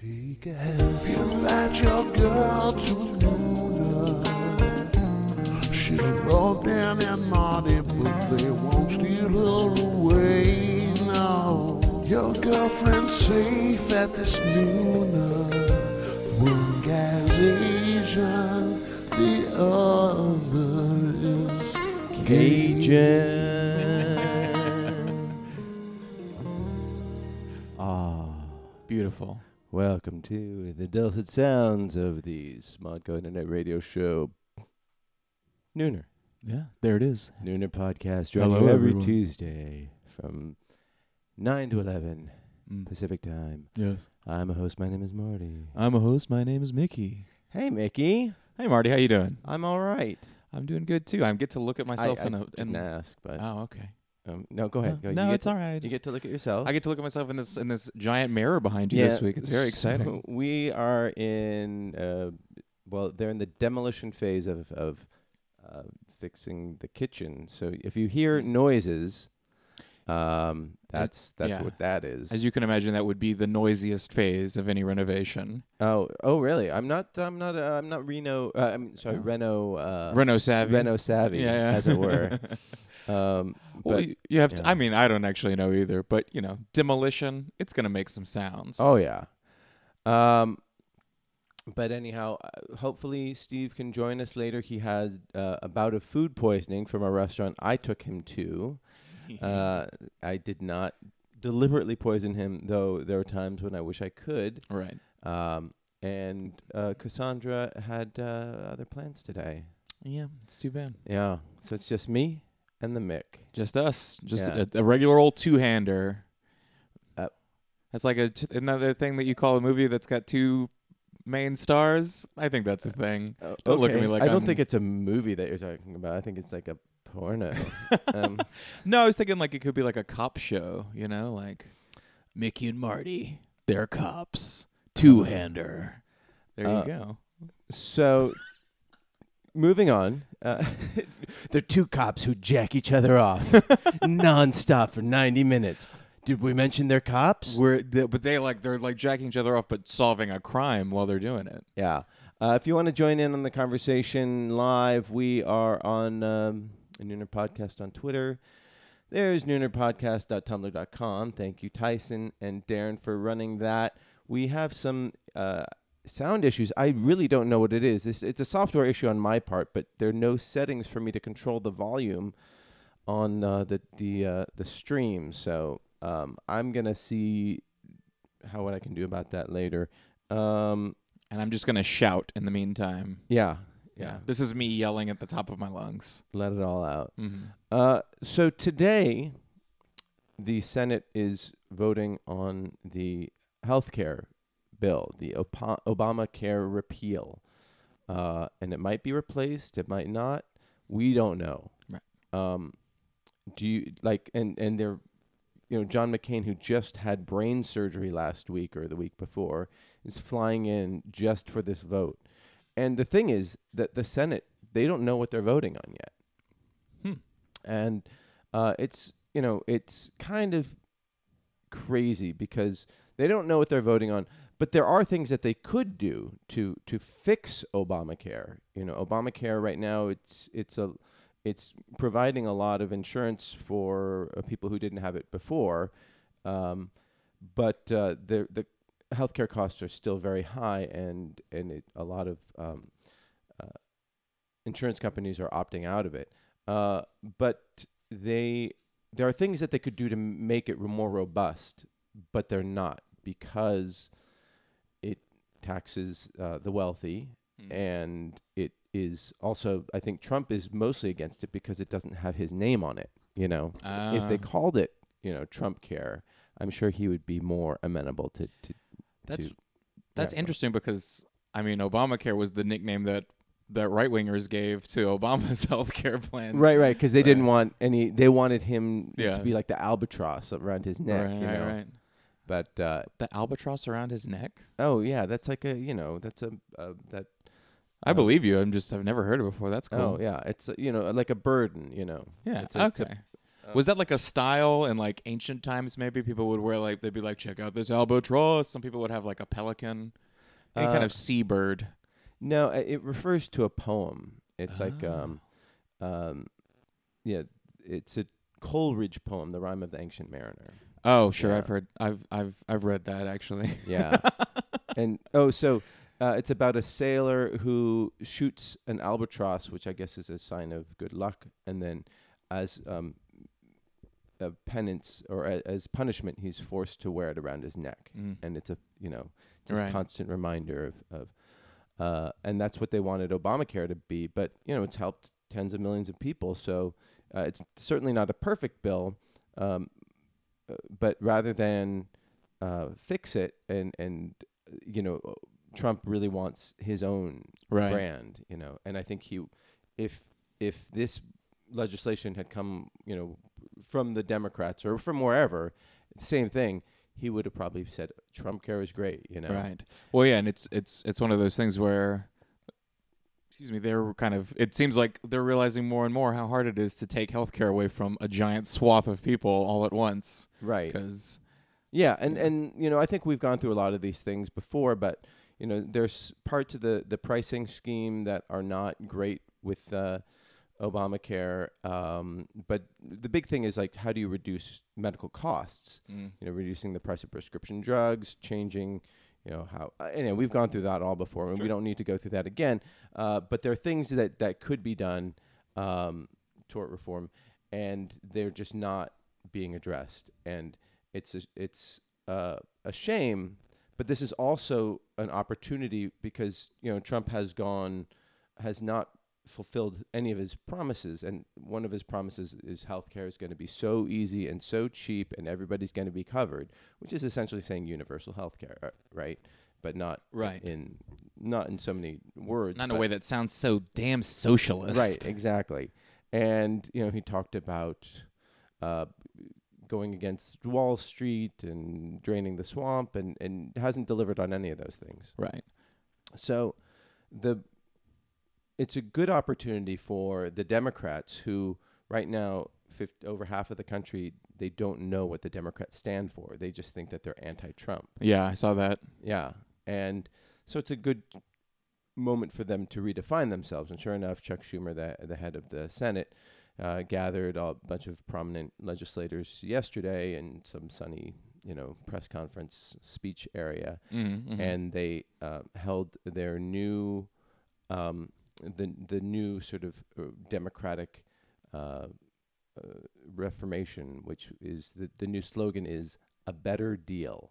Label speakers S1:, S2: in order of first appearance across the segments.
S1: He can help you let your girl to Luna. She's broke down and naughty, but they won't steal her away. No, your girlfriend's safe at this Luna. One guy's Asian, the other is gay.
S2: Ah,
S3: Beautiful.
S2: welcome to the dulcet sounds of the Smodco Internet Radio Show. Nooner.
S3: Yeah, there it is.
S2: Nooner podcast joining
S3: Hello,
S2: you every
S3: everyone.
S2: Tuesday from 9 to 11
S3: Mm.
S2: Pacific time.
S3: Yes.
S2: I'm a host. My name is Marty.
S3: I'm a host. My name is Mickey.
S2: Hey, Mickey.
S3: Hey, Marty. How you doing?
S2: I'm all right.
S3: I'm doing good too. I get to look at myself
S2: I,
S3: in
S2: I
S3: a.
S2: didn't
S3: In,
S2: ask, but
S3: oh, okay.
S2: um, no, go ahead.
S3: No,
S2: Go- you
S3: no,
S2: get
S3: it's
S2: to,
S3: all right. I
S2: You
S3: just-
S2: get to look at yourself.
S3: I get to look at myself in this in this giant mirror behind you this week. It's very exciting.
S2: so we are in, uh, well, they're in the demolition phase of of uh, fixing the kitchen. So if you hear noises, um, that's that's
S3: yeah.
S2: what that is.
S3: As you can imagine, that would be the noisiest phase of any renovation.
S2: oh, oh, really? I'm not. I'm not. Uh, I'm not Reno. Uh, I'm sorry,
S3: Oh.
S2: Reno. Uh,
S3: Reno
S2: s-
S3: savvy.
S2: Reno savvy,
S3: Yeah, yeah.
S2: as it were. um,
S3: Well,
S2: but-
S3: you, you have. To,
S2: yeah.
S3: I mean, I don't actually know either, but you know, demolition. It's gonna make some sounds.
S2: Oh yeah. Um, but anyhow, uh, hopefully Steve can join us later. He has uh, a bout of food poisoning from a restaurant I took him to. Uh, I did not deliberately poison him, though there were times when I wish I could.
S3: Right.
S2: Um, and uh, Cassandra had uh, other plans today.
S3: Yeah. It's too bad.
S2: Yeah, so it's just me and the Mick.
S3: Just us. Just
S2: Yeah.
S3: a, a regular old two hander.
S2: Uh,
S3: that's like a t- another thing that you call a movie that's got two main stars. I think that's a thing.
S2: Oh,
S3: Don't look at me like
S2: I don't
S3: I'm-
S2: think it's a movie that you're talking about. I think it's like a porno. um,
S3: No, I was thinking like it could be like a cop show, you know, like Mickey and Marty. They're cops. Two hander. There
S2: Uh,
S3: you go.
S2: So, moving on. Uh, they're two cops who jack each other off nonstop for 90 minutes. Did we mention they're cops?
S3: We're, they, but they like they're like jacking each other off, but solving a crime while they're doing it.
S2: Yeah. Uh, if you want to join in on the conversation live, we are on um, Nooner Podcast on Twitter. There's noonerpodcast.tumblr.com. Thank you, Tyson and Darren, for running that. We have some uh, sound issues. I really don't know what it is. This, it's a software issue on my part, but there are no settings for me to control the volume on uh, the the uh, the stream. So um, I'm gonna see how what I can do about that later. Um,
S3: And I'm just gonna shout in the meantime.
S2: yeah.
S3: Yeah, this is me yelling at the top of my lungs.
S2: Let it all out.
S3: Mm-hmm.
S2: Uh, so today, the Senate is voting on the health care bill, the Opa- Obamacare repeal. Uh, and it might be replaced, it might not. We don't know.
S3: Right.
S2: Um, do you like, and, and they're, you know, John McCain, who just had brain surgery last week or the week before, is flying in just for this vote. And the thing is that the Senate, they don't know what they're voting on yet and uh, it's you know it's kind of crazy because they don't know what they're voting on but there are things that they could do to to fix obamacare you know obamacare right now it's it's a it's providing a lot of insurance for uh, people who didn't have it before um, but uh, the the healthcare costs are still very high and and it, a lot of um, uh, insurance companies are opting out of it uh, but they there are things that they could do to m- make it more robust, but they're not because it taxes uh, the wealthy
S3: Hmm.
S2: and it is also I think Trump is mostly against it because it doesn't have his name on it. You know, if they
S3: Ah.
S2: called it you know Trump Care, I'm sure he would be more amenable to. to
S3: That's
S2: to-
S3: that's
S2: yeah, go-
S3: interesting because I mean Obamacare was the nickname that that right wingers gave to Obama's health care plan.
S2: Right, right, because they
S3: Right.
S2: didn't want any. They wanted him
S3: Yeah.
S2: to be like the albatross around his neck,
S3: right,
S2: you
S3: right,
S2: know.
S3: right.
S2: But uh,
S3: The albatross around his neck.
S2: Oh yeah, that's like a you know that's a uh, that oh,
S3: I
S2: Uh,
S3: believe you. I'm just I've never heard it before. That's cool.
S2: oh yeah it's a, you know like a burden you know
S3: yeah.
S2: it's a- Oh. it's a-
S3: okay. Was that like a style in like ancient times? Maybe people would wear like they'd be like, check out this albatross. Some people would have like a pelican, any kind
S2: Uh,
S3: of seabird.
S2: No, i- it refers to a poem. It's like um,
S3: Oh.
S2: um, yeah, it's a Coleridge poem, "The Rhyme of the Ancient Mariner."
S3: Oh, sure,
S2: yeah.
S3: I've heard, I've, I've, I've read that actually.
S2: Yeah, and oh, so uh, it's about a sailor who shoots an albatross, which I guess is a sign of good luck, and then as um, a penance or a, as punishment, he's forced to wear it around his neck.
S3: Mm.
S2: and it's a you know it's this
S3: Right.
S2: constant reminder of of uh, and that's what they wanted Obamacare to be, but you know it's helped tens of millions of people, so uh, it's certainly not a perfect bill, um, uh, but rather than uh, fix it and and uh, you know Trump really wants his own
S3: Right.
S2: brand, you know, and I think he if if this legislation had come you know from the Democrats or from wherever, same thing, he would have probably said Trump care is great, you know.
S3: Right. Well, yeah, and it's it's it's one of those things where, excuse me, they're kind of. It seems like they're realizing more and more how hard it is to take healthcare away from a giant swath of people all at once.
S2: Right.
S3: Because
S2: Yeah, and and you know, I think we've gone through a lot of these things before, but you know, there's parts of the the pricing scheme that are not great with uh, Obamacare. Um, but the big thing is like, how do you reduce medical costs? You know, reducing the price of prescription drugs, changing. You know how? Uh, anyway, we've gone through that all before, and we don't need to go through that again. Uh, but there are things that that could be done, um, tort reform, and they're just not being addressed. And it's a, it's uh, a shame, but this is also an opportunity because you know Trump has gone has not fulfilled any of his promises, and one of his promises is healthcare is going to be so easy and so cheap, and everybody's going to be covered, which is essentially saying universal healthcare, uh, right? But not
S3: Right.
S2: in not in so many words,
S3: not in a
S2: but-
S3: way that sounds so damn socialist.
S2: Right, exactly. And you know, he talked about uh, going against Wall Street and draining the swamp, and and hasn't delivered on any of those things.
S3: Right.
S2: So the it's a good opportunity for the Democrats who right now 50, over half of the country they don't know what the Democrats stand for. They just think that they're anti-Trump.
S3: Yeah, I saw that.
S2: Yeah. And so it's a good moment for them to redefine themselves. And sure enough, Chuck Schumer, the, the head of the Senate, uh, gathered a bunch of prominent legislators yesterday in some sunny, you know, press conference speech area,
S3: Mm, mhm.
S2: and they uh, held their new, um, the the new sort of uh, democratic uh, uh, reformation, which is the the new slogan is a better deal.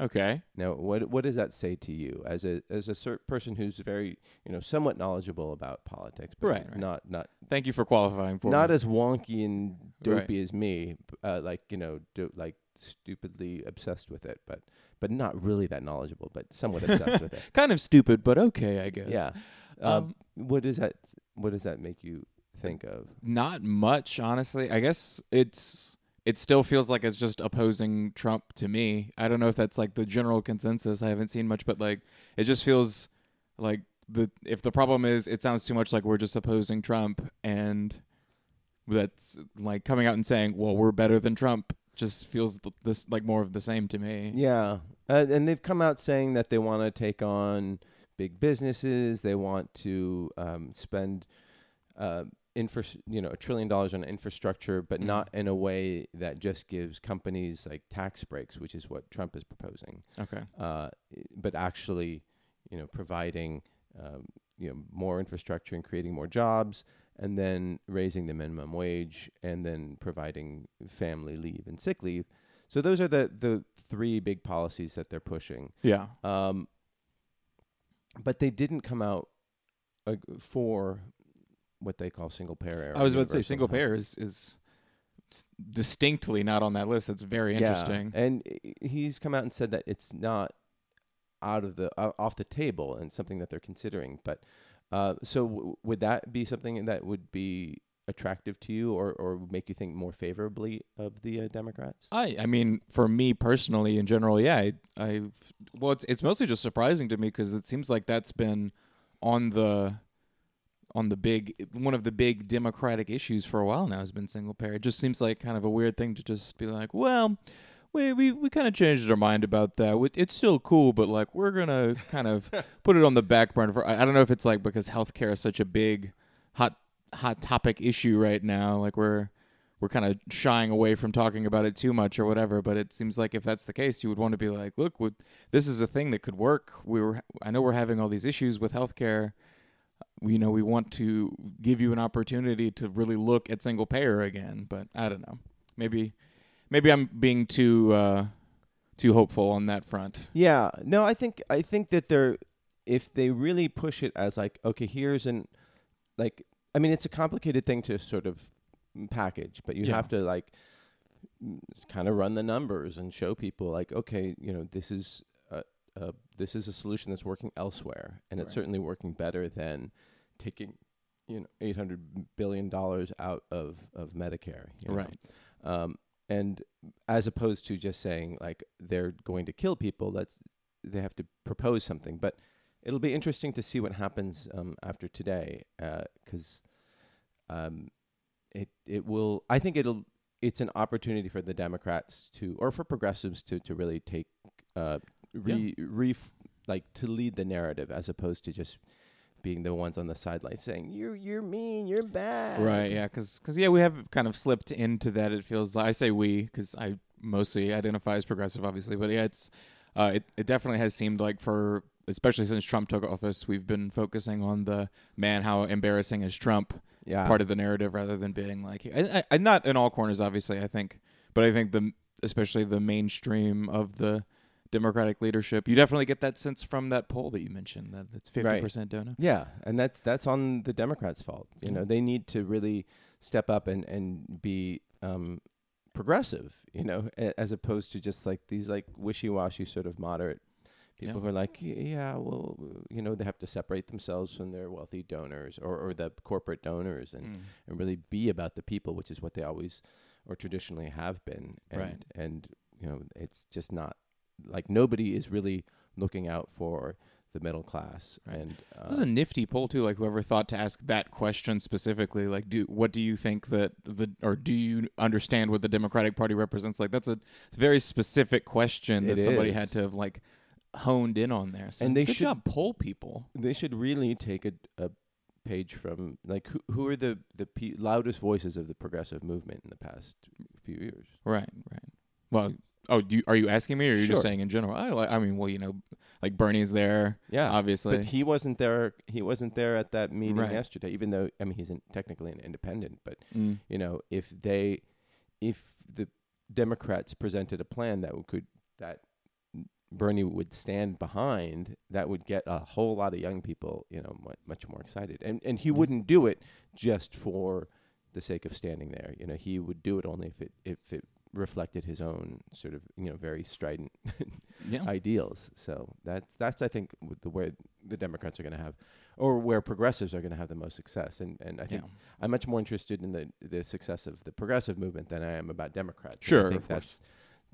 S3: okay.
S2: Now, what what does that say to you as a as a cer- person who's very you know somewhat knowledgeable about politics, but
S3: Right, right.
S2: not not
S3: Thank you for qualifying for
S2: not
S3: me.
S2: as wonky and
S3: Right.
S2: dopey as me, b- uh, like you know do, like stupidly obsessed with it, but but not really that knowledgeable, but somewhat obsessed with it.
S3: kind of stupid, but okay, I guess.
S2: Yeah. Um, what does that what does that make you think of?
S3: Not much, honestly. I guess it's it still feels like it's just opposing Trump to me. I don't know if that's like the general consensus. I haven't seen much, but like it just feels like the if the problem is it sounds too much like we're just opposing Trump and that's like coming out and saying, "Well, we're better than Trump." Just feels th- this like more of the same to me.
S2: Yeah, uh, and they've come out saying that they want to take on big businesses. They want to um, spend, uh, infra- you know, a trillion dollars on infrastructure, but
S3: Mhm.
S2: not in a way that just gives companies like tax breaks, which is what Trump is proposing.
S3: Okay.
S2: Uh, i- but actually, you know, providing um, you know more infrastructure and creating more jobs, and then raising the minimum wage, and then providing family leave and sick leave. So those are the the three big policies that they're pushing.
S3: Yeah.
S2: Um, but they didn't come out uh, for what they call single payer.
S3: I was about to say single payer is is s- distinctly not on that list. That's very interesting.
S2: Yeah. And i- he's come out and said that it's not out of the uh, off the table and something that they're considering. But uh, so w- would that be something that would be attractive to you or or would make you think more favorably of the uh, Democrats?
S3: I I mean, for me personally, in general, yeah, I, I well, it's it's mostly just surprising to me because it seems like that's been on the on the big one of the big democratic issues for a while now has been single payer. It just seems like kind of a weird thing to just be like, well, we we, we kind of changed our mind about that. We- It's still cool, but like we're gonna kind of put it on the back burner. For I I don't know if it's like because healthcare is such a big hot hot topic issue right now. Like we're we're kind of shying away from talking about it too much or whatever. But it seems like if that's the case, you would want to be like, look, would, this is a thing that could work. We were, I know we're having all these issues with healthcare. You know, we want to give you an opportunity to really look at single payer again. But I don't know. Maybe, maybe I'm being too uh, too hopeful on that front.
S2: Yeah. No, I think I think that they're if they really push it as like okay, here's an like I mean it's a complicated thing to sort of package, but you
S3: Yeah.
S2: have to like kind of run the numbers and show people like okay, you know, this is a, a this is a solution that's working elsewhere and
S3: Right.
S2: it's certainly working better than taking you know 800 billion dollars out of of Medicare, you know?
S3: Right.
S2: um, and as opposed to just saying like they're going to kill people that's they have to propose something but it'll be interesting to see what happens um, after today because um, it it will I think it'll it's an opportunity for the Democrats to or for progressives to to really take uh, re, re like to lead the narrative as opposed to just being the ones on the sidelines saying you're you're mean you're bad
S3: Right. Yeah. Because yeah, we have kind of slipped into that. It feels like I say we because I mostly identify as progressive, obviously, but yeah, it's uh, it it definitely has seemed like for especially since Trump took office, we've been focusing on the man how embarrassing is Trump
S2: yeah
S3: part of the narrative rather than being like I, I, I- not in all corners, obviously. I think, but I think the especially the mainstream of the Democratic leadership, you definitely get that sense from that poll that you mentioned that it's fifty
S2: Right.
S3: percent donor.
S2: Yeah, and that's that's on the Democrats' fault. You know,
S3: Mm.
S2: they need to really step up and and be um, progressive. You know, a- as opposed to just like these like wishy-washy sort of moderate people
S3: Yeah.
S2: who are like, "Y- yeah, well, you know, they have to separate themselves from their wealthy donors or or the corporate donors and
S3: Mm.
S2: and really be about the people, which is what they always or traditionally have been. And,
S3: Right.
S2: And you know, it's just not like nobody is really looking out for the middle class
S3: Right.
S2: and uh,
S3: It was a nifty poll too. Like whoever thought to ask that question specifically, like, do what do you think that the or do you understand what the Democratic Party represents? Like that's a very specific question that
S2: It
S3: somebody
S2: is.
S3: had to have like honed in on there. So
S2: And they
S3: good
S2: should-
S3: job poll people.
S2: they should really take a, a page from like who who are the the pe- loudest voices of the progressive movement in the past few years.
S3: Right, right. Well, oh, do you, are you asking me, or are you just
S2: Sure.
S3: saying in general? I like. I mean, well, you know, like Bernie's there,
S2: Yeah,
S3: obviously.
S2: but he wasn't there. He wasn't there at that meeting
S3: Right.
S2: yesterday. Even though I mean he's in, technically an independent, but
S3: Mm.
S2: you know if they if the Democrats presented a plan that could that Bernie would stand behind, that would get a whole lot of young people you know mu- much more excited. And and he
S3: Yeah.
S2: wouldn't do it just for the sake of standing there. You know, he would do it only if it if it reflected his own sort of you know very strident
S3: Yeah.
S2: ideals. So that's that's I think w- the way the Democrats are going to have, or where progressives are going to have the most success. And and I think
S3: Yeah.
S2: I'm much more interested in the the success of the progressive movement than I am about Democrats. And
S3: Sure,
S2: I think
S3: of
S2: that's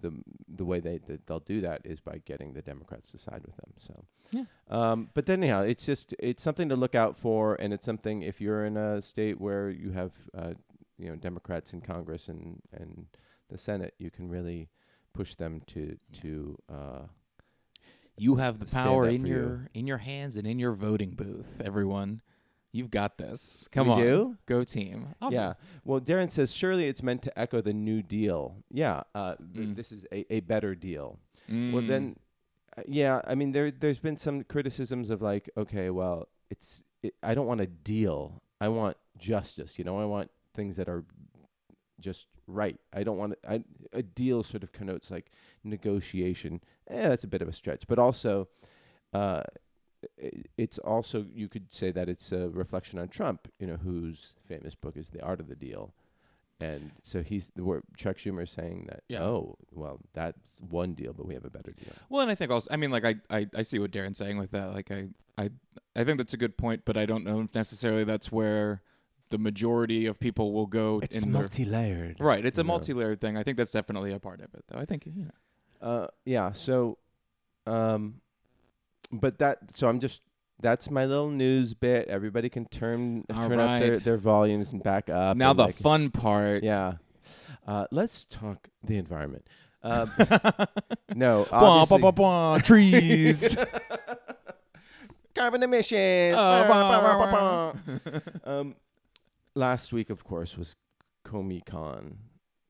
S2: the the way they that they'll do that is by getting the Democrats to side with them. So,
S3: Yeah.
S2: Um, but then anyhow, it's just it's something to look out for, and it's something if you're in a state where you have uh, you know Democrats in Congress and and the Senate, you can really push them to to uh,
S3: You have the
S2: stand
S3: power
S2: up
S3: in
S2: for you.
S3: your in your hands and in your voting booth, everyone. You've got this. Come
S2: We
S3: on.
S2: do?
S3: Go team. I'll-
S2: yeah. Well, Darren says surely it's meant to echo the New Deal. Yeah. Uh, th-
S3: Mm.
S2: This is a, a better deal. Well,
S3: Mm.
S2: then, uh, yeah. I mean, there there's been some criticisms of like, okay, well, it's it, I don't want a deal. I want justice. You know, I want things that are just right. I don't want I, a deal. Sort of connotes like negotiation. Eh, that's a bit of a stretch. But also, uh, i- it's also you could say that it's a reflection on Trump. You know, whose famous book is The Art of the Deal. And so he's the word Chuck Schumer is saying that
S3: Yeah.
S2: oh well that's one deal but we have a better deal.
S3: Well, and I think also, I mean, like I, I, I see what Darren's saying with that. Like I, I, I think that's a good point, but I don't know if necessarily that's where the majority of people will go. in their-
S2: multi-layered.
S3: right. It's a
S2: Yeah.
S3: multi-layered thing. I think that's definitely a part of it, though. I think you know.
S2: Uh, yeah. So, um, but that. So I'm just That's my little news bit. Everybody can turn
S3: All
S2: turn up their,
S3: right.
S2: their volumes and back up.
S3: now
S2: and,
S3: the
S2: like,
S3: fun part.
S2: yeah. Uh, let's talk the environment. Uh, no,
S3: Bwah,
S2: obviously-
S3: bwah, bwah, bwah, trees.
S2: carbon emissions.
S3: Oh,
S2: Bah, bah, bah, bah. um, last week, of course, was Comic Con,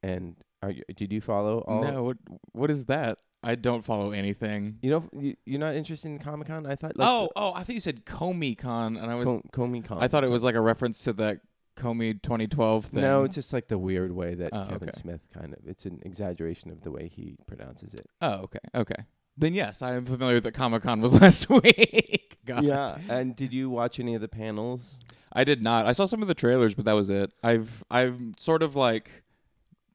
S2: and are you, did you follow all?
S3: no, what what is that? I don't follow anything.
S2: You don't. You, you're not interested in Comic Con? I thought. Like,
S3: Oh, oh, I thought you said Comey Con, and I was
S2: Comic Con.
S3: I thought it was like a reference to that Comey 2012 thing.
S2: No, it's just like the weird way that
S3: Oh,
S2: Kevin
S3: okay.
S2: Smith kind of. It's an exaggeration of the way he pronounces it.
S3: oh, okay, okay. Then yes, I am familiar with that Comic Con was last week. God.
S2: Yeah. And did you watch any of the panels?
S3: I did not. I saw some of the trailers, but that was it. I've I'm sort of like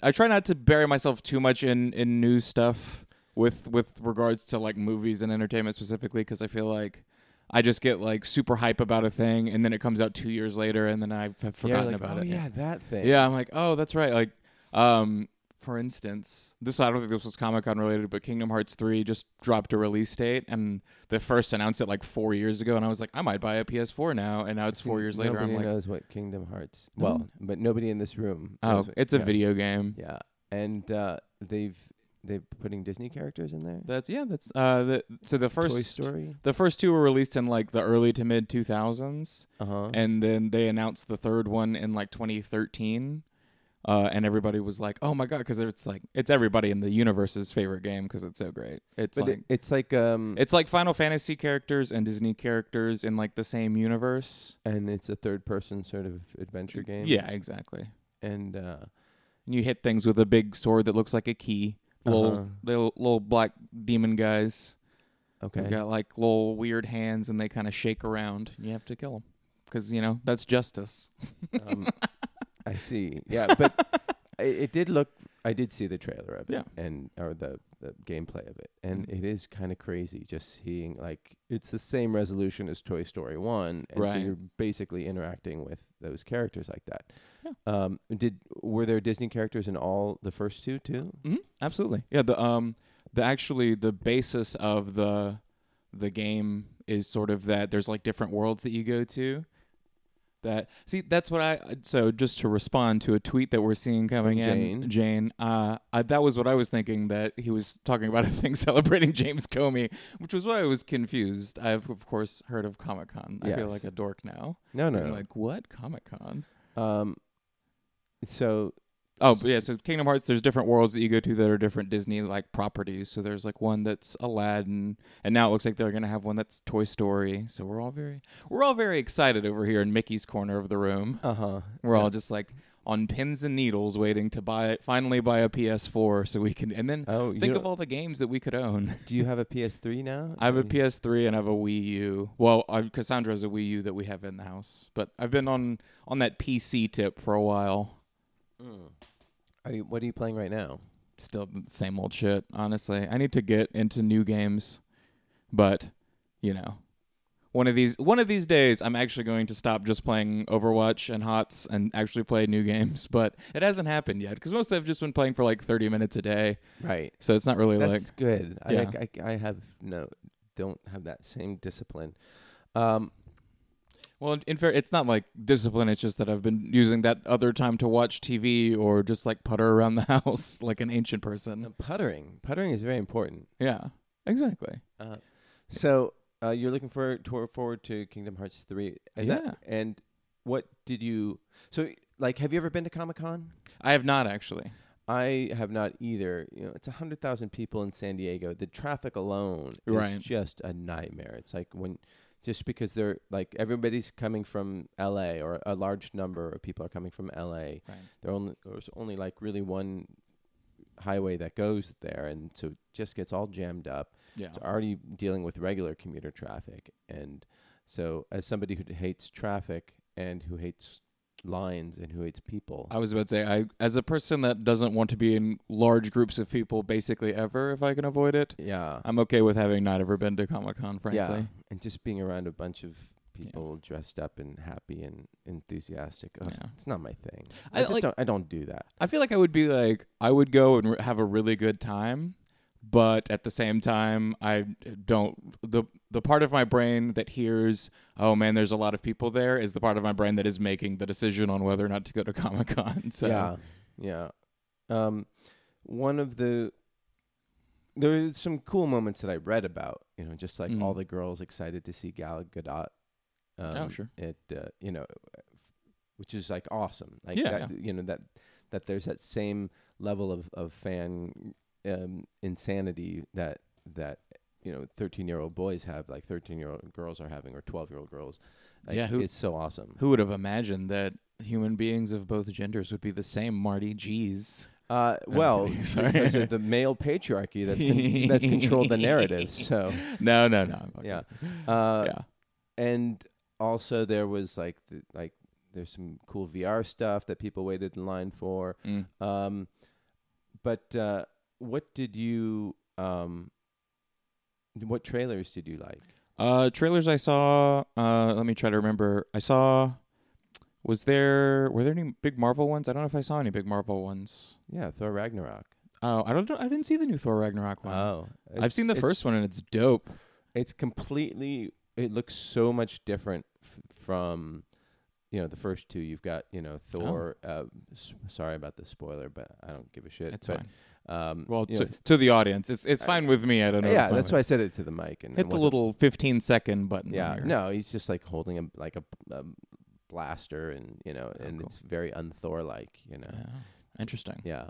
S3: I try not to bury myself too much in in new stuff with with regards to like movies and entertainment specifically because I feel like I just get like super hype about a thing and then it comes out 2 years later and then I have forgotten
S2: yeah, like,
S3: about
S2: oh,
S3: it.
S2: Yeah, that thing.
S3: Yeah, I'm like, "Oh, that's right." Like um for instance, this I don't think this was Comic Con related, but Kingdom Hearts 3 just dropped a release date and they first announced it like 4 years ago and I was like, "I might buy a PS4 now." And now it's 4 years later.
S2: Nobody
S3: I'm like,
S2: knows what Kingdom Hearts.
S3: No
S2: Well,
S3: one-
S2: but nobody in this room.
S3: Oh,
S2: knows what-
S3: it's a
S2: yeah.
S3: video game.
S2: Yeah, and uh, they've they're putting Disney characters in there.
S3: That's yeah. That's uh. The, so the first
S2: Toy Story.
S3: the first two were released in like the early to mid two thousands,
S2: Uh huh.
S3: and then they announced the third one in like twenty thirteen. Uh, and everybody was like, "Oh my god!" Because it's like it's everybody in the universe's favorite game because it's so great. It's
S2: But
S3: like
S2: it, it's like um,
S3: it's like Final Fantasy characters and Disney characters in like the same universe.
S2: and it's a third person sort of adventure game.
S3: Yeah, exactly.
S2: and uh,
S3: And you hit things with a big sword that looks like a key. Little
S2: Uh-huh.
S3: little little black demon guys.
S2: okay,
S3: They've got like little weird hands and they kind of shake around. You have to kill them because you know that's justice.
S2: um, I see. Yeah, but it, it did look. I did see the trailer of it,
S3: Yeah.
S2: and or the, the gameplay of it, and
S3: Mhm.
S2: it is kind of crazy just seeing like it's the same resolution as Toy Story One, and so
S3: Right.
S2: you're basically interacting with those characters like that.
S3: Yeah.
S2: Um, did were there Disney characters in all the first two too?
S3: Mm-hmm. Absolutely, yeah. The um the actually the basis of the the game is sort of that there's like different worlds that you go to. That see that's what I so just to respond to a tweet that we're seeing coming
S2: Jane.
S3: in Jane uh I, that was what I was thinking that he was talking about a thing celebrating James Comey which was why I was confused I've of course heard of Comic Con I feel
S2: Yes.
S3: like a dork now
S2: No,
S3: And
S2: no.
S3: you're
S2: no.
S3: like, what Comic Con?
S2: um, so
S3: Oh, but yeah. So Kingdom Hearts, there's different worlds that you go to that are different Disney like properties. So there's like one that's Aladdin, and now it looks like they're gonna have one that's Toy Story. So we're all very, we're all very excited over here in Mickey's corner of the room.
S2: uh huh.
S3: uh-huh. We're all just like on pins and needles, waiting to buy finally buy a PS4 so we can, and then uh,
S2: Oh,
S3: think
S2: you
S3: of all the games that we could own.
S2: do you have a PS3 now?
S3: I have a
S2: PS.
S3: PS3 and I have a Wii U. Well, I, Cassandra has a Wii U that we have in the house, but I've been on on that PC tip for a while.
S2: Are you, what are you playing right now?
S3: still the same old shit, honestly. I need to get into new games, but you know, one of these one of these days I'm actually going to stop just playing Overwatch and HOTS and actually play new games, but it hasn't happened yet cuz mostly I've just been playing for like 30 minutes a day.
S2: Right.
S3: So it's not really
S2: That's
S3: like
S2: good. I,
S3: Yeah.
S2: like I, I have no, don't have that same discipline. Um,
S3: well, in fair it's not like discipline, it's just that I've been using that other time to watch TV or just like putter around the house like an ancient person.
S2: puttering, puttering is very important.
S3: Yeah. Exactly.
S2: Uh, so uh, you're looking for to forward to Kingdom Hearts three. And that-
S3: Yeah.
S2: and what did you? So like, have you ever been to Comic Con?
S3: I have not actually.
S2: I have not either. You know, it's a hundred thousand people in San Diego. The traffic alone
S3: Right.
S2: is just a nightmare. It's like when just because they're like everybody's coming from LA or a large number of people are coming from LA.
S3: Right.
S2: There only there's only like really one highway that goes there and so it just gets all jammed up.
S3: Yeah.
S2: It's already dealing with regular commuter traffic and so as somebody who hates traffic and who hates lines and who hates people.
S3: I was about to say, I as a person that doesn't want to be in large groups of people, basically ever, if I can avoid it,
S2: yeah.
S3: I'm okay with having not ever been to Comic Con. Frankly,
S2: Yeah, and just being around a bunch of people dressed up and happy and enthusiastic. Ugh,
S3: Yeah.
S2: It's not my thing. I,
S3: I
S2: just
S3: like-
S2: don't. I don't do that.
S3: I feel like I would be like, I would go and r have a really good time, but at the same time i don't the the part of my brain that hears oh man there's a lot of people there is the part of my brain that is making the decision on whether or not to go to comic-con so
S2: Yeah, yeah. Um, one of the there were some cool moments that I read about. You know, just like
S3: Mhm.
S2: all the girls excited to see Gal Gadot. Um,
S3: Oh, sure.
S2: It uh, you know, which is like awesome. Like
S3: Yeah,
S2: that, you know that that there's that same level of of fan um, insanity that that you know 13 year old boys have like 13 year old girls are having or 12 year old girls like,
S3: Yeah, who-
S2: it's so awesome
S3: who would have imagined that human beings of both genders would be the same marty g's
S2: Uh,
S3: I'm
S2: well,
S3: kidding. Sorry.
S2: because of the male patriarchy that's con- that's controlled the narrative. So
S3: no no no I'm fucking-
S2: yeah, uh,
S3: yeah
S2: and also there was like the, like there's some cool VR stuff that people waited in line for.
S3: Mm.
S2: Um, but uh, what did you um, what trailers did you like?
S3: Uh, trailers I saw. Uh, let me try to remember. I saw. Was there were there any big Marvel ones? I don't know if I saw any big Marvel ones.
S2: Yeah, Thor Ragnarok.
S3: Oh, I don't. know- I didn't see the new Thor Ragnarok one.
S2: Wow,
S3: I've seen the first one and it's dope.
S2: It's completely. It looks so much different f- from, you know, the first two. You've got you know
S3: Oh.
S2: Thor. Uh, s- sorry about the spoiler, but I don't give a shit.
S3: It's
S2: but,
S3: fine.
S2: Um,
S3: Well,
S2: you
S3: to,
S2: know,
S3: to the audience, it's it's
S2: I-
S3: fine with me. I don't know.
S2: yeah,
S3: what's wrong
S2: that's why I
S3: with
S2: said it to the mic and
S3: it.
S2: it
S3: hit the
S2: wasn't-
S3: little 15 second button.
S2: Yeah,
S3: on your-
S2: no, he's just like holding a like a, a blaster, and you know,
S3: Oh,
S2: and
S3: cool.
S2: it's very unthor like, you know.
S3: Yeah. Interesting.
S2: Yeah.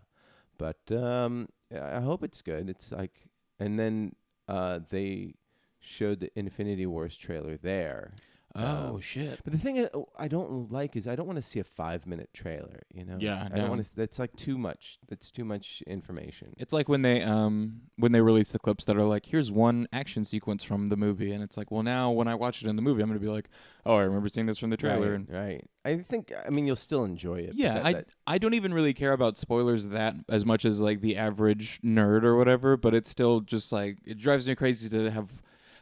S2: But um I I hope it's good. It's like and then uh they showed the Infinity Wars trailer there.
S3: Oh
S2: Uh,
S3: shit.
S2: But the thing I, I don't like is I don't want to see a 5-minute trailer, you know.
S3: Yeah,
S2: I
S3: no.
S2: don't want to that's like too much. That's too much information.
S3: It's like when they um when they release the clips that are like, here's one action sequence from the movie, and it's like, well, now when I watch it in the movie, I'm gonna be like, oh, I remember seeing this from the trailer,
S2: Right,
S3: and
S2: right. I think I mean you'll still enjoy it. but
S3: yeah,
S2: that-
S3: I
S2: that-
S3: I don't even really care about spoilers that as much as like the average nerd or whatever, but it's still just like it drives me crazy to have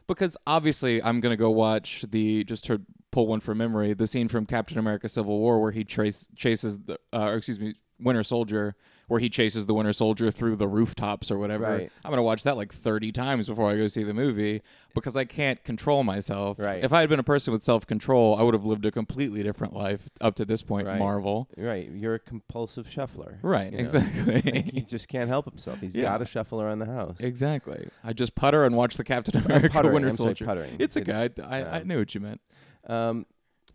S3: because obviously I'm gonna go watch the just to pull one from memory the scene from Captain America: Civil War where he trace chases the uh, or excuse me Winter Soldier where he chases the Winter Soldier through the rooftops or whatever.
S2: Right.
S3: I'm gonna watch that like 30 times before I go see the movie because I can't control myself.
S2: Right.
S3: If I had been a person with self control, I would have lived a completely different life up to this point.
S2: Right.
S3: Marvel.
S2: right, you're a compulsive shuffler.
S3: Right,
S2: you know? Like, he
S3: exactly.
S2: just can't help himself. He's
S3: Yeah.
S2: got to shuffle around the house.
S3: exactly. I just putter and watch the Captain America
S2: puttering,
S3: Winter
S2: I'm sorry,
S3: Soldier.
S2: puttering.
S3: It's
S2: It-
S3: okay. I, I, I
S2: um,
S3: knew what you meant.
S2: Um,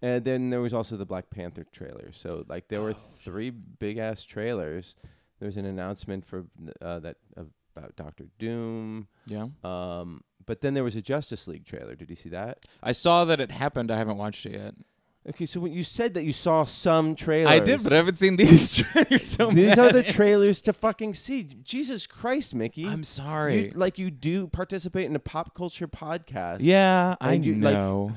S2: and then there was also the Black Panther trailer. So like there
S3: Oh.
S2: were three big ass trailers. There was an announcement for uh, that about Doctor Doom.
S3: Yeah.
S2: Um, but then there was a Justice League trailer. Did you see that?
S3: I saw that it happened. I haven't watched it yet.
S2: Okay, so when you said that you saw some trailers,
S3: I did, but I haven't seen these trailers so
S2: these are the
S3: much.
S2: trailers to fucking see. Jesus Christ, Mickey!
S3: I'm
S2: You-
S3: sorry.
S2: like you do participate in a pop culture podcast.
S3: yeah, I
S2: And you, like-
S3: know.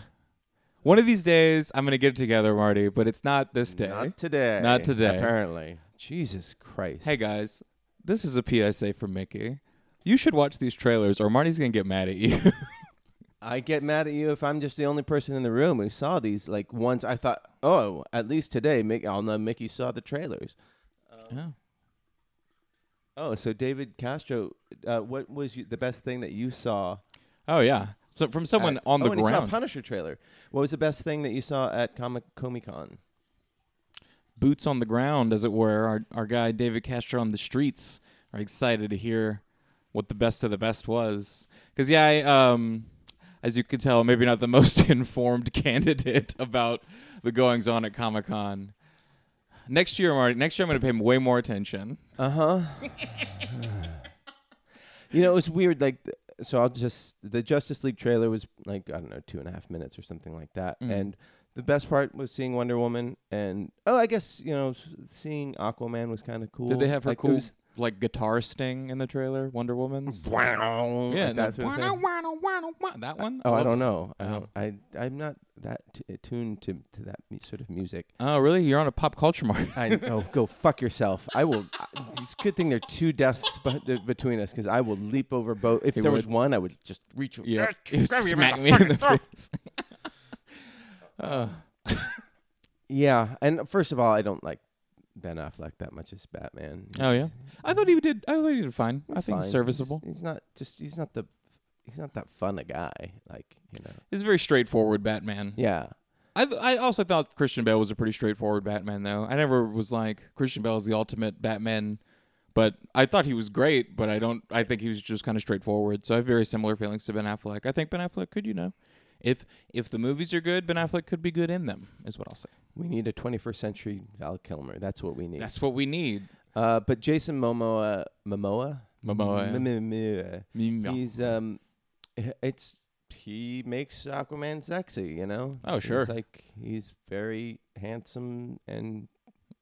S3: One of these days, I'm going to get it together, Marty, but it's not this day.
S2: Not today.
S3: Not today.
S2: Apparently. Jesus Christ.
S3: hey, guys, this is a PSA from Mickey. You should watch these trailers, or Marty's going to get mad at you.
S2: I get mad at you if I'm just the only person in the room who saw these. Like once I thought, oh, at least today, Mick, I'll know Mickey saw the trailers.
S3: Yeah.
S2: Oh, so David Castro, uh, what was you, the best thing that you saw?
S3: Oh, yeah. So from someone
S2: at-
S3: on the
S2: oh, and he saw a
S3: ground.
S2: Punisher trailer. What was the best thing that you saw at Comic Comic Con?
S3: boots on the ground, as it were. Our our guy David Castro on the streets are excited to hear what the best of the best was. Because yeah, I, um, as you can tell, maybe not the most informed candidate about the goings on at Comic Con. Next year, Marty. Next year, I'm going to pay way more attention.
S2: Uh huh. you know, it was weird. Like, th- so I'll just the Justice League trailer was like I don't know two and a half minutes or something like that,
S3: Mm.
S2: and the best part was seeing Wonder Woman, and oh, I guess you know s- seeing Aquaman was kind of cool.
S3: Did they have her
S2: Like, it
S3: cool
S2: was-
S3: like guitar sting in the trailer? Wonder Woman's. Yeah,
S2: yeah,
S3: that,
S2: oh, that sort of thing.
S3: that one.
S2: Oh, I
S3: love
S2: don't
S3: it.
S2: know. I
S3: Oh.
S2: don't. I I'm not that t- attuned to to that mu- sort of music.
S3: Oh, really? You're on a pop culture mark.
S2: I oh, go fuck yourself. I will. It's a good thing there are two desks be- th- between us because I will leap over both. If
S3: He
S2: there was
S3: would.
S2: one, I would just reach. over-
S3: Yeah, smack me in the face. Uh,
S2: Yeah, and first of all, I don't like Ben Affleck that much as Batman.
S3: Oh, yeah? I thought he did. I thought he did fine. I
S2: He's
S3: think
S2: fine.
S3: he's serviceable.
S2: He's, he's not just. He's not the. He's not that fun a guy. Like you know.
S3: He's a very straightforward Batman.
S2: Yeah.
S3: I I also thought Christian Bale was a pretty straightforward Batman though. I never was like Christian Bale is the ultimate Batman, but I thought he was great. But I don't. I think he was just kind of straightforward. So I have very similar feelings to Ben Affleck. I think Ben Affleck could, you know, if if the movies are good, Ben Affleck could be good in them. Is what I'll say.
S2: We need a 21st century Val Kilmer. That's what we need.
S3: That's what we need.
S2: uh, but Jason Momoa, Momoa,
S3: Momoa.
S2: Momoa.
S3: Meow.
S2: He's um, h- it's he makes Aquaman sexy. You know.
S3: Oh, sure.
S2: He's like he's very handsome and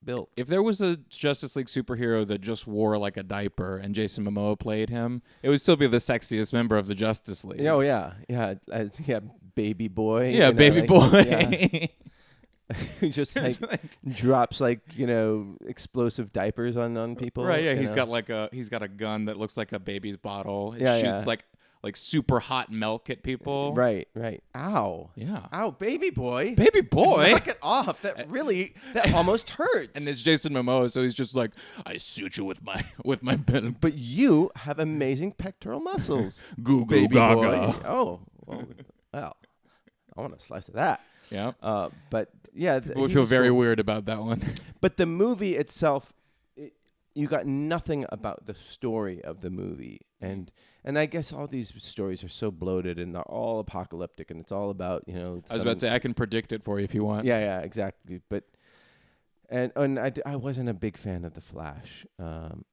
S2: built.
S3: If there was a Justice League superhero that just wore like a diaper and Jason Momoa played him, it would still be the sexiest member of the Justice League.
S2: Yeah, oh yeah, yeah, as, yeah, baby boy.
S3: yeah,
S2: you know,
S3: baby
S2: like, yeah,
S3: boy.
S2: who just like
S3: It's like-
S2: drops like you know explosive diapers on on people.
S3: Right. Yeah.
S2: he's
S3: He's got like a he's got a gun that looks like a baby's bottle. It
S2: Yeah,
S3: shoots
S2: yeah.
S3: like like super hot milk at people.
S2: right, right. Ow,
S3: Yeah.
S2: ow, baby boy,
S3: Baby boy.
S2: knock it off. That really, that almost hurts.
S3: and it's Jason Momoa, so he's just like, I suit you with my with my pen.
S2: but you have amazing pectoral muscles,
S3: Goo goo
S2: baby
S3: gaga.
S2: boy. Oh, well, well, I want a slice of that.
S3: Yeah.
S2: Uh, but yeah, th-
S3: People would
S2: Uh, he
S3: feel
S2: was
S3: very
S2: cool.
S3: weird about that one.
S2: But the movie itself, it, you got nothing about the story of the movie, and and I guess all these stories are so bloated and they're all apocalyptic, and it's all about you know.
S3: I was about to say I can predict it for you if you want.
S2: Yeah, yeah, exactly. But and and I, d- I wasn't a big fan of the Flash. Um,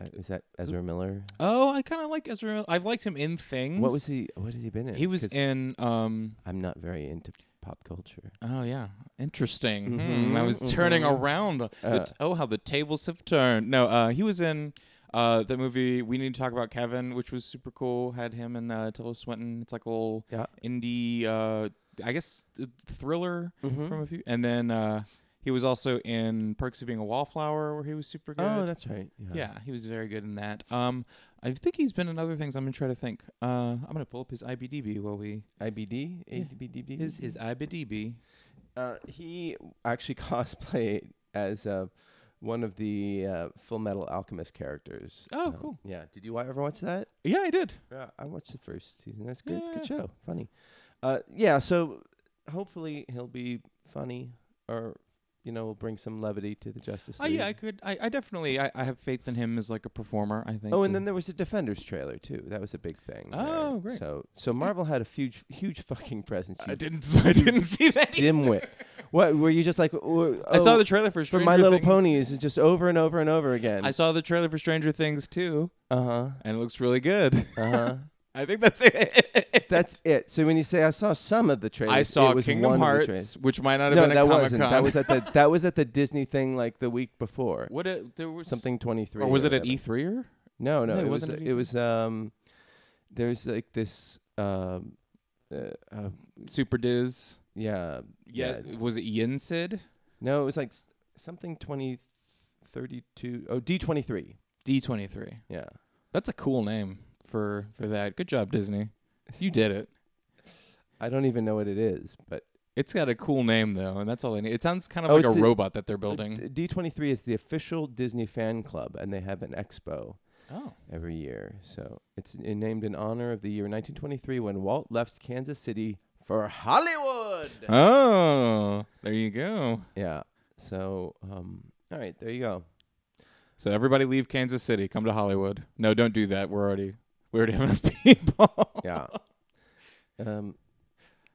S2: uh, is that Ezra Miller?
S3: Oh, I kind of like Ezra. I've liked him in things.
S2: What was he? What has he been in?
S3: He was
S2: 'Cause
S3: in. Um.
S2: I'm not very into pop culture.
S3: Oh yeah, interesting.
S2: Mhm,
S3: Hmm, I was turning
S2: mhm.
S3: around. The
S2: Uh,
S3: t- oh, how the tables have turned. No, uh, he was in uh, the movie We Need to Talk About Kevin, which was super cool. Had him and uh, Tilda Swinton. It's like a little
S2: Yeah.
S3: indie, uh, I guess, th- thriller from
S2: Mhm.
S3: a few. And then uh, he was also in Perks of Being a Wallflower, where he was super good.
S2: Oh, that's right.
S3: yeah, he was very good in that. Um, I think he's been in other things. I'm gonna try to think. Uh, I'm gonna pull up his IBDB while we
S2: IBD,
S3: Yeah.
S2: ABDB.
S3: his his IBDB.
S2: Uh, he actually cosplayed as uh, one of the uh, Full Metal Alchemist characters.
S3: Oh,
S2: Um,
S3: cool.
S2: Yeah. Did you wa- ever watch that?
S3: Yeah, I did.
S2: Yeah, I watched the first season. That's good.
S3: Yeah.
S2: Good show. Funny. Uh, yeah. So hopefully he'll be funny, or you know, will bring some levity to the Justice
S3: Oh
S2: League.
S3: yeah, I could. I, I definitely. I, I have faith in him as like a performer. I think.
S2: Oh, and then there was the Defenders trailer too. That was a big thing. there.
S3: Oh, great.
S2: So, so Marvel had a huge, huge fucking presence.
S3: I
S2: you
S3: didn't. I didn't see that.
S2: dimwit. what were you just like? w-
S3: I saw
S2: oh,
S3: the trailer for
S2: for
S3: Stranger
S2: My Little
S3: Things.
S2: Ponies just over and over and over again.
S3: I saw the trailer for Stranger Things too,
S2: Uh huh.
S3: and it looks really good.
S2: Uh huh.
S3: I think that's it.
S2: That's it. So when you say I saw some of the trailers,
S3: I saw
S2: it was
S3: Kingdom
S2: one of the trailers.
S3: Hearts, which might not have
S2: No,
S3: been
S2: that
S3: a Comic
S2: wasn't. That was at the that was at the Disney thing like the week before.
S3: what? It, there was
S2: Something twenty three.
S3: Or was it at E three or?
S2: No, no,
S3: No, it
S2: it, was
S3: wasn't at E
S2: it
S3: E3.
S2: was um. There's like this um, uh, uh,
S3: Super Diz?
S2: yeah
S3: Yeah. Was it Yin Sid?
S2: No, it was like s- something twenty thirty two. Oh, D twenty three.
S3: D twenty three.
S2: Yeah.
S3: That's a cool name for for that. Good job, Disney. You did it.
S2: I don't even know what it is, but uh,
S3: It's got a cool name though, and that's all they need. It sounds kind of
S2: Oh,
S3: like a
S2: it's the-
S3: robot that they're building.
S2: D twenty three is the official Disney fan club, and they have an expo.
S3: Oh,
S2: every year. So it's n- named in honor of the year 1923 when Walt left Kansas City for Hollywood.
S3: oh, there you go.
S2: Yeah. So, um, all right, there you go.
S3: So everybody leave Kansas City, come to Hollywood. No, don't do that. We're already we already have enough people.
S2: Yeah. um,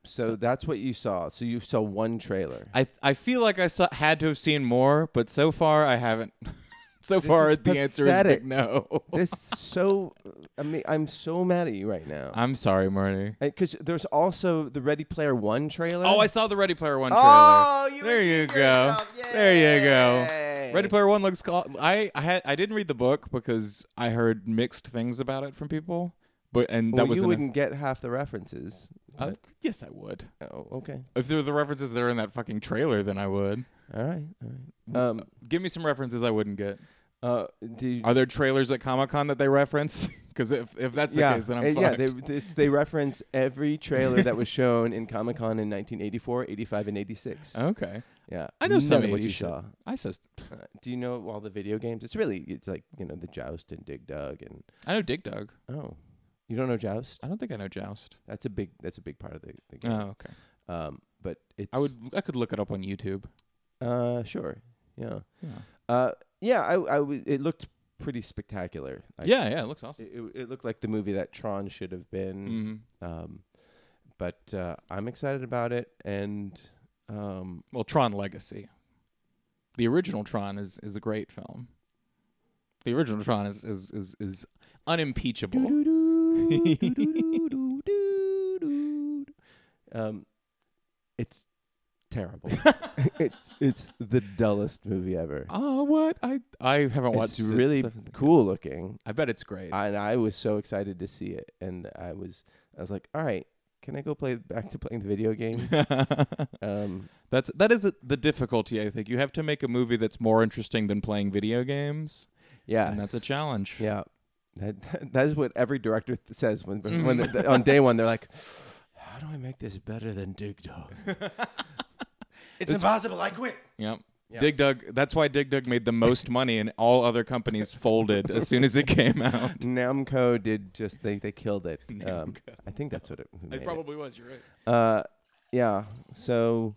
S2: so, that's what you saw. So you saw one trailer.
S3: I I feel like I saw, had to have seen more, but so far I haven't. so
S2: This
S3: far,
S2: is
S3: the answer is
S2: pathetic.
S3: big no.
S2: this is so, I mean, I'm so mad at you right now.
S3: I'm sorry, Marty.
S2: Because there's also the Ready Player One trailer.
S3: Oh, I saw the Ready Player One trailer.
S2: Oh, you
S3: there you
S2: redeemed
S3: go.
S2: yourself.
S3: There you go.
S2: Yay.
S3: Ready Player One looks cool. I I had I didn't read the book because I heard mixed things about it from people, but and
S2: Well,
S3: that was
S2: you
S3: an-
S2: wouldn't get half the references.
S3: Uh, yes, I would.
S2: Oh, okay.
S3: If there were the references that are in that fucking trailer, then I would.
S2: All right. All right. Um,
S3: Give me some references I wouldn't get.
S2: Uh, do you,
S3: Are there trailers at Comic Con that they reference? Because if, if that's the
S2: yeah,
S3: case, then I'm
S2: uh, yeah.
S3: fucked.
S2: They, they they reference every trailer that was shown in Comic Con in 1984, 85, and 86.
S3: okay.
S2: Yeah,
S3: I know
S2: none
S3: some
S2: of what you
S3: Asian-
S2: saw.
S3: I says
S2: Uh, do you know all the video games? It's really it's like you know the Joust and Dig Dug and
S3: I know Dig Dug.
S2: oh, you don't know Joust?
S3: I don't think I know Joust.
S2: That's a big that's a big part of the, the game.
S3: Oh, okay.
S2: Um, but it's
S3: I would I could look it up on YouTube.
S2: uh sure yeah
S3: Yeah,
S2: uh yeah I I would it looked pretty spectacular. I-
S3: yeah, yeah, it looks awesome.
S2: It, it, it looked like the movie that Tron should have been.
S3: Mhm.
S2: Um, but uh, I'm excited about it, and um,
S3: Well, Tron Legacy. The original Tron is is a great film. The original Tron is is is, is unimpeachable.
S2: um, it's terrible. it's it's the dullest movie ever.
S3: Oh, what? I I haven't watched
S2: It's
S3: it.
S2: really
S3: It's definitely-
S2: cool looking,
S3: I bet it's great.
S2: and I was so excited to see it, and I was I was like, all right, can I go play back to playing the video game? Um,
S3: that's that is the difficulty. I think you have to make a movie that's more interesting than playing video games,
S2: yeah,
S3: and that's a challenge.
S2: Yeah, that, that that is what every director th- says when when they- on day one they're like, Mm. "How do I make this better than Dig Dug?"
S1: It's impossible. I quit.
S3: Yep.
S2: Yeah.
S3: Dig Dug. That's why Dig Dug made the most money, and all other companies folded as soon as it came out.
S2: Namco did just they they killed it. Um, I think that's what it. who made it.
S3: was. You're right.
S2: Uh, yeah. So.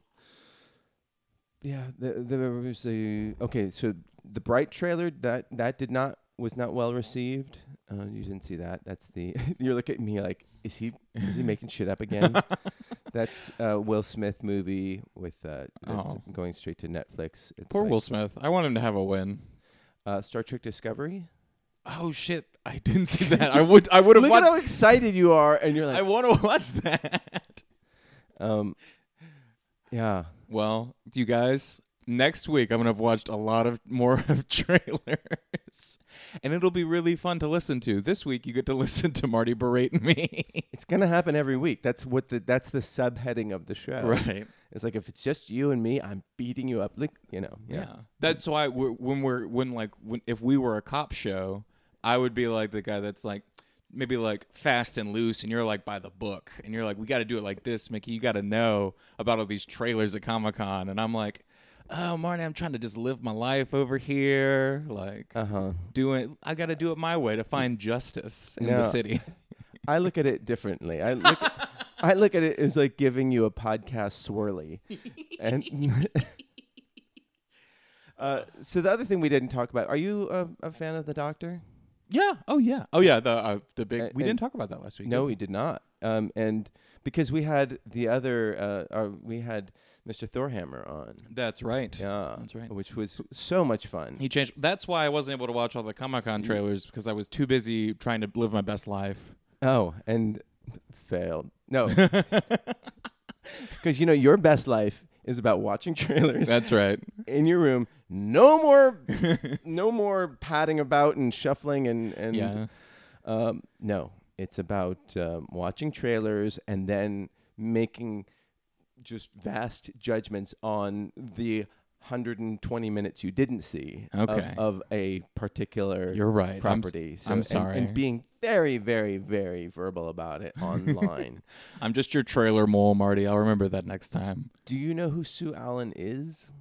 S2: Yeah, the, there was the okay. So the bright trailer that that did not was not well received. Uh, you didn't see that. That's the you're looking at me like is he is he making shit up again? That's uh, Will Smith movie with uh, that's
S3: Oh.
S2: going straight to Netflix. It's
S3: Poor
S2: like,
S3: Will Smith. I want him to have a win.
S2: Uh, Star Trek Discovery.
S3: Oh shit! I didn't see that. I would. I would have
S2: Look at how
S3: watched.
S2: excited you are, and you're
S3: I
S2: like,
S3: want to watch that.
S2: um, yeah.
S3: Well, you guys, next week I'm gonna have watched a lot of more of trailers, and it'll be really fun to listen to. This week you get to listen to Marty berate me.
S2: It's gonna happen every week. That's what the that's the subheading of the show.
S3: right.
S2: It's like if it's just you and me, I'm beating you up. Like you know.
S3: Yeah. That's why we're, when we're when like when, if we were a cop show, I would be like the guy that's like maybe like fast and loose and you're like by the book and you're like we got to do it like this, Mickey, you got to know about all these trailers at Comic-Con and I'm like Oh, Marty, I'm trying to just live my life over here, like
S2: Uh huh.
S3: doing. I got to do it my way to find justice in
S2: No.
S3: the city.
S2: I look at it differently. I look. I look at it as like giving you a podcast swirly, and. Uh, so the other thing we didn't talk about. Are you a, a fan of the Doctor?
S3: yeah. Oh, yeah. Oh, yeah. The uh, the big.
S2: And-
S3: we didn't
S2: and-
S3: talk about that last week.
S2: No,
S3: did
S2: we did not. Um, and because we had the other, uh, our, we had Mr. Thorhammer on.
S3: we? that's right.
S2: Yeah,
S3: That's right.
S2: Which was so much fun.
S3: He changed. That's why I wasn't able to watch all the Comic Con trailers because I was too busy trying to live my best life.
S2: Oh, and failed. No. Because, you know, your best life is about watching trailers
S3: That's right.
S2: in your room. No more, no more padding about and shuffling and, and
S3: Yeah.
S2: um, no, it's about um, watching trailers and then making just vast judgments on the 120 minutes you didn't see of-
S3: Okay.
S2: of, a particular
S3: You're right. I'm s-
S2: property. So-
S3: I'm
S2: and-
S3: sorry.
S2: And, being very, very, very verbal about it online.
S3: I'm just your trailer mole, Marty. I'll remember that next time.
S2: Do you know who Sue Allen is?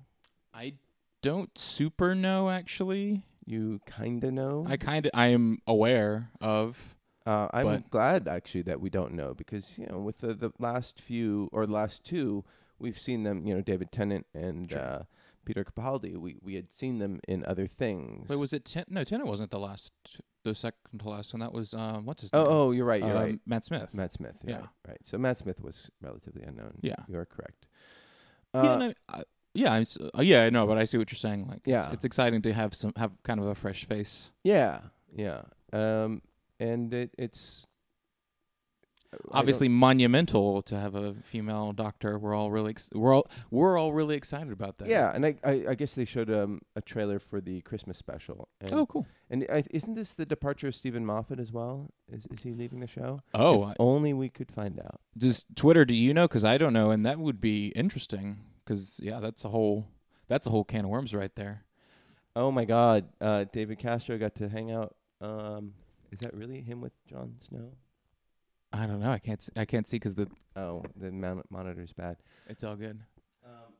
S3: I don't super know actually.
S2: You kind of know.
S3: I kind of I am aware of.
S2: Uh, I'm
S3: But-
S2: glad actually that we don't know because you know with the, the last few or last two we've seen them you know David Tennant and
S3: Sure.
S2: uh, Peter Capaldi we we had seen them in other things.
S3: Wait, was it ten? No, Tenet wasn't the last, the second to last one. That was um, what's his
S2: oh
S3: name?
S2: oh you're right you're right
S3: Um, Matt Smith.
S2: Matt Smith you're
S3: yeah.
S2: right, right so Matt Smith was relatively unknown
S3: Yeah.
S2: you are correct
S3: yeah,
S2: uh,
S3: no, I, yeah, I'm, s- uh, yeah, I know, but I see what you're saying. Like, it's,
S2: Yeah.
S3: it's exciting to have some have kind of a fresh face.
S2: yeah yeah um and it, it's uh, I don't-
S3: obviously monumental to have a female doctor. We're all really ex- we're all we're all really excited about that.
S2: yeah and I, I I guess they showed um a trailer for the Christmas special and
S3: Oh, cool.
S2: And I, isn't this the departure of Stephen Moffat as well? Is is he leaving the show?
S3: Oh,
S2: if
S3: I-
S2: only we could find out.
S3: does Twitter? Do you know? Because I don't know, and that would be interesting. Because yeah, that's a whole that's a whole can of worms right there.
S2: Oh my God, uh, David Castro got to hang out. Um, is that really him with Jon Snow?
S3: I don't know. I can't s- I can't see because the
S2: Oh, the mon- monitor's bad.
S3: it's all good.
S2: Um,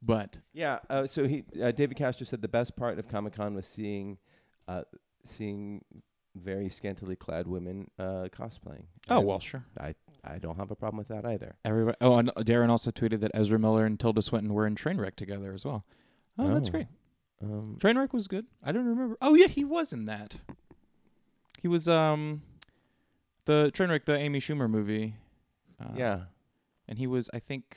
S3: But
S2: Yeah. Uh, so he, uh, David Castro said the best part of Comic Con was seeing, uh, seeing very scantily clad women uh, cosplaying.
S3: oh
S2: And
S3: well, sure.
S2: I don't have a problem with that either.
S3: Everybody. Oh, and Darren also tweeted that Ezra Miller and Tilda Swinton were in Trainwreck together as well. Oh, that's
S2: Oh.
S3: great.
S2: Um,
S3: Trainwreck was good. I don't remember. Oh yeah, he was in that. He was um, the Trainwreck, the Amy Schumer movie. Uh,
S2: yeah.
S3: and he was, I think.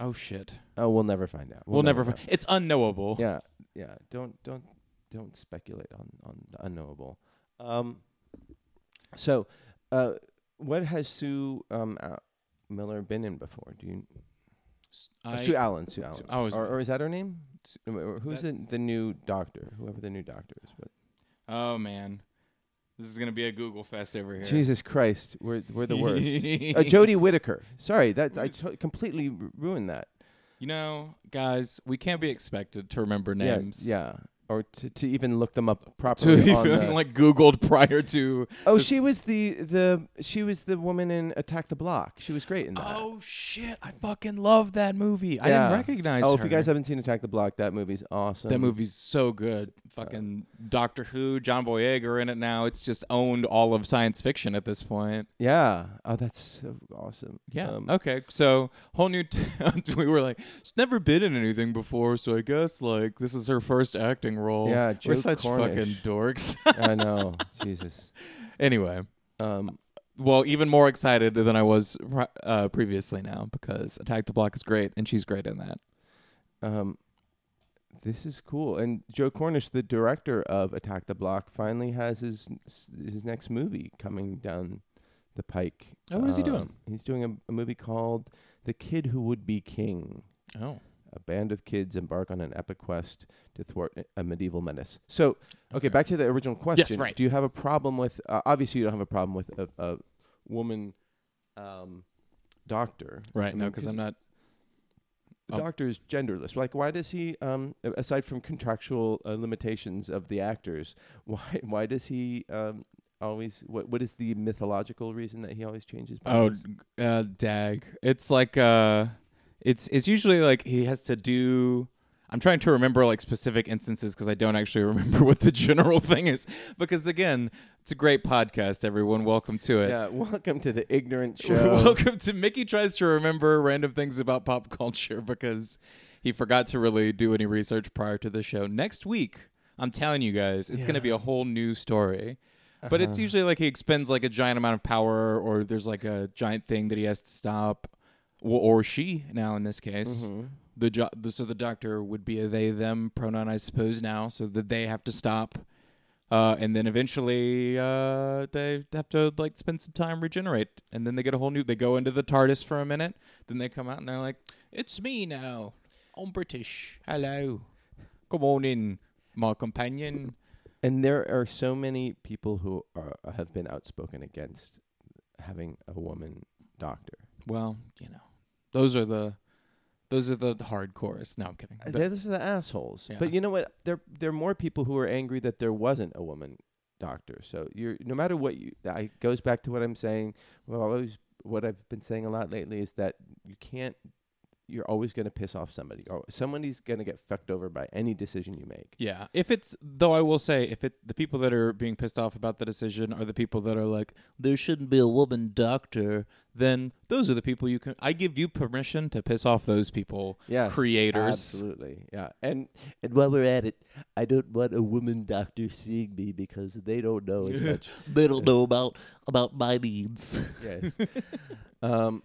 S3: Oh shit,
S2: Oh, we'll never find out.
S3: we'll, never. Find, it's unknowable.
S2: Yeah. Yeah. Don't don't don't speculate on on the unknowable. Um. So, uh, what has Sue um uh, Miller been in before? Do you
S3: S-
S2: uh,
S3: I-
S2: Sue Allen? Sue Allen.
S3: I was-
S2: or, or is that her name? Sue- or Who's
S3: That-
S2: the, the new doctor? Whoever the new doctor is. But
S3: oh man, this is gonna be a Google fest over here.
S2: Jesus Christ, we're we're the worst. uh, Jodie Whittaker. Sorry, that I to- completely ru- ruined that.
S3: You know, guys, we can't be expected to remember names.
S2: Yeah. yeah. Or to, to even look them up
S3: To
S2: properly. on
S3: even
S2: the-
S3: like Googled prior to.
S2: oh, she was the the she was the woman in Attack the Block. She was great in that.
S3: Oh shit! I fucking love that movie. I
S2: Yeah.
S3: didn't recognize.
S2: Oh,
S3: her.
S2: if you guys haven't seen Attack the Block, that movie's awesome.
S3: That movie's so good. Fucking Doctor Who, John Boyega are in it now. It's just owned all of science fiction at this point.
S2: Yeah. Oh, that's so awesome.
S3: Yeah.
S2: Um,
S3: okay. So whole new. T- we were like, it's never been in anything before, so I guess like this is her first acting role.
S2: Yeah,
S3: we're
S2: Joe
S3: such fucking
S2: Cornish.
S3: dorks.
S2: I know. Jesus.
S3: anyway,
S2: Um,
S3: well, even more excited than I was pri- uh, previously now because Attack the Block is great and she's great in that.
S2: um, this is cool. And Joe Cornish, the director of Attack the Block, finally has his his next movie coming down the pike. Um,
S3: Oh, what is he doing?
S2: He's doing a, a movie called The Kid Who Would Be King.
S3: Oh,
S2: A band of kids embark on an epic quest to thwart a- a medieval menace. So, okay,
S3: Okay.
S2: back to the original question.
S3: right.
S2: Do you have a problem with? Uh, obviously, you don't have a problem with a, a woman um, doctor, Um,
S3: right.
S2: I
S3: no,
S2: mean,
S3: because I'm not.
S2: the
S3: Um,
S2: doctor is genderless. Like, why does he, um, a- aside from contractual uh, limitations of the actors, why why does he um, always? What what is the mythological reason that he always changes?
S3: Oh,
S2: bodies?
S3: uh, dag. It's like uh, it's it's usually like he has to do. I'm trying to remember like specific instances because I don't actually remember what the general thing is. Because again, it's a great podcast. Everyone, welcome to it.
S2: yeah. Welcome to the ignorant show.
S3: Welcome to Mickey tries to remember random things about pop culture because he forgot to really do any research prior to the show. Next week, I'm telling you guys, it's going
S2: Yeah. Uh-huh.
S3: to be a whole new story. But it's usually like he expends like a giant amount of power, or there's like a giant thing that he has to stop, w- or she now in this case.
S2: Mm-hmm.
S3: The, jo- the so the doctor would be a they them pronoun I suppose now, so that they have to stop, uh, and then eventually uh, they have to like spend some time regenerate, and then they get a whole new. They go into the TARDIS for a minute, then they come out and they're like, "It's me now. I'm British. Hello, come on in, my companion."
S2: And there are so many people who are, have been outspoken against having a woman doctor.
S3: Well, you know, those are the those are the hardcores. No, I'm kidding.
S2: Uh,
S3: The-
S2: They're, those are the assholes.
S3: Yeah.
S2: But you know what? There there are more people who are angry that there wasn't a woman doctor. So you're no matter what you I it goes back to what I'm saying. Well, I always what I've been saying a lot lately is that you can't. You're always going to piss off somebody. Or somebody's going to get fucked over by any decision you make.
S3: Yeah. If it's though I will say if it the people that are being pissed off about the decision are the people that are like there shouldn't be a woman doctor, then those are the people you can I give you permission to piss off those people.
S2: Yes,
S3: creators.
S2: Absolutely. Yeah. And and while we're at it, I don't want a woman doctor seeing me because they don't know as much.
S4: they don't know about about my needs.
S2: yes. um,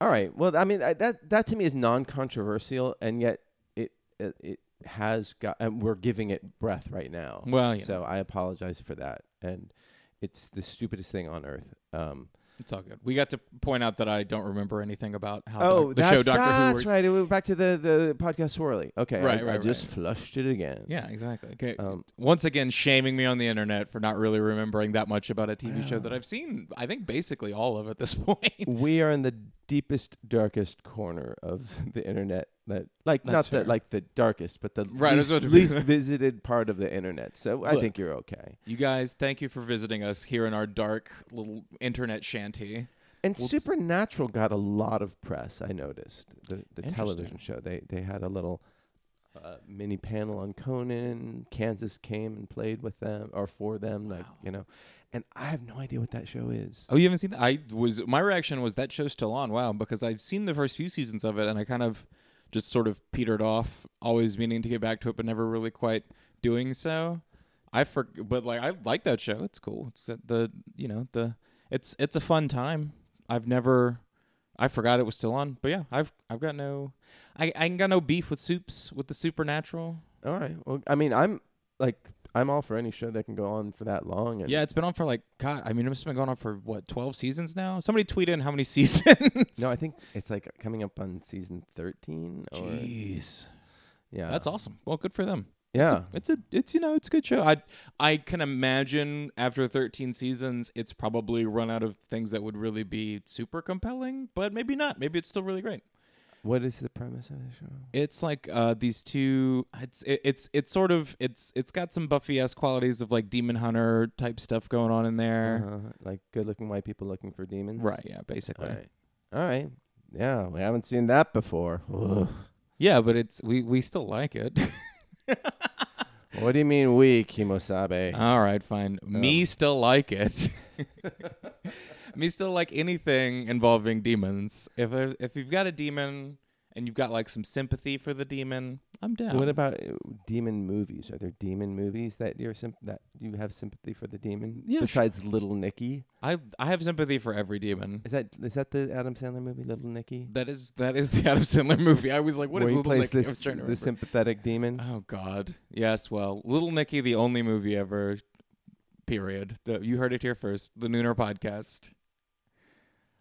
S2: all right. Well, I mean I, that that to me is non-controversial, and yet it it, it has got. And we're giving it breath right now.
S3: Well, you
S2: so I apologize for that, and it's the stupidest thing on earth. Um,
S3: It's all good. We got to point out that I don't remember anything about how
S2: oh,
S3: doc- the
S2: that's,
S3: show Doctor Who
S2: that's
S3: works.
S2: right. We're back to the, the podcast swirly. Okay, I-
S3: Right,
S2: I,
S3: right,
S2: just
S3: right.
S2: flushed it again.
S3: Yeah, exactly. Okay.
S2: Um,
S3: Once again, shaming me on the internet for not really remembering that much about a TV show that I've seen. I think basically all of at this point.
S2: we are in the deepest, darkest corner of the internet. That like
S3: That's
S2: not
S3: fair.
S2: the like the darkest, but the
S3: Right,
S2: least,
S3: that's what-
S2: least visited part of the internet. So I
S3: Look.
S2: think you're okay.
S3: you guys, thank you for visiting us here in our dark little internet shanty.
S2: And
S3: Well, t-
S2: Supernatural got a lot of press. I noticed the the
S3: Interesting.
S2: television show. They they had a little uh, mini panel on Conan. Kansas came and played with them or for them, like
S3: Wow.
S2: you know. And I have no idea what that show is.
S3: Oh, you haven't seen that? I was my reaction was that show's still on. Wow, because I've seen the first few seasons of it, and I kind of just sort of petered off, always meaning to get back to it, but never really quite doing so. I for but like I like that show. It's cool. It's at the you know the it's it's a fun time. I've never I forgot it was still on, but yeah, I've I've got no I I ain't got no beef with soups with the supernatural.
S2: All right. Well, I mean, I'm like I'm all for any show that can go on for that long. And
S3: Yeah, it's been on for like God. I mean, it's been going on for what twelve seasons now. Somebody tweet in how many seasons.
S2: No, I think it's like coming up on season thirteen. Or,
S3: Jeez.
S2: Yeah.
S3: That's awesome. Well, good for them.
S2: Yeah.
S3: It's a, it's a, it's you know, it's a good show. I, I can imagine after 13 seasons, it's probably run out of things that would really be super compelling, but maybe not. Maybe it's still really great.
S2: What is the premise of the show?
S3: It's like uh, these two. It's it, it's it's sort of it's it's got some Buffy esque qualities of like demon hunter type stuff going on in there.
S2: Uh, like good-looking white people looking for demons.
S3: Uh-huh. Right. Yeah. Basically.
S2: All right. All right. Yeah, we haven't seen that before. Ugh.
S3: Yeah, but it's we we still like it.
S2: What do you mean we, Kimosabe?
S3: All right, fine.
S2: Um,
S3: Me still like it. Me still like anything involving demons. If there- if you've got a demon and you've got like some sympathy for the demon, I'm down.
S2: what about uh, demon movies? Are there demon movies that you're symp- that you have sympathy for the demon?
S3: Yeah, sure.
S2: Besides Little Nicky,
S3: I I have sympathy for every demon.
S2: is that is that the Adam Sandler movie Little Nicky?
S3: That is that is the Adam Sandler movie. I was like, what is
S2: Where he
S3: Little
S2: plays
S3: Nicky? I was
S2: this
S3: trying to
S2: this
S3: remember.
S2: sympathetic demon?
S3: oh God. Yes. Well, Little Nicky, the only movie ever. Period. The, you heard it here first. The Nooner podcast.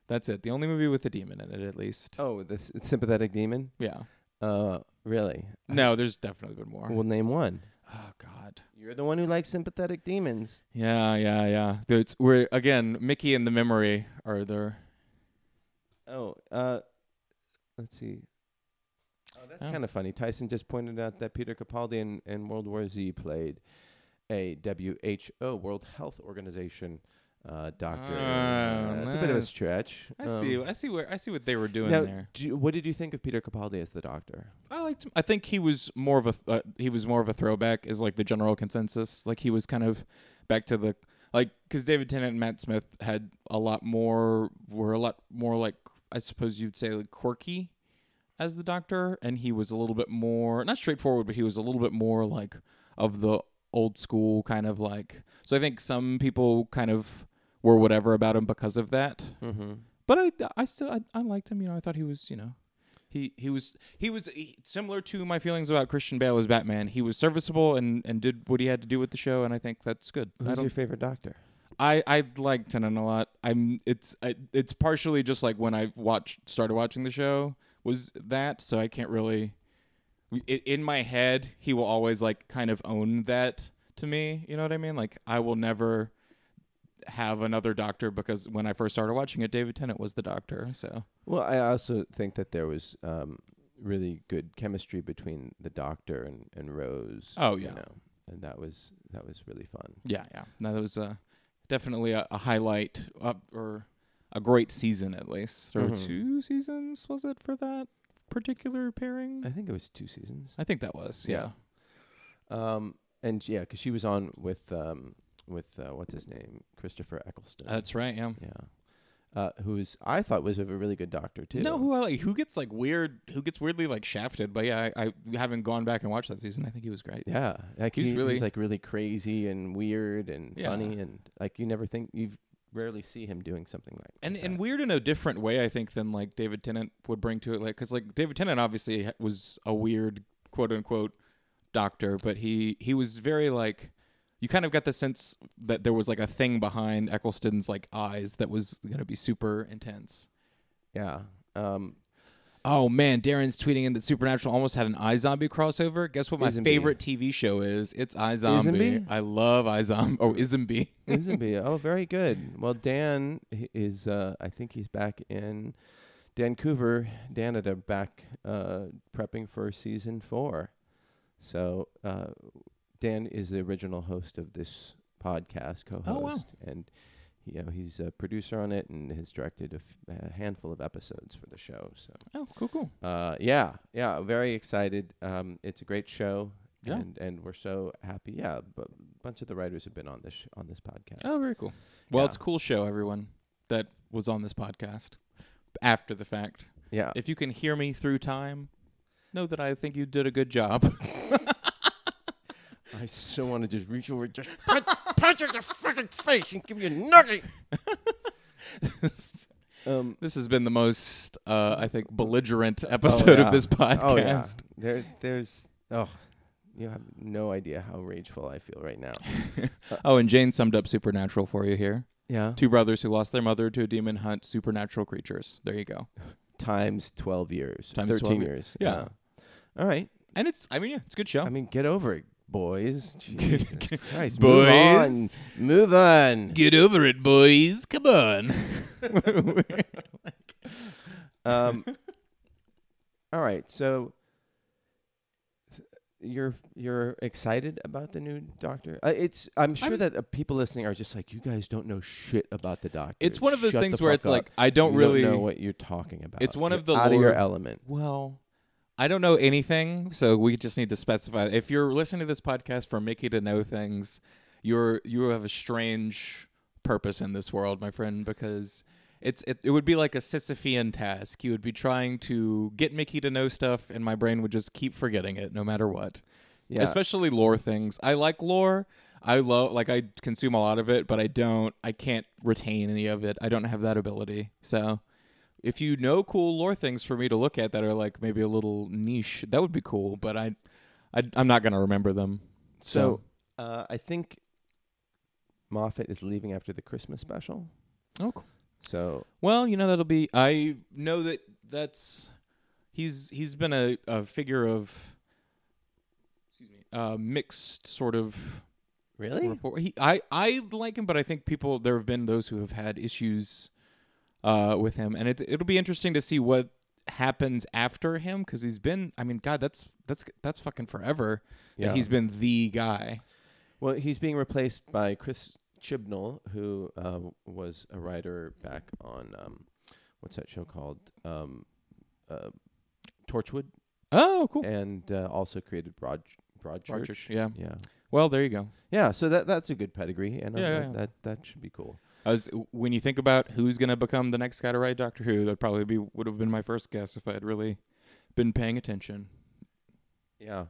S3: That's it. The only movie with a demon in it, at least.
S2: Oh, this sympathetic demon.
S3: Yeah.
S2: Uh, really?
S3: No, there's definitely been more.
S2: We'll name one.
S3: Oh God.
S2: You're the one who likes sympathetic demons.
S3: Yeah, yeah, yeah. It's, we're again, Mickey and the memory are there.
S2: Oh, uh, let's see. Oh, that's
S3: Oh.
S2: kind of funny. Tyson just pointed out that Peter Capaldi in, in World War Z played a WHO World Health Organization uh, doctor.
S3: Oh,
S2: Uh, That's a bit of a
S3: nice.
S2: stretch.
S3: I see.
S2: Um,
S3: I see where I see what they were doing
S2: now,
S3: there.
S2: do you- what did you think of Peter Capaldi as the doctor?
S3: I liked. Him. I think he was more of a uh, he was more of a throwback is like the general consensus. Like he was kind of back to the like because David Tennant and Matt Smith had a lot more were a lot more like I suppose you'd say like quirky as the Doctor, and he was a little bit more not straightforward, but he was a little bit more like of the old school kind of like. So I think some people kind of were whatever about him because of that.
S2: Mm-hmm.
S3: But I, I still, I, I liked him. You know, I thought he was, you know, he he was he was he- similar to my feelings about Christian Bale as Batman. He was serviceable and and did what he had to do with the show, and I think that's good. I
S2: Who's
S3: don't,
S2: your favorite doctor?
S3: I I like Tennant a lot. I'm it's I, it's partially just like when I watched started watching the show was that, so I can't really. i in my head, he will always like kind of own that to me. You know what I mean? Like I will never have another doctor because when I first started watching it, David Tennant was the doctor. So
S2: Well, I also think that there was um, really good chemistry between the doctor and, and Rose.
S3: Oh,
S2: you
S3: yeah.
S2: know, and that was that was really fun.
S3: yeah, yeah. No, that was uh, definitely a, a highlight up or a great season at least. There were
S2: Mhm.
S3: two seasons was it for that particular pairing?
S2: I think it was two seasons.
S3: I think that was
S2: Yeah.
S3: yeah.
S2: Um, and yeah, 'cause she was on with um, with uh, what's his name, Christopher Eccleston.
S3: That's right. Yeah.
S2: yeah, uh, who is I thought was a really good doctor too.
S3: No, who I like, who gets like weird, who gets weirdly like shafted. But yeah, I, I haven't gone back and watched that season. I think he was great.
S2: yeah, like
S3: He's
S2: he,
S3: really-
S2: he's like really crazy and weird and
S3: Yeah.
S2: funny and like you never think you rarely see him doing something like
S3: And
S2: like
S3: and
S2: that.
S3: weird in a different way, I think, than like David Tennant would bring to it. Like, because like David Tennant obviously ha- was a weird quote unquote doctor, but he he was very like. You kind of got the sense that there was like a thing behind Eccleston's like eyes that was going to be super intense.
S2: yeah. Um,
S3: Oh man, Darren's tweeting in that Supernatural almost had an iZombie crossover. Guess what my
S2: Isn't
S3: favorite TV show is? It's iZombie.
S2: Isn't
S3: I love iZombie. Oh, Isn't
S2: Isenby. oh, very good. Well, Dan h- is. Uh, I think he's back in Vancouver, Canada, back uh, prepping for season four. So uh, Dan is the original host of this podcast, co-host,
S3: Oh, wow.
S2: and you know, he's a producer on it and has directed a, f- a handful of episodes for the show. So
S3: Oh, cool, cool.
S2: uh, yeah, yeah, very excited. Um, it's a great show,
S3: Yeah.
S2: and and we're so happy. Yeah, but a bunch of the writers have been on this sh- on this podcast.
S3: Oh, very cool. Well,
S2: Yeah.
S3: it's a cool show, everyone, that was on this podcast after the fact.
S2: yeah,
S3: If you can hear me through time, know that I think you did a good job.
S2: I so want to just reach over, and just punch, punch her in the fucking face, and give you a nugget. um,
S3: This has been the most, uh, I think, belligerent episode
S2: yeah.
S3: of this podcast.
S2: Oh yeah, there, there's oh, you have no idea how rageful I feel right now.
S3: Oh, and Jane summed up Supernatural for you here.
S2: Yeah,
S3: Two brothers who lost their mother to a demon hunt supernatural creatures. There you go.
S2: times twelve years,
S3: Times
S2: thirteen
S3: 12 ye-
S2: years.
S3: yeah.
S2: all right.
S3: And it's, I mean, yeah, it's a good show.
S2: I mean, get over it, boys. Jesus
S3: Boys.
S2: Christ, move on. Move on.
S3: Get over it, boys. Come on.
S2: Um, all right, so you're you're excited about the new doctor. Uh, it's I'm sure
S3: I'm-
S2: that uh, people listening are just like you guys don't know shit about the doctor.
S3: It's one of those
S2: Shut
S3: things
S2: the
S3: where
S2: fuck
S3: it's
S2: up.
S3: like, I don't
S2: You
S3: really.
S2: know what you're talking about.
S3: It's one
S2: You're
S3: of the
S2: out of your
S3: Lord-
S2: element.
S3: Well, I don't know anything, so we just need to specify. If you're listening to this podcast for Mickey to know things, you're you have a strange purpose in this world, my friend, because it's it, it would be like a Sisyphean task. You would be trying to get Mickey to know stuff, and my brain would just keep forgetting it no matter what.
S2: Yeah.
S3: Especially lore things. I like lore. I love like I consume a lot of it, but I don't I can't retain any of it. I don't have that ability. So if you know cool lore things for me to look at that are like maybe a little niche, that would be cool. But I, I I'm not gonna remember them.
S2: So uh, I think Moffat is leaving after the Christmas special.
S3: Oh, cool.
S2: So
S3: Well, you know that'll be. I know that that's he's he's been a, a figure of excuse me uh, mixed sort of
S2: really,
S3: rapport. He, I I like him, but I think people there have been those who have had issues uh, with him, and it it'll be interesting to see what happens after him because he's been. I mean, God, that's that's that's fucking forever.
S2: Yeah.
S3: that he's been the guy.
S2: well, he's being replaced by Chris Chibnall, who uh, was a writer back on um, what's that show called? Um, uh, Torchwood,
S3: Oh, cool.
S2: and uh, also created Broad Broadchurch.
S3: Broadchurch, yeah.
S2: yeah,
S3: Well, there you go.
S2: yeah. So that that's a good pedigree, and I'm
S3: Yeah,
S2: like,
S3: yeah, yeah.
S2: that that should be cool.
S3: I was when you think about who's gonna become the next guy to write Doctor Who, that probably be would have been my first guess if I had really been paying attention.
S2: Yeah,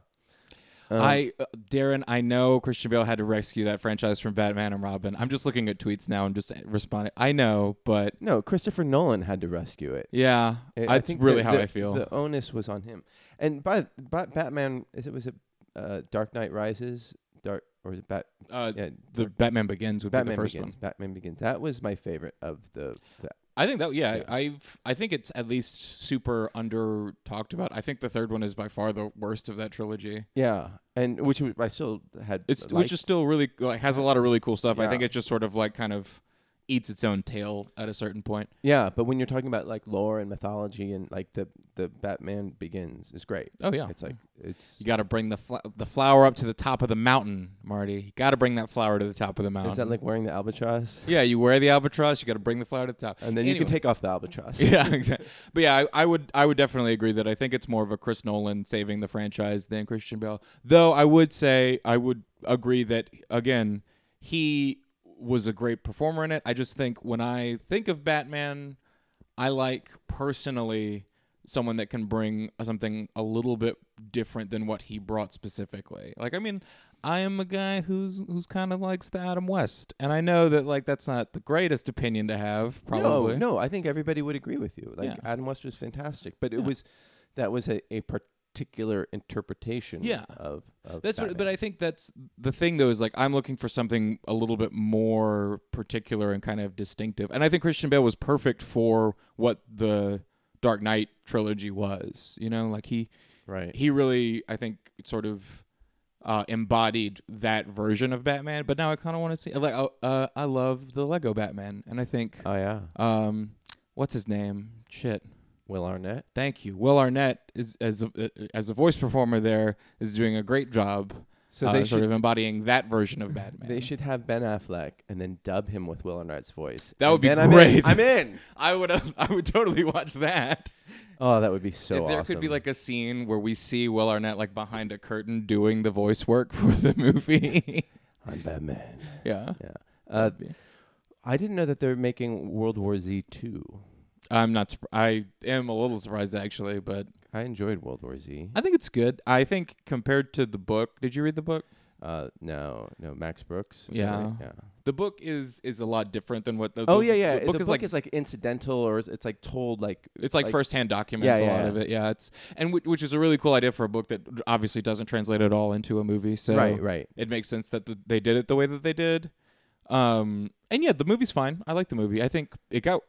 S2: Um,
S3: I uh, Darren, I know Christian Bale had to rescue that franchise from Batman and Robin. I'm just looking at tweets now and just eh, responding. I know, but
S2: no Christopher Nolan had to rescue it.
S3: yeah,
S2: I- I
S3: that's
S2: think
S3: really
S2: the-
S3: how
S2: the-
S3: I feel.
S2: The onus was on him. And by, by Batman, is it was it uh, Dark Knight Rises, Dark or is it Bat?
S3: uh,
S2: Yeah,
S3: the Batman Begins would be
S2: Batman
S3: the first
S2: Begins.
S3: one.
S2: Batman Begins. That was my favorite of the. the
S3: I think that yeah,
S2: Yeah.
S3: I, I've I think it's at least super under talked about. I think the third one is by far the worst of that trilogy.
S2: yeah, and which w- I still had.
S3: It's
S2: liked.
S3: which is still really like has a lot of really cool stuff. I
S2: Yeah.
S3: think it just sort of like kind of eats its own tail at a certain point.
S2: yeah, but when you're talking about like lore and mythology and like the the Batman Begins is great.
S3: Oh yeah,
S2: It's like it's
S3: you got to bring the fl- the flower up to the top of the mountain, Marty. You got to bring that flower to the top of the mountain.
S2: is that like wearing the albatross?
S3: yeah? You wear the albatross. You got to bring the flower to the top,
S2: And then you can
S3: Anyways.
S2: take off the albatross.
S3: Yeah, exactly. But yeah, I, I would I would definitely agree that I think it's more of a Chris Nolan saving the franchise than Christian Bale. Though I would say I would agree that again, he was a great performer in it. I just think when I think of Batman, I like personally someone that can bring something a little bit different than what he brought specifically. Like I mean, I am a guy who's who's kind of likes the Adam West, and I know that like that's not the greatest opinion to have. Probably
S2: No, no, I think everybody would agree with you. Like
S3: Yeah.
S2: Adam West was fantastic, but it was that was a, a particular interpretation
S3: Yeah.
S2: of, of
S3: That's what, but
S2: Batman.
S3: I think that's the thing though is like I'm looking for something a little bit more particular and kind of distinctive, and I think Christian Bale was perfect for what the Dark Knight trilogy was. You know, like he
S2: right.
S3: he really I think sort of uh, embodied that version of Batman. But now I kind of want to see like uh, uh, I love the Lego Batman, and I think
S2: oh yeah,
S3: um what's his name shit
S2: Will Arnett.
S3: uh, thank you Will Arnett is as a, as a voice performer there is doing a great job.
S2: So
S3: uh,
S2: they
S3: sort
S2: should
S3: of embodying that version of Batman.
S2: they should have Ben Affleck and then dub him with Will and Wright's voice.
S3: That
S2: And
S3: would be
S2: then I'm in.
S3: great.
S2: I'm in.
S3: I would I would totally watch that.
S2: Oh, that would be so.
S3: if there
S2: awesome.
S3: could be like a scene where we see Will Arnett like behind a curtain doing the voice work for the movie.
S2: I'm Batman.
S3: yeah.
S2: Yeah. Uh, I didn't know that they're making World War Z two.
S3: I'm not surp- I am a little surprised actually, but
S2: I enjoyed World War Z.
S3: I think it's good. I think compared to the book, did you read the book?
S2: Uh, no, no, Max Brooks. is
S3: Yeah.
S2: right? yeah.
S3: The book is is a lot different than what the
S2: Oh
S3: the-
S2: yeah, yeah.
S3: The book, is, like,
S2: incidental, or it's like told like
S3: it's like,
S2: like-
S3: firsthand documents
S2: Yeah,
S3: a
S2: yeah,
S3: lot
S2: yeah.
S3: of it. Yeah, it's and which, which is a really cool idea for a book that obviously doesn't translate at all into a movie. So
S2: right, right.
S3: it makes sense that th they did it the way that they did. Um, and yeah, the movie's fine. I like the movie. I think it got.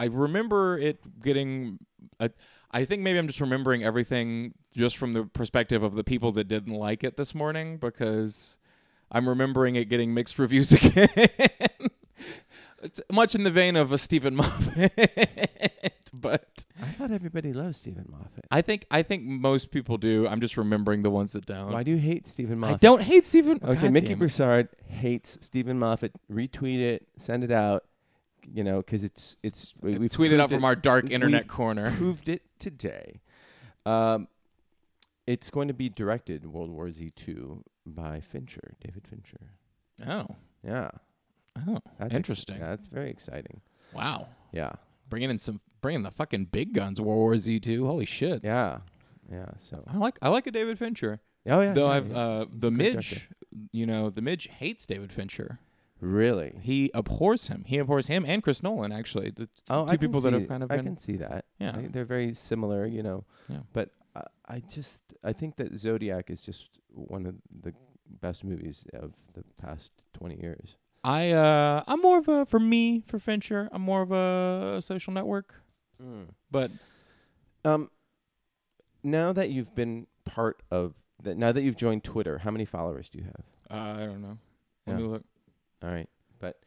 S3: I remember it getting. I, I think maybe I'm just remembering everything just from the perspective of the people that didn't like it this morning because I'm remembering it getting mixed reviews again. it's much in the vein of a Stephen Moffat, but
S2: I thought everybody loves Stephen Moffat.
S3: I think I think most people do. I'm just remembering the ones that don't.
S2: Why do you hate Stephen
S3: I
S2: Moffat?
S3: don't hate Stephen.
S2: Okay,
S3: God
S2: Mickey
S3: damn it.
S2: Broussard hates Stephen Moffat. Retweet it, send it out. You know, because it's it's we,
S3: we
S2: we've
S3: tweeted out
S2: proved
S3: from
S2: it-
S3: our dark internet
S2: We've
S3: corner.
S2: proved it today. Um, it's going to be directed World War Z two by Fincher, David Fincher.
S3: Oh,
S2: Yeah,
S3: oh,
S2: that's ex-
S3: Interesting.
S2: that's very exciting.
S3: wow!
S2: Yeah,
S3: Bringing in some, bringing the fucking big guns. World War Z two. Holy shit!
S2: yeah, yeah. So
S3: I like, I like a David Fincher.
S2: oh yeah,
S3: Though
S2: yeah,
S3: I've,
S2: yeah.
S3: uh,
S2: He's
S3: the
S2: a good
S3: Midge,
S2: director.
S3: you know, the Midge hates David Fincher.
S2: really
S3: He abhors him. He abhors him and Chris Nolan. Actually, the t-
S2: Oh,
S3: two
S2: I can
S3: people that
S2: see-
S3: have kind of
S2: I
S3: been.
S2: can see that.
S3: Yeah.
S2: I- they're very similar, you know.
S3: Yeah.
S2: But I, I just I think that Zodiac is just one of the best movies of the past twenty years.
S3: I, uh, I'm more of a for me for Fincher. I'm more of a social network,
S2: Mm.
S3: but
S2: Um, now that you've been part of that, now that you've joined Twitter, how many followers do you have?
S3: uh, I don't know. Let
S2: Yeah.
S3: me look.
S2: All right, but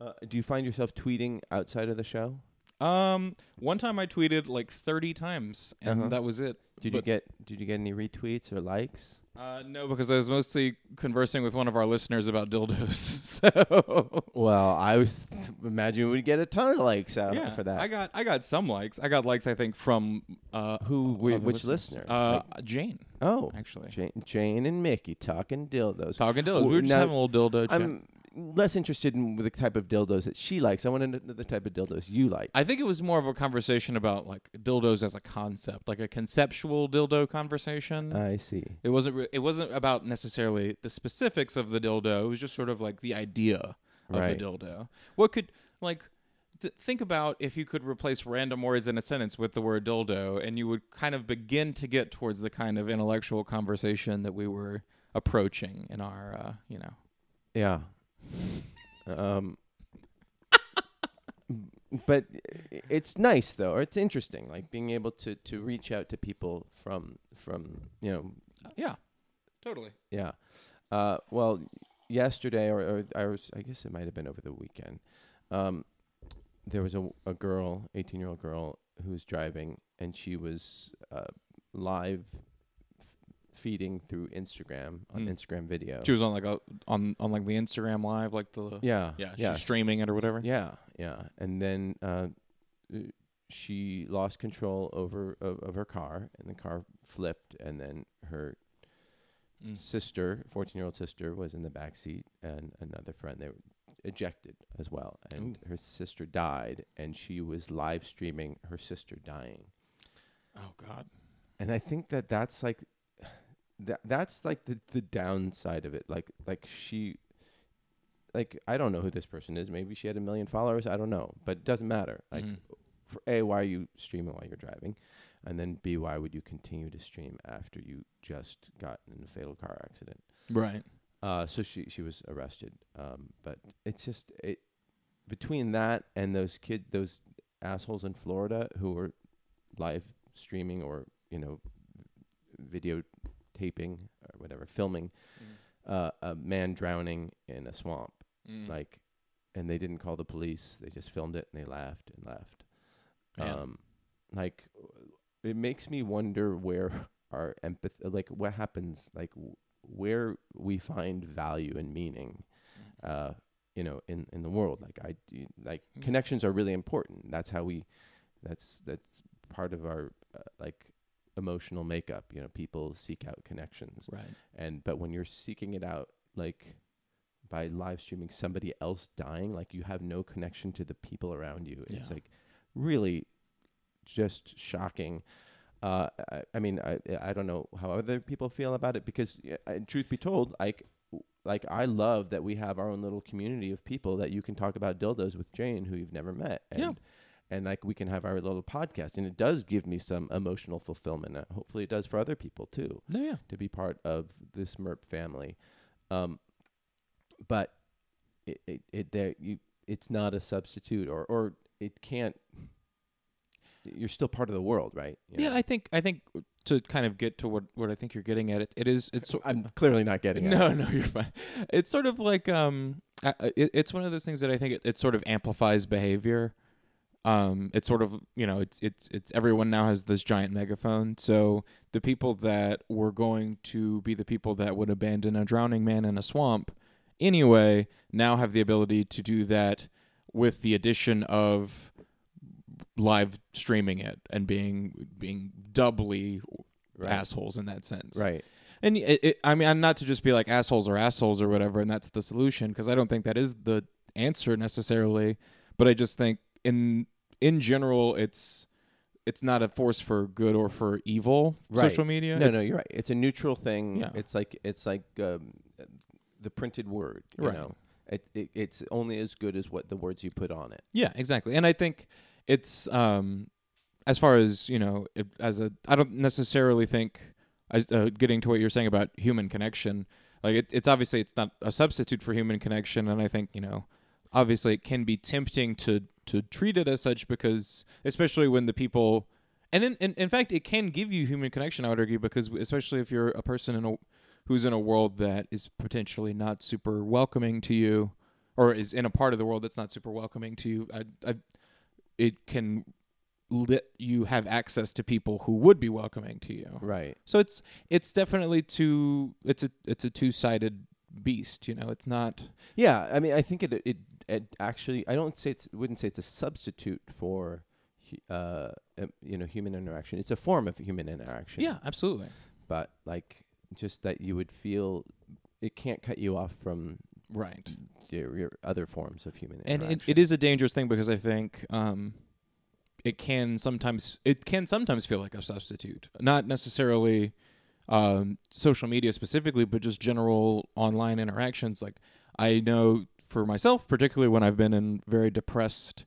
S2: uh, do you find yourself tweeting outside of the show?
S3: Um, one time I tweeted like 30 times, and
S2: Uh-huh.
S3: that was it.
S2: Did you
S3: But-
S2: get Did you get any retweets or likes?
S3: Uh, no, because I was mostly conversing with one of our listeners about dildos. So
S2: Well, I was imagine we'd get a ton of likes out
S3: yeah, I got I got some likes. I got likes I think from uh,
S2: Who? whi-
S3: other
S2: which
S3: listeners.
S2: listener?
S3: Uh, Jane
S2: Oh,
S3: actually.
S2: Jane, Jane and Mickey talking dildos.
S3: Talking dildos.
S2: Well,
S3: we were just
S2: now-
S3: having a little dildo chat.
S2: I'm less interested in the type of dildos that she likes. I want to know the type of dildos you like.
S3: I think it was more of a conversation about like dildos as a concept, like a conceptual dildo conversation.
S2: I see.
S3: it wasn't re- it wasn't about necessarily the specifics of the dildo. It was just sort of like the idea of
S2: Right.
S3: the dildo. What could like th- think about if you could replace random words in a sentence with the word dildo, and you would kind of begin to get towards the kind of intellectual conversation that we were approaching in our uh, you know.
S2: Yeah. Um. but i- it's nice though, or it's interesting, like being able to to reach out to people from from you know
S3: Yeah, totally.
S2: Yeah. Uh, well, yesterday, or, or I was, I guess it might have been over the weekend. Um, there was a, a girl, 18 year old girl, who was driving, and she was uh, live f- feeding through Instagram on
S3: Mm.
S2: Instagram video.
S3: She was on like a on on like the Instagram live, like the
S2: Yeah.
S3: yeah,
S2: Yeah.
S3: she's streaming it or whatever.
S2: Yeah. Yeah. And then uh, uh, she lost control over of, of her car, and the car flipped, and then her
S3: Mm.
S2: sister, 14 year old sister, was in the back seat, and another friend. They were ejected as well, and her sister died, and she was live streaming her sister dying.
S3: Oh God.
S2: And I think that that's like, that that's like the the downside of it. Like like she, like I don't know who this person is. Maybe she had a million followers. I don't know, but it doesn't matter. Like
S3: Mhm.
S2: for a why are you streaming while you're driving and then b why would you continue to stream after you just got in a fatal car accident
S3: right.
S2: uh, so she she was arrested um, but it's just it between that and those kid those assholes in florida who were live streaming or you know videotaping or whatever filming uh, a man drowning in a swamp
S3: Mm.
S2: like and they didn't call the police they just filmed it and they laughed and laughed
S3: Man.
S2: um like it makes me wonder where our empathy like what happens like w- where we find value and meaning, uh, you know, in, in the world. Like I, do- like
S3: Mm.
S2: connections are really important. That's how we, that's that's part of our uh, like emotional makeup. You know, people seek out connections
S3: Right.
S2: and but when you're seeking it out like by live streaming somebody else dying like you have no connection to the people around you it's
S3: Yeah.
S2: like really just shocking uh, I, I mean, I I don't know how other people feel about it because, yeah, and truth be told, like like I love that we have our own little community of people that you can talk about dildos with Jane, who you've never met, and
S3: Yeah.
S2: and like we can have our little podcast, and it does give me some emotional fulfillment. Uh, Hopefully, it does for other people too
S3: No, yeah.
S2: to be part of this MERP family. Um, but it, it, it there you it's not a substitute or or it can't you're still part of the world, right? You
S3: Yeah,
S2: know?
S3: I think I think to kind of get to what what I think you're getting at, it, it is it's so-
S2: I'm clearly not getting it.
S3: no, no, you're fine. It's sort of like um, I, I- it, it's one of those things that I think it, it sort of amplifies behavior. Um, it's sort of you know, it's it's it's everyone now has this giant megaphone, so the people that were going to be the people that would abandon a drowning man in a swamp anyway now have the ability to do that with the addition of live streaming it and being being doubly
S2: Right.
S3: assholes in that sense
S2: Right.
S3: and it, it, I mean, I'm not to just be like assholes or assholes or whatever, and that's the solution because I don't think that is the answer necessarily. But I just think in in general, it's it's not a force for good or for evil.
S2: Right.
S3: Social media.
S2: No, no,
S3: It's-
S2: you're right. It's a neutral thing.
S3: Yeah.
S2: It's like it's like um, the printed word, you
S3: Right.
S2: know. It, it it's only as good as what the words you put on it.
S3: Yeah, exactly. And I think it's um as far as, you know, it, as a I don't necessarily think as uh, getting to what you're saying about human connection, like it, it's obviously it's not a substitute for human connection and I think, you know, obviously it can be tempting to to treat it as such because especially when the people and in, in, in fact it can give you human connection i would argue because especially if you're a person in a who's in a world that is potentially not super welcoming to you or is in a part of the world that's not super welcoming to you I, I, it can let you have access to people who would be welcoming to you
S2: Right.
S3: so it's it's definitely two it's a it's a two-sided beast you know it's not
S2: Yeah, I mean, I think it it, it actually I don't say it's wouldn't say it's a substitute for hu- uh um, you know human interaction. It's a form of human interaction.
S3: yeah absolutely
S2: but like just that you would feel it can't cut you off from
S3: right
S2: your, your other forms of human
S3: and
S2: interaction.
S3: it, it is a dangerous thing because I think um, it can sometimes it can sometimes feel like a substitute, not necessarily um, social media specifically, but just general online interactions. Like I know for myself, particularly when I've been in very depressed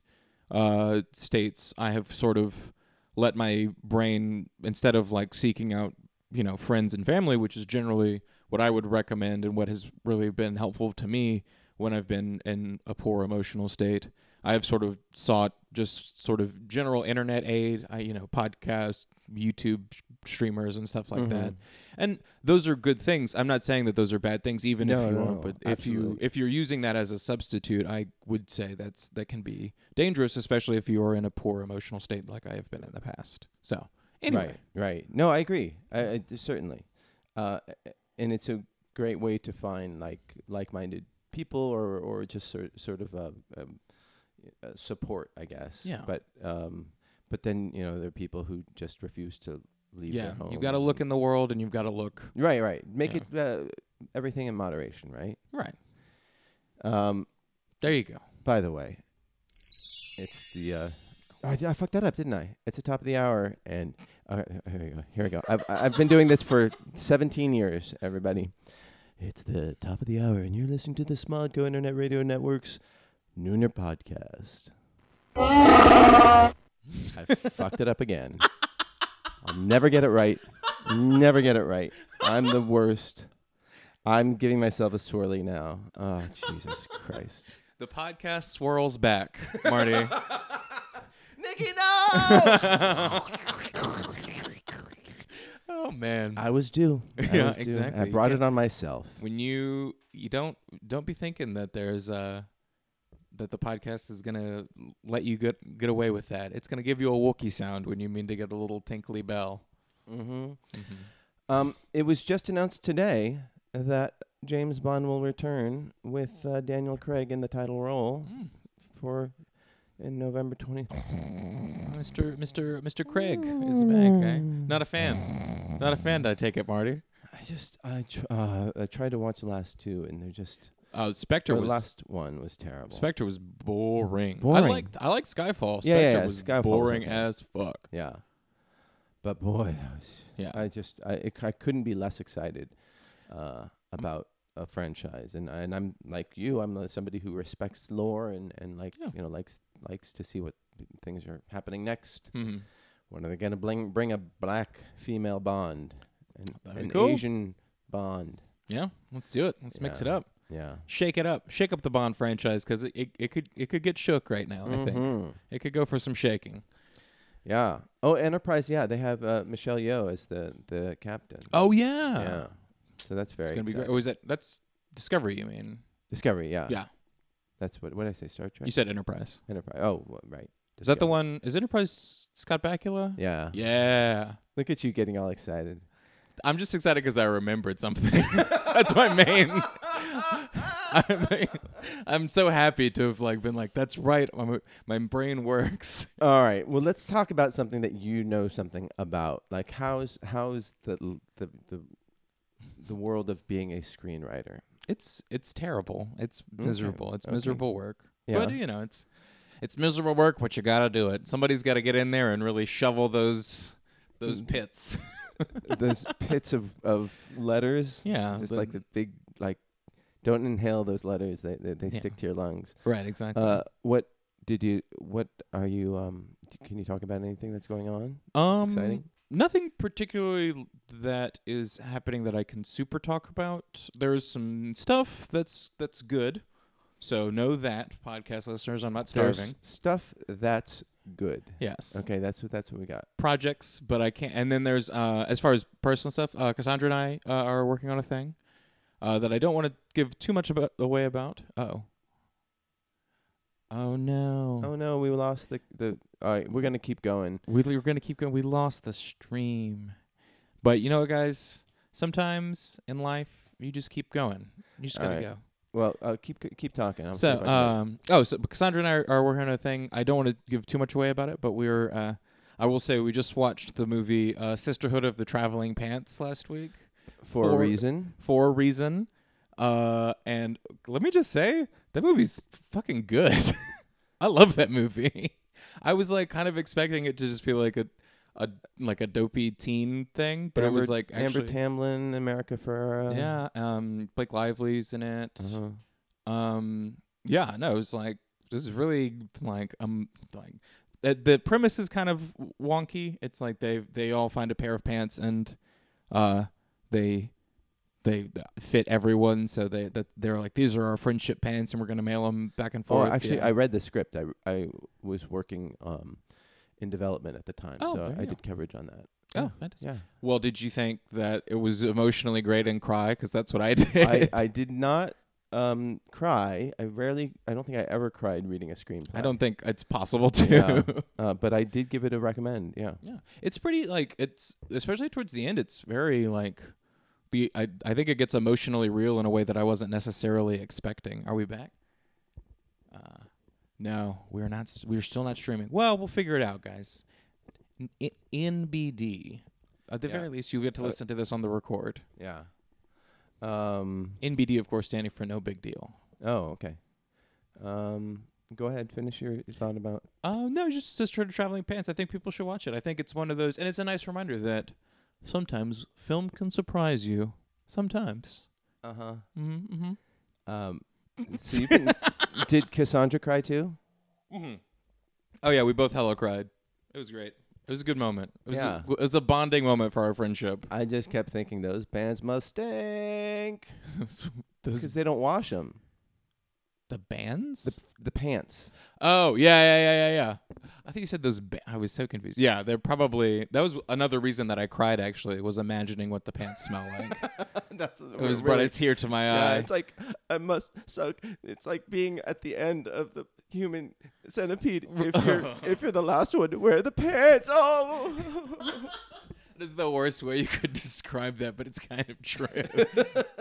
S3: uh, states, I have sort of let my brain instead of like seeking out you know friends and family, which is generally what I would recommend and what has really been helpful to me when I've been in a poor emotional state. I have sort of sought just sort of general internet aid, I, you know, podcasts, YouTube sh- streamers, and stuff
S2: Mm-hmm.
S3: like that. And those are good things. I'm not saying that those are bad things, even
S2: No,
S3: if you
S2: no,
S3: aren't.
S2: no,
S3: But if you
S2: absolutely.
S3: if you're using that as a substitute, I would say that's that can be dangerous, especially if you are in a poor emotional state like I have been in the past. So anyway,
S2: Right, right. No, I agree. I, I certainly, uh, and it's a great way to find like like-minded people, or or just sort sort of a, um, uh support, I guess.
S3: Yeah.
S2: But um, but then you know there are people who just refuse to leave.
S3: yeah,
S2: their homes
S3: you've got to look
S2: and-
S3: in the world, and you've got to look
S2: Right, right. Make
S3: Yeah.
S2: it uh, everything in moderation, right?
S3: right.
S2: Um.
S3: There you go.
S2: By the way, it's the. Uh, I, I fucked that up, didn't I? It's the top of the hour, and uh, here we go. Here we go. I've I've been doing this for 17 years, everybody. It's the top of the hour, and you're listening to the Smodco Internet Radio Network's Nooner podcast. I fucked it up again. I'll never get it right. Never get it right. I'm the worst. I'm giving myself a swirly now. Oh, Jesus Christ.
S3: The podcast swirls back, Marty.
S2: Nikki, no!
S3: oh man.
S2: I was due. I
S3: Yeah,
S2: was due.
S3: exactly.
S2: I
S3: You
S2: brought
S3: can't-
S2: it on myself.
S3: when you you don't don't be thinking that there's uh that the podcast is gonna let you get get away with that. It's gonna give you a Wookiee sound when you mean to get a little tinkly bell. Mm-hmm.
S2: Mm-hmm. Um, it was just announced today that James Bond will return with uh, Daniel Craig in the title role
S3: Mm,
S2: for in November 20th.
S3: Mr. Mr. Mr. Craig is back.
S2: Hmm.
S3: eh? Not a fan. Not a fan. I take it, Marty.
S2: I just I tr- uh, I tried to watch the last two and they're just
S3: Uh, Spectre
S2: the
S3: was
S2: last one was terrible.
S3: Spectre was boring. I
S2: Boring.
S3: liked I liked Skyfall. Spectre
S2: Yeah, yeah, yeah,
S3: was
S2: Skyfall was
S3: boring
S2: okay.
S3: as fuck.
S2: yeah, but boy, I was,
S3: Yeah.
S2: I just I it, I couldn't be less excited uh, about a franchise and and I'm like you. I'm uh, somebody who respects lore and and like
S3: Yeah.
S2: you know likes likes to see what things are happening next.
S3: hmm
S2: When are they gonna bring bring a black female Bond, an,
S3: That'd be
S2: an
S3: cool.
S2: Asian Bond?
S3: Yeah, let's do it. Let's mix it
S2: Yeah.
S3: up.
S2: Yeah,
S3: Shake it up. Shake up the Bond franchise because it, it, it could it could get shook right now. I think
S2: Mhm.
S3: it could go for some shaking.
S2: Yeah. Oh, Enterprise. Yeah, they have uh, Michelle Yeoh as the the captain.
S3: Oh yeah,
S2: yeah. So that's very
S3: It's gonna be great.
S2: exciting.
S3: Or is that that's Discovery? You mean?
S2: Discovery. Yeah.
S3: Yeah.
S2: That's what. What did I say? Star Trek.
S3: You said Enterprise.
S2: Enterprise. Oh, wha- right.
S3: Is that the
S2: Discovery.
S3: one? Is Enterprise Scott Bakula?
S2: Yeah.
S3: Yeah.
S2: Look at you getting all excited.
S3: I'm just excited because I remembered something. that's my main. I mean, I'm so happy to have like been like that's right. My my brain works.
S2: All right. Well, let's talk about something that you know something about. Like how's how's the l- the the the world of being a screenwriter?
S3: It's it's terrible. It's
S2: Okay,
S3: miserable. It's
S2: okay.
S3: miserable work.
S2: Yeah.
S3: But you know, it's it's miserable work, but you gotta do it. Somebody's gotta get in there and really shovel those those
S2: Mm.
S3: pits.
S2: those pits of of letters.
S3: yeah.
S2: It's just
S3: the-
S2: like the big like. Don't inhale those letters. They they, they
S3: Yeah.
S2: stick to your lungs.
S3: Right, exactly.
S2: Uh, what did you? What are you? Um, d- can you talk about anything that's going on?
S3: um
S2: exciting.
S3: nothing particularly l- that is happening that I can super talk about. There's some stuff that's that's good. So know that, podcast listeners, I'm not
S2: There's
S3: starving.
S2: stuff that's good.
S3: yes.
S2: Okay, that's what that's what we got.
S3: projects, but I can't. And then there's uh, as far as personal stuff, uh, Cassandra and I uh, are working on a thing uh, that I don't want to give too much about, away about. Oh. Oh no.
S2: Oh no, we lost the the. All right, we're gonna keep going.
S3: We, we're gonna keep going. We lost the stream, but you know what, guys? Sometimes in life, you just keep going. You just gotta
S2: Alright.
S3: go.
S2: Well, uh, keep keep talking. I'm
S3: so, um, oh, so Cassandra and I are, are working on a thing. I don't want to give too much away about it, but we were. Uh, I will say we just watched the movie uh, Sisterhood of the Traveling Pants last week.
S2: for a
S3: for-
S2: reason.
S3: for a reason. Uh, and let me just say that movie's fucking good. I love that movie. I was like kind of expecting it to just be like a, a like a dopey teen thing, but it was like
S2: Amber
S3: actually,
S2: Tamlin, America Ferrera.
S3: yeah. Um, Blake Lively's in it.
S2: Uh-huh.
S3: Um, yeah, no, it was like this is really like um like the, the premise is kind of wonky. It's like they they all find a pair of pants and uh they they uh, fit everyone, so they that they're like these are our friendship pants and we're gonna mail them back and
S2: Oh,
S3: forth.
S2: actually,
S3: Yeah.
S2: I read the script. I I was working um in development at the time,
S3: Oh,
S2: so
S3: there
S2: I
S3: you
S2: did coverage on that.
S3: oh fantastic.
S2: Yeah.
S3: Well, did you think that it was emotionally great and cry? Because that's what I did.
S2: I, I did not um, cry. I rarely, I don't think I ever cried reading a screenplay.
S3: I don't think it's possible to.
S2: Yeah. uh, but I did give it a recommend. Yeah,
S3: Yeah, it's pretty like it's especially towards the end. It's very like the I I think it gets emotionally real in a way that I wasn't necessarily expecting. Are we back? Uh, no, we're not. s- We're still not streaming. Well, we'll figure it out, guys. N- I- NBD. At the
S2: Yeah.
S3: very least, you get to
S2: Uh,
S3: listen to this on the record.
S2: yeah. Um.
S3: NBD, of course, standing for no big deal.
S2: Oh, okay. Um. Go ahead. Finish your thought about.
S3: Uh, no, just Sister of Traveling Pants. I think people should watch it. I think it's one of those, and it's a nice reminder that sometimes film can surprise you. Sometimes.
S2: Uh huh.
S3: Mm-hmm.
S2: Um. So you can. did Cassandra cry too?
S3: Mm-hmm. Oh yeah, we both hello cried. It was great. It was a good moment. It was,
S2: Yeah.
S3: a, it was a bonding moment for our friendship.
S2: I just kept thinking those pants must stink
S3: Those-
S2: because
S3: those
S2: they don't wash them.
S3: the bands.
S2: The the pants.
S3: oh yeah, yeah, yeah, yeah, yeah. I think you said those. Ba- I was so confused. Yeah, they're probably that was another reason that I cried. Actually, was imagining what the pants smell like.
S2: That's
S3: it was brought a tear to my
S2: Yeah,
S3: eye.
S2: it's like I must suck. It's like being at the end of the human centipede. If you're if you're the last one to wear the pants, oh.
S3: is the worst way you could describe that, but it's kind of true.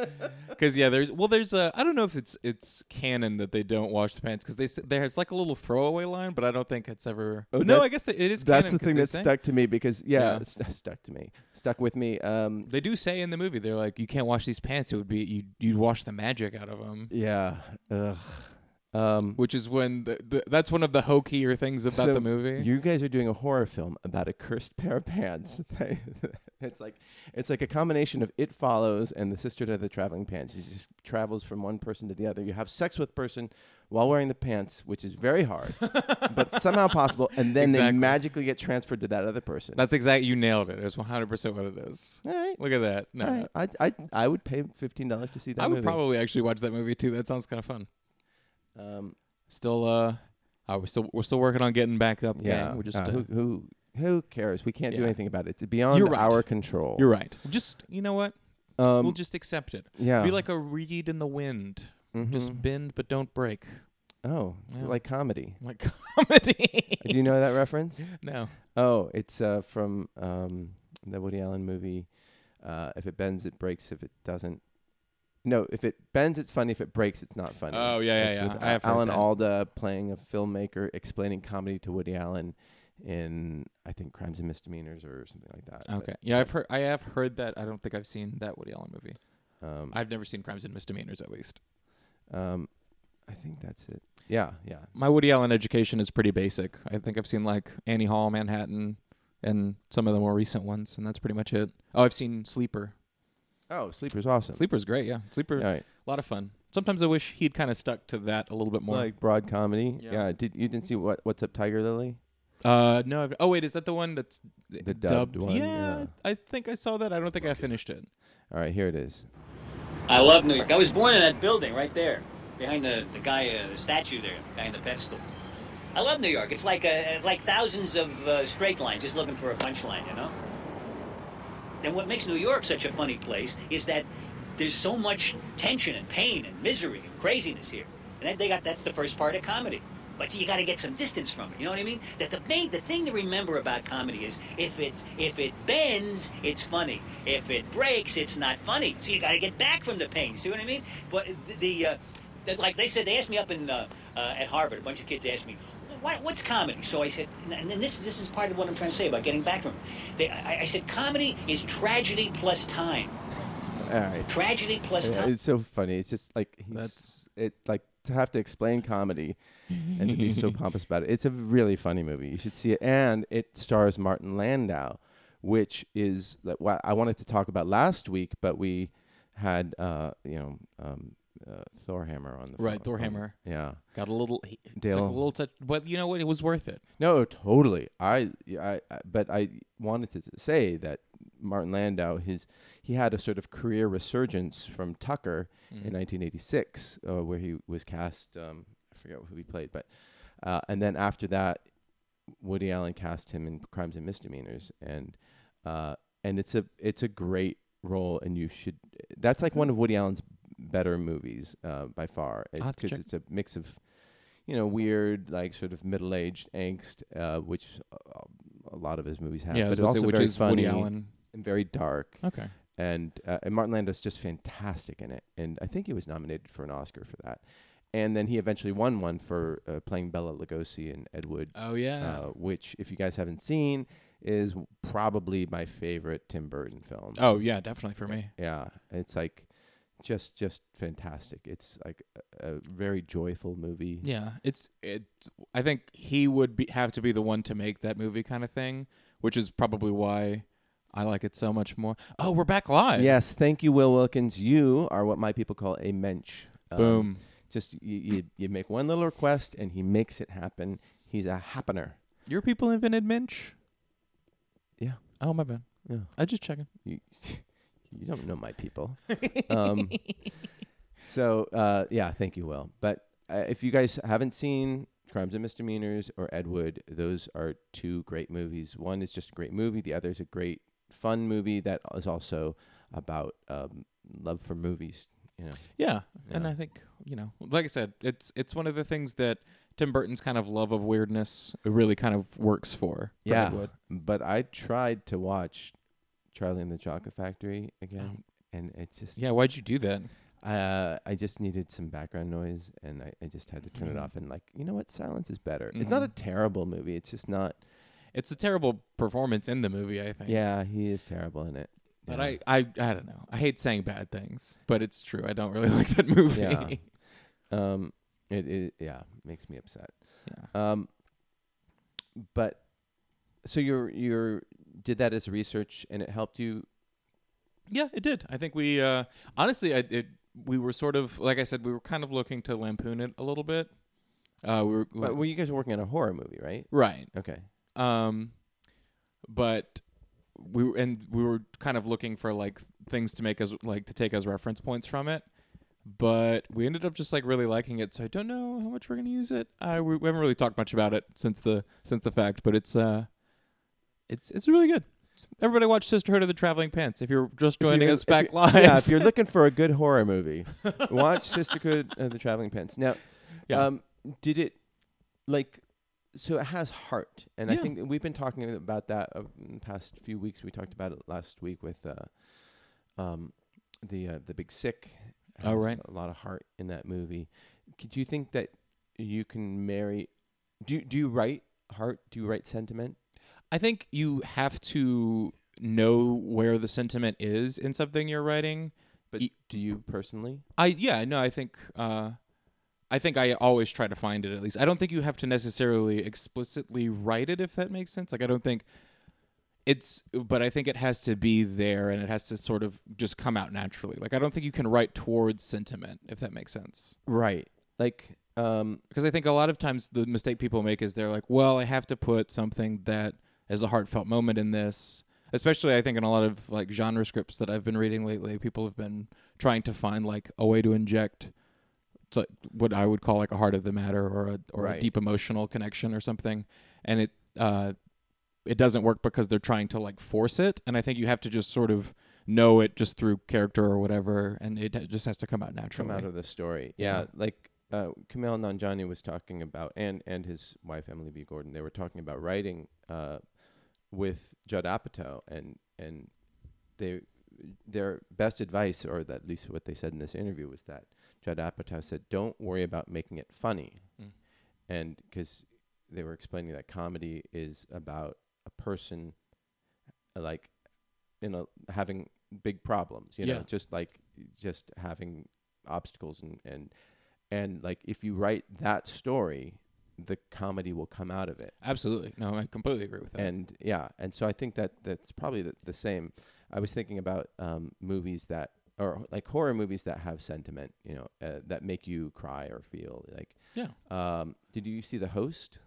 S3: Because yeah, there's well, there's a I don't know if it's it's canon that they don't wash the pants because they s- there's like a little throwaway line, but I don't think it's ever.
S2: Oh,
S3: no,
S2: that-
S3: I guess that it is.
S2: That's
S3: canon
S2: the
S3: 'cause
S2: thing
S3: they
S2: that
S3: say-
S2: stuck to me because yeah,
S3: Yeah.
S2: it's stuck to me, stuck with me. Um,
S3: They do say in the movie they're like, you can't wash these pants. It would be you you'd wash the magic out of them.
S2: yeah, ugh. Um,
S3: Which is when the, the, that's one of the hokier things about
S2: So
S3: the movie.
S2: You guys are doing a horror film about a cursed pair of pants. it's like it's like a combination of It Follows and The Sisterhood of the Traveling Pants. He just travels from one person to the other. You have sex with person while wearing the pants, which is very hard, but somehow possible. And then they
S3: Exactly.
S2: magically get transferred to that other person.
S3: that's exact. You nailed it. It's 100 percent what it is.
S2: all right.
S3: Look at that. No,
S2: all right. I, I I would pay fifteen dollars to see that
S3: I would
S2: movie.
S3: probably actually watch that movie too. That sounds kind of fun.
S2: um,
S3: Still, uh, oh, we're still we're still working on getting back up.
S2: yeah.
S3: gang. we're just.
S2: uh,
S3: uh,
S2: who who who cares? We can't do
S3: yeah.
S2: anything about it. It's beyond
S3: You're right.
S2: our control.
S3: you're right. Just you know what?
S2: Um,
S3: we'll just accept it.
S2: yeah.
S3: Be like a reed in the wind. Just
S2: Mhm.
S3: bend but don't break.
S2: Oh,
S3: Mm-hmm. Yeah.
S2: like comedy.
S3: Like comedy.
S2: Do you know that reference?
S3: no.
S2: Oh, it's uh, from um, the Woody Allen movie. Uh, if it bends, it breaks. If it doesn't, no. If it bends, it's funny. If it breaks, it's not funny.
S3: Oh, yeah, yeah,
S2: It's
S3: yeah.
S2: with
S3: I have heard
S2: Alan
S3: that.
S2: Alda playing a filmmaker explaining comedy to Woody Allen in I think Crimes and Misdemeanors or something like that. But,
S3: Okay. Yeah, I've heard. I have heard that. I don't think I've seen that Woody Allen movie.
S2: um,
S3: I've never seen Crimes and Misdemeanors, at least.
S2: um, I think that's it. Yeah, yeah.
S3: My Woody Allen education is pretty basic. I think I've seen like Annie Hall, Manhattan, and some of the more recent ones, and that's pretty much it. Oh, I've seen Sleeper.
S2: Oh, Sleeper's awesome.
S3: Sleeper's great. Yeah, Sleeper.
S2: All right,
S3: A lot of fun. Sometimes I wish he'd kind of stuck to that a little bit more.
S2: like broad comedy.
S3: Yeah.
S2: Yeah. Did you didn't see what What's Up, Tiger Lily?
S3: uh, no. I've, oh wait, is that the one that's
S2: The dubbed one,
S3: Yeah,
S2: yeah.
S3: I think I saw that. I don't think I finished it.
S2: All right, here it is.
S5: I love New York. I was born in that building right there, behind the, the guy, uh, the statue there, behind the pedestal. I love New York. It's like a, it's like thousands of uh, straight lines just looking for a punchline, you know? And what makes New York such a funny place is that there's so much tension and pain and misery and craziness here. And that they got that's the first part of comedy. But see, you got to get some distance from it. You know what I mean? That the main, the thing to remember about comedy is if it's if it bends, it's funny. If it breaks, it's not funny. So you got to get back from the pain. See what I mean? But the, the uh, that- like they said, they asked me up in uh, uh, at Harvard. A bunch of kids asked me, what, "What's comedy?" So I said, and then this this is part of what I'm trying to say about getting back from. It. They, I, I said, comedy is tragedy plus time.
S2: All right.
S5: Tragedy plus
S2: Yeah,
S5: time.
S2: it's so funny. It's just like he's,
S3: That's-
S2: it. Like to have to explain comedy and to be so pompous about it. It's a really funny movie. You should see it, and it stars Martin Landau, which is like what I wanted to talk about last week, but we had uh, you know um, uh, Thorhammer on the
S3: Right,
S2: phone- on-
S3: Thorhammer.
S2: Yeah.
S3: Got a little, he took
S2: Dale.
S3: a little touch, but you know what? It was worth it.
S2: No, totally. I, I, I- but I wanted to say that Martin Landau, his, he had a sort of career resurgence from Tucker
S3: Mm-hmm.
S2: in 1986, uh, where he was cast. Um, I forget who he played, but, uh, and then after that, Woody Allen cast him in Crimes and Misdemeanors, and, uh, and it's a it's a great role, and you should. That's like one of Woody Allen's better movies uh, by far,
S3: I'll have to
S2: because
S3: check.
S2: it's a mix of you know, weird, like sort of middle-aged angst, uh, which uh, a lot of his movies have.
S3: yeah, I was
S2: but
S3: gonna
S2: also
S3: say, which
S2: very
S3: is
S2: funny
S3: Woody Allen.
S2: and very dark.
S3: Okay.
S2: And uh, and Martin Landau's just fantastic in it. And I think he was nominated for an Oscar for that. And then he eventually won one for uh, playing Bella Lugosi in Ed Wood,
S3: Oh yeah.
S2: uh, which, if you guys haven't seen, is probably my favorite Tim Burton film.
S3: oh yeah, definitely for me.
S2: Yeah, it's like just just fantastic. It's like a, a very joyful movie.
S3: Yeah, it's it. I think he would be have to be the one to make that movie kind of thing, which is probably why I like it so much more. Oh, we're back live.
S2: Yes, thank you, Will Wilkins. You are what my people call a mensch. Um,
S3: Boom.
S2: Just you, you, you make one little request and he makes it happen. He's a happener.
S3: Your people invented Minch.
S2: Yeah.
S3: Oh my bad.
S2: Yeah.
S3: I just checking.
S2: You, you don't know my people. um, so uh, yeah, thank you, Will. But uh, if you guys haven't seen Crimes and Misdemeanors or Ed Wood, those are two great movies. One is just a great movie. The other is a great fun movie that is also about um, love for movies. You know.
S3: Yeah. and
S2: Yeah.
S3: I think you know, like I said, it's it's one of the things that Tim Burton's kind of love of weirdness really kind of works for. for Ed Wood.
S2: but I tried to watch Charlie and the Chocolate Factory again, and it's just
S3: Oh. Yeah, why'd you do that?
S2: uh, I just needed some background noise, and I, I just had to turn it
S3: Mhm.
S2: off. And like, you know what? Silence is better. It's not a
S3: Mhm.
S2: terrible movie. It's just not.
S3: It's a terrible performance in the movie, I think.
S2: Yeah, he is terrible in it.
S3: But
S2: Yeah.
S3: I, I, I don't know. I hate saying bad things, but it's true. I don't really like that movie.
S2: Yeah. um, it, it yeah makes me upset.
S3: Yeah.
S2: Um, but so you're you're did that as research, and it helped you.
S3: Yeah, it did. I think we uh, honestly, I, it, we were sort of like I said, we were kind of looking to lampoon it a little bit. Uh, we were
S2: But, well, you guys are working on a horror movie, right?
S3: right,
S2: Okay.
S3: um, but we were- and we were kind of looking for like things to make us like to take as reference points from it. But we ended up just like really liking it, so I don't know how much we're gonna use it. I we, we haven't really talked much about it since the since the fact, but it's uh, it's it's really good. Everybody watch Sisterhood of the Traveling Pants if you're just
S2: If you're
S3: joining
S2: in-
S3: us
S2: if
S3: back
S2: you're-
S3: live.
S2: Yeah, if you're looking for a good horror movie, watch Sisterhood of the Traveling Pants. Now,
S3: Yeah.
S2: um, did it like so? It has heart, and I
S3: Yeah.
S2: think that we've been talking about that uh, in the past few weeks. We talked about it last week with uh, um, the uh, the Big Sick.
S3: Oh,
S2: has
S3: right.
S2: a lot of heart in that movie. C- Do you think that you can marry? Do do you write heart? Do you write sentiment?
S3: I think you have to know where the sentiment is in something you're writing.
S2: But
S3: Ye-
S2: do you personally?
S3: I yeah, no, I think uh I think I always try to find it at least. I don't think you have to necessarily explicitly write it if that makes sense. Like I don't think it's but I think it has to be there and it has to sort of just come out naturally. Like I don't think you can write towards sentiment if that makes sense.
S2: Right. Like um
S3: because I think a lot of times the mistake people make is they're like, well, I have to put something that is a heartfelt moment in this. Especially, I think in a lot of like genre scripts that I've been reading lately, people have been trying to find like a way to inject it's like what I would call like a heart of the matter or a or
S2: Right.
S3: a deep emotional connection or something, and it uh, it doesn't work because they're trying to like force it. And I think you have to just sort of know it just through character or whatever, and it just has to come out naturally.
S2: come out of the story. Yeah,
S3: Yeah.
S2: like uh, Kamel Nanjani was talking about, and and his wife Emily B. Gordon, they were talking about writing uh, with Judd Apatow, and and they their best advice, or at least what they said in this interview, was that Judd Apatow said, "Don't worry about making it funny,"
S3: Mm.
S2: and because they were explaining that comedy is about a person uh, like you know having big problems you know
S3: Yeah.
S2: just like just having obstacles and and and like if you write that story the comedy will come out of it
S3: Absolutely, no, I completely agree with that.
S2: and yeah and so i think that that's probably the, the same i was thinking about um movies that or like horror movies that have sentiment you know uh, that make you cry or feel like
S3: yeah.
S2: um did you see the host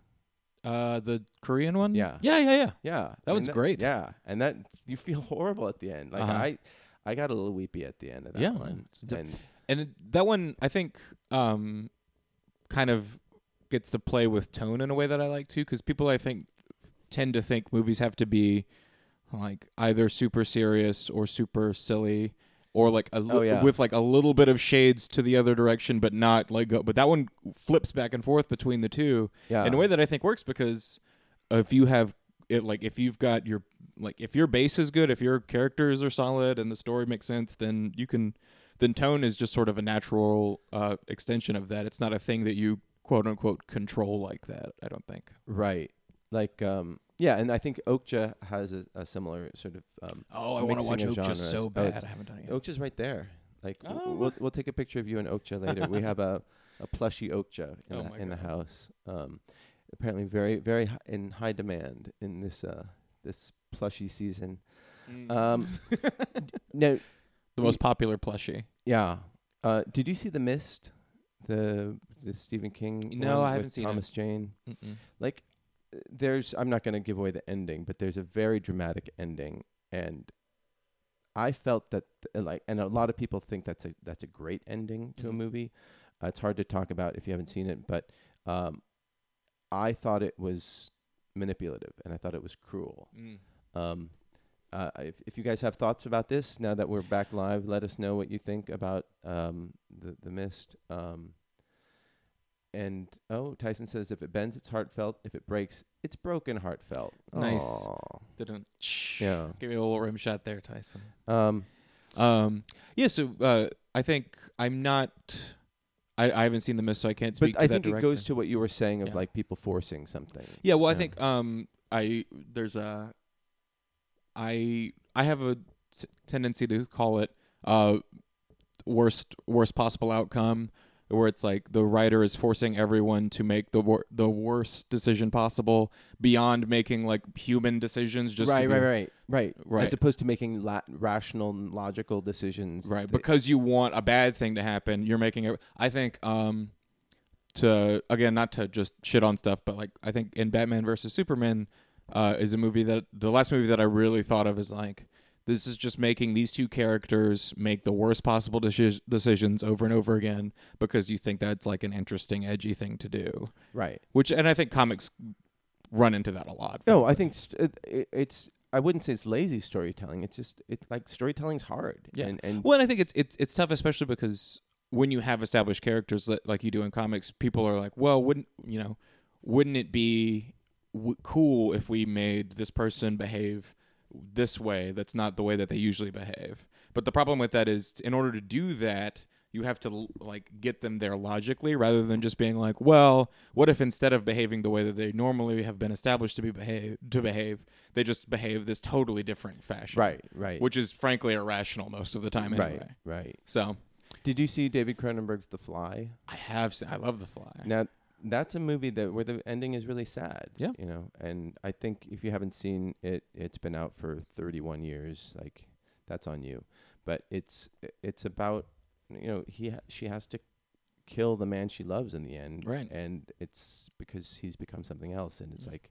S3: Uh, the Korean one.
S2: Yeah.
S3: yeah, yeah, yeah.
S2: yeah
S3: That one's great.
S2: yeah and that you feel horrible at the end like
S3: Uh-huh.
S2: i i got a little weepy at the end of that
S3: Yeah,
S2: one
S3: it's de-
S2: and
S3: And it- that one, I think, um, kind of gets to play with tone in a way that I like too, because people, I think, tend to think movies have to be like either super serious or super silly, or like a li-
S2: Oh, yeah.
S3: with like a little bit of shades to the other direction, but not like. Go- but that one flips back and forth between the two,
S2: yeah
S3: in a way that I think works because if you have it, like if you've got your like if your base is good, if your characters are solid and the story makes sense, then you can then tone is just sort of a natural uh, extension of that. It's not a thing that you quote unquote control like that. I don't think.
S2: Right. Like um yeah, and I think Okja has a, a similar sort of um
S3: Oh,
S2: I wanna Mixing watch of Okja genres. so Oh, bad. it's- I
S3: haven't done it
S2: Okja's right there. Like w-
S3: Oh.
S2: we'll we'll take a picture of you and Okja later. we have a a plushy Okja in,
S3: Oh
S2: the,
S3: my
S2: in the
S3: God.
S2: house. Um apparently very very hi- in high demand in this uh this plushy season. Um no
S3: the most popular plushie.
S2: yeah. Uh did you see The Mist? The the Stephen King
S3: No,
S2: one
S3: I haven't
S2: with
S3: seen it.
S2: Thomas Jane. like uh, there's I'm not going to give away the ending, but there's a very dramatic ending and I felt that uh, like and a lot of people think that's a that's a great ending to a
S3: Mhm.
S2: movie. Uh, it's hard to talk about if you haven't seen it, but um I thought it was manipulative and I thought it was cruel. Um uh, if, if you guys have thoughts about this now that we're back live, let us know what you think about um, the the mist. Um, and oh, Tyson says if it bends, it's heartfelt. If it breaks, it's broken heartfelt.
S3: Nice.
S2: Aw.
S3: Didn't.
S2: Yeah.
S3: Give me a little rim shot there, Tyson.
S2: Um,
S3: Um, yeah. So uh, I think I'm not. I, I haven't seen the miss, so I can't speak.
S2: but
S3: to
S2: I
S3: that
S2: think it goes
S3: directly.
S2: to what you were saying of
S3: Yeah.
S2: like people forcing something.
S3: Yeah, well, I
S2: Yeah.
S3: think um, I there's a I I have a t- tendency to call it uh worst worst possible outcome, where it's like the writer is forcing everyone to make the wor- the worst decision possible beyond making like human decisions. Just to
S2: right,
S3: be-
S2: right, right, right,
S3: Right.
S2: As opposed to making la- rational, and logical decisions.
S3: right
S2: that-
S3: because you want a bad thing to happen you're making it i think um to again not to just shit on stuff but like i think in batman versus superman uh is a movie that the last movie that i really thought of is like this is just making these two characters make the worst possible deci- decisions over and over again because you think that's like an interesting edgy thing to do
S2: right.
S3: which and i think comics run into that a lot
S2: No, I think st- it, it, it's. I wouldn't say it's lazy storytelling. It's just it like storytelling's hard.
S3: Yeah.
S2: and, and
S3: Well, and I think it's it's it's tough, especially because when you have established characters li- like you do in comics, people are like, "Well, wouldn't you know? Wouldn't it be w- cool if we made this person behave this way? That's not the way that they usually behave." But the problem with that is, in order to do that, you have to l- like get them there logically, rather than just being like, "Well, what if instead of behaving the way that they normally have been established to be behave to behave, they just behave this totally different fashion?"
S2: right, right,
S3: which is frankly irrational most of the time anyway.
S2: right, right.
S3: So
S2: Did you see David Cronenberg's The Fly?
S3: I have seen, I love The Fly.
S2: Now that's a movie that where the ending is really sad.
S3: Yeah.
S2: You know, and I think if you haven't seen it, it's been out for 31 years. Like that's on you. But it's it's about you know he ha- she has to kill the man she loves in the end.
S3: Right.
S2: And it's because he's become something else, and it's like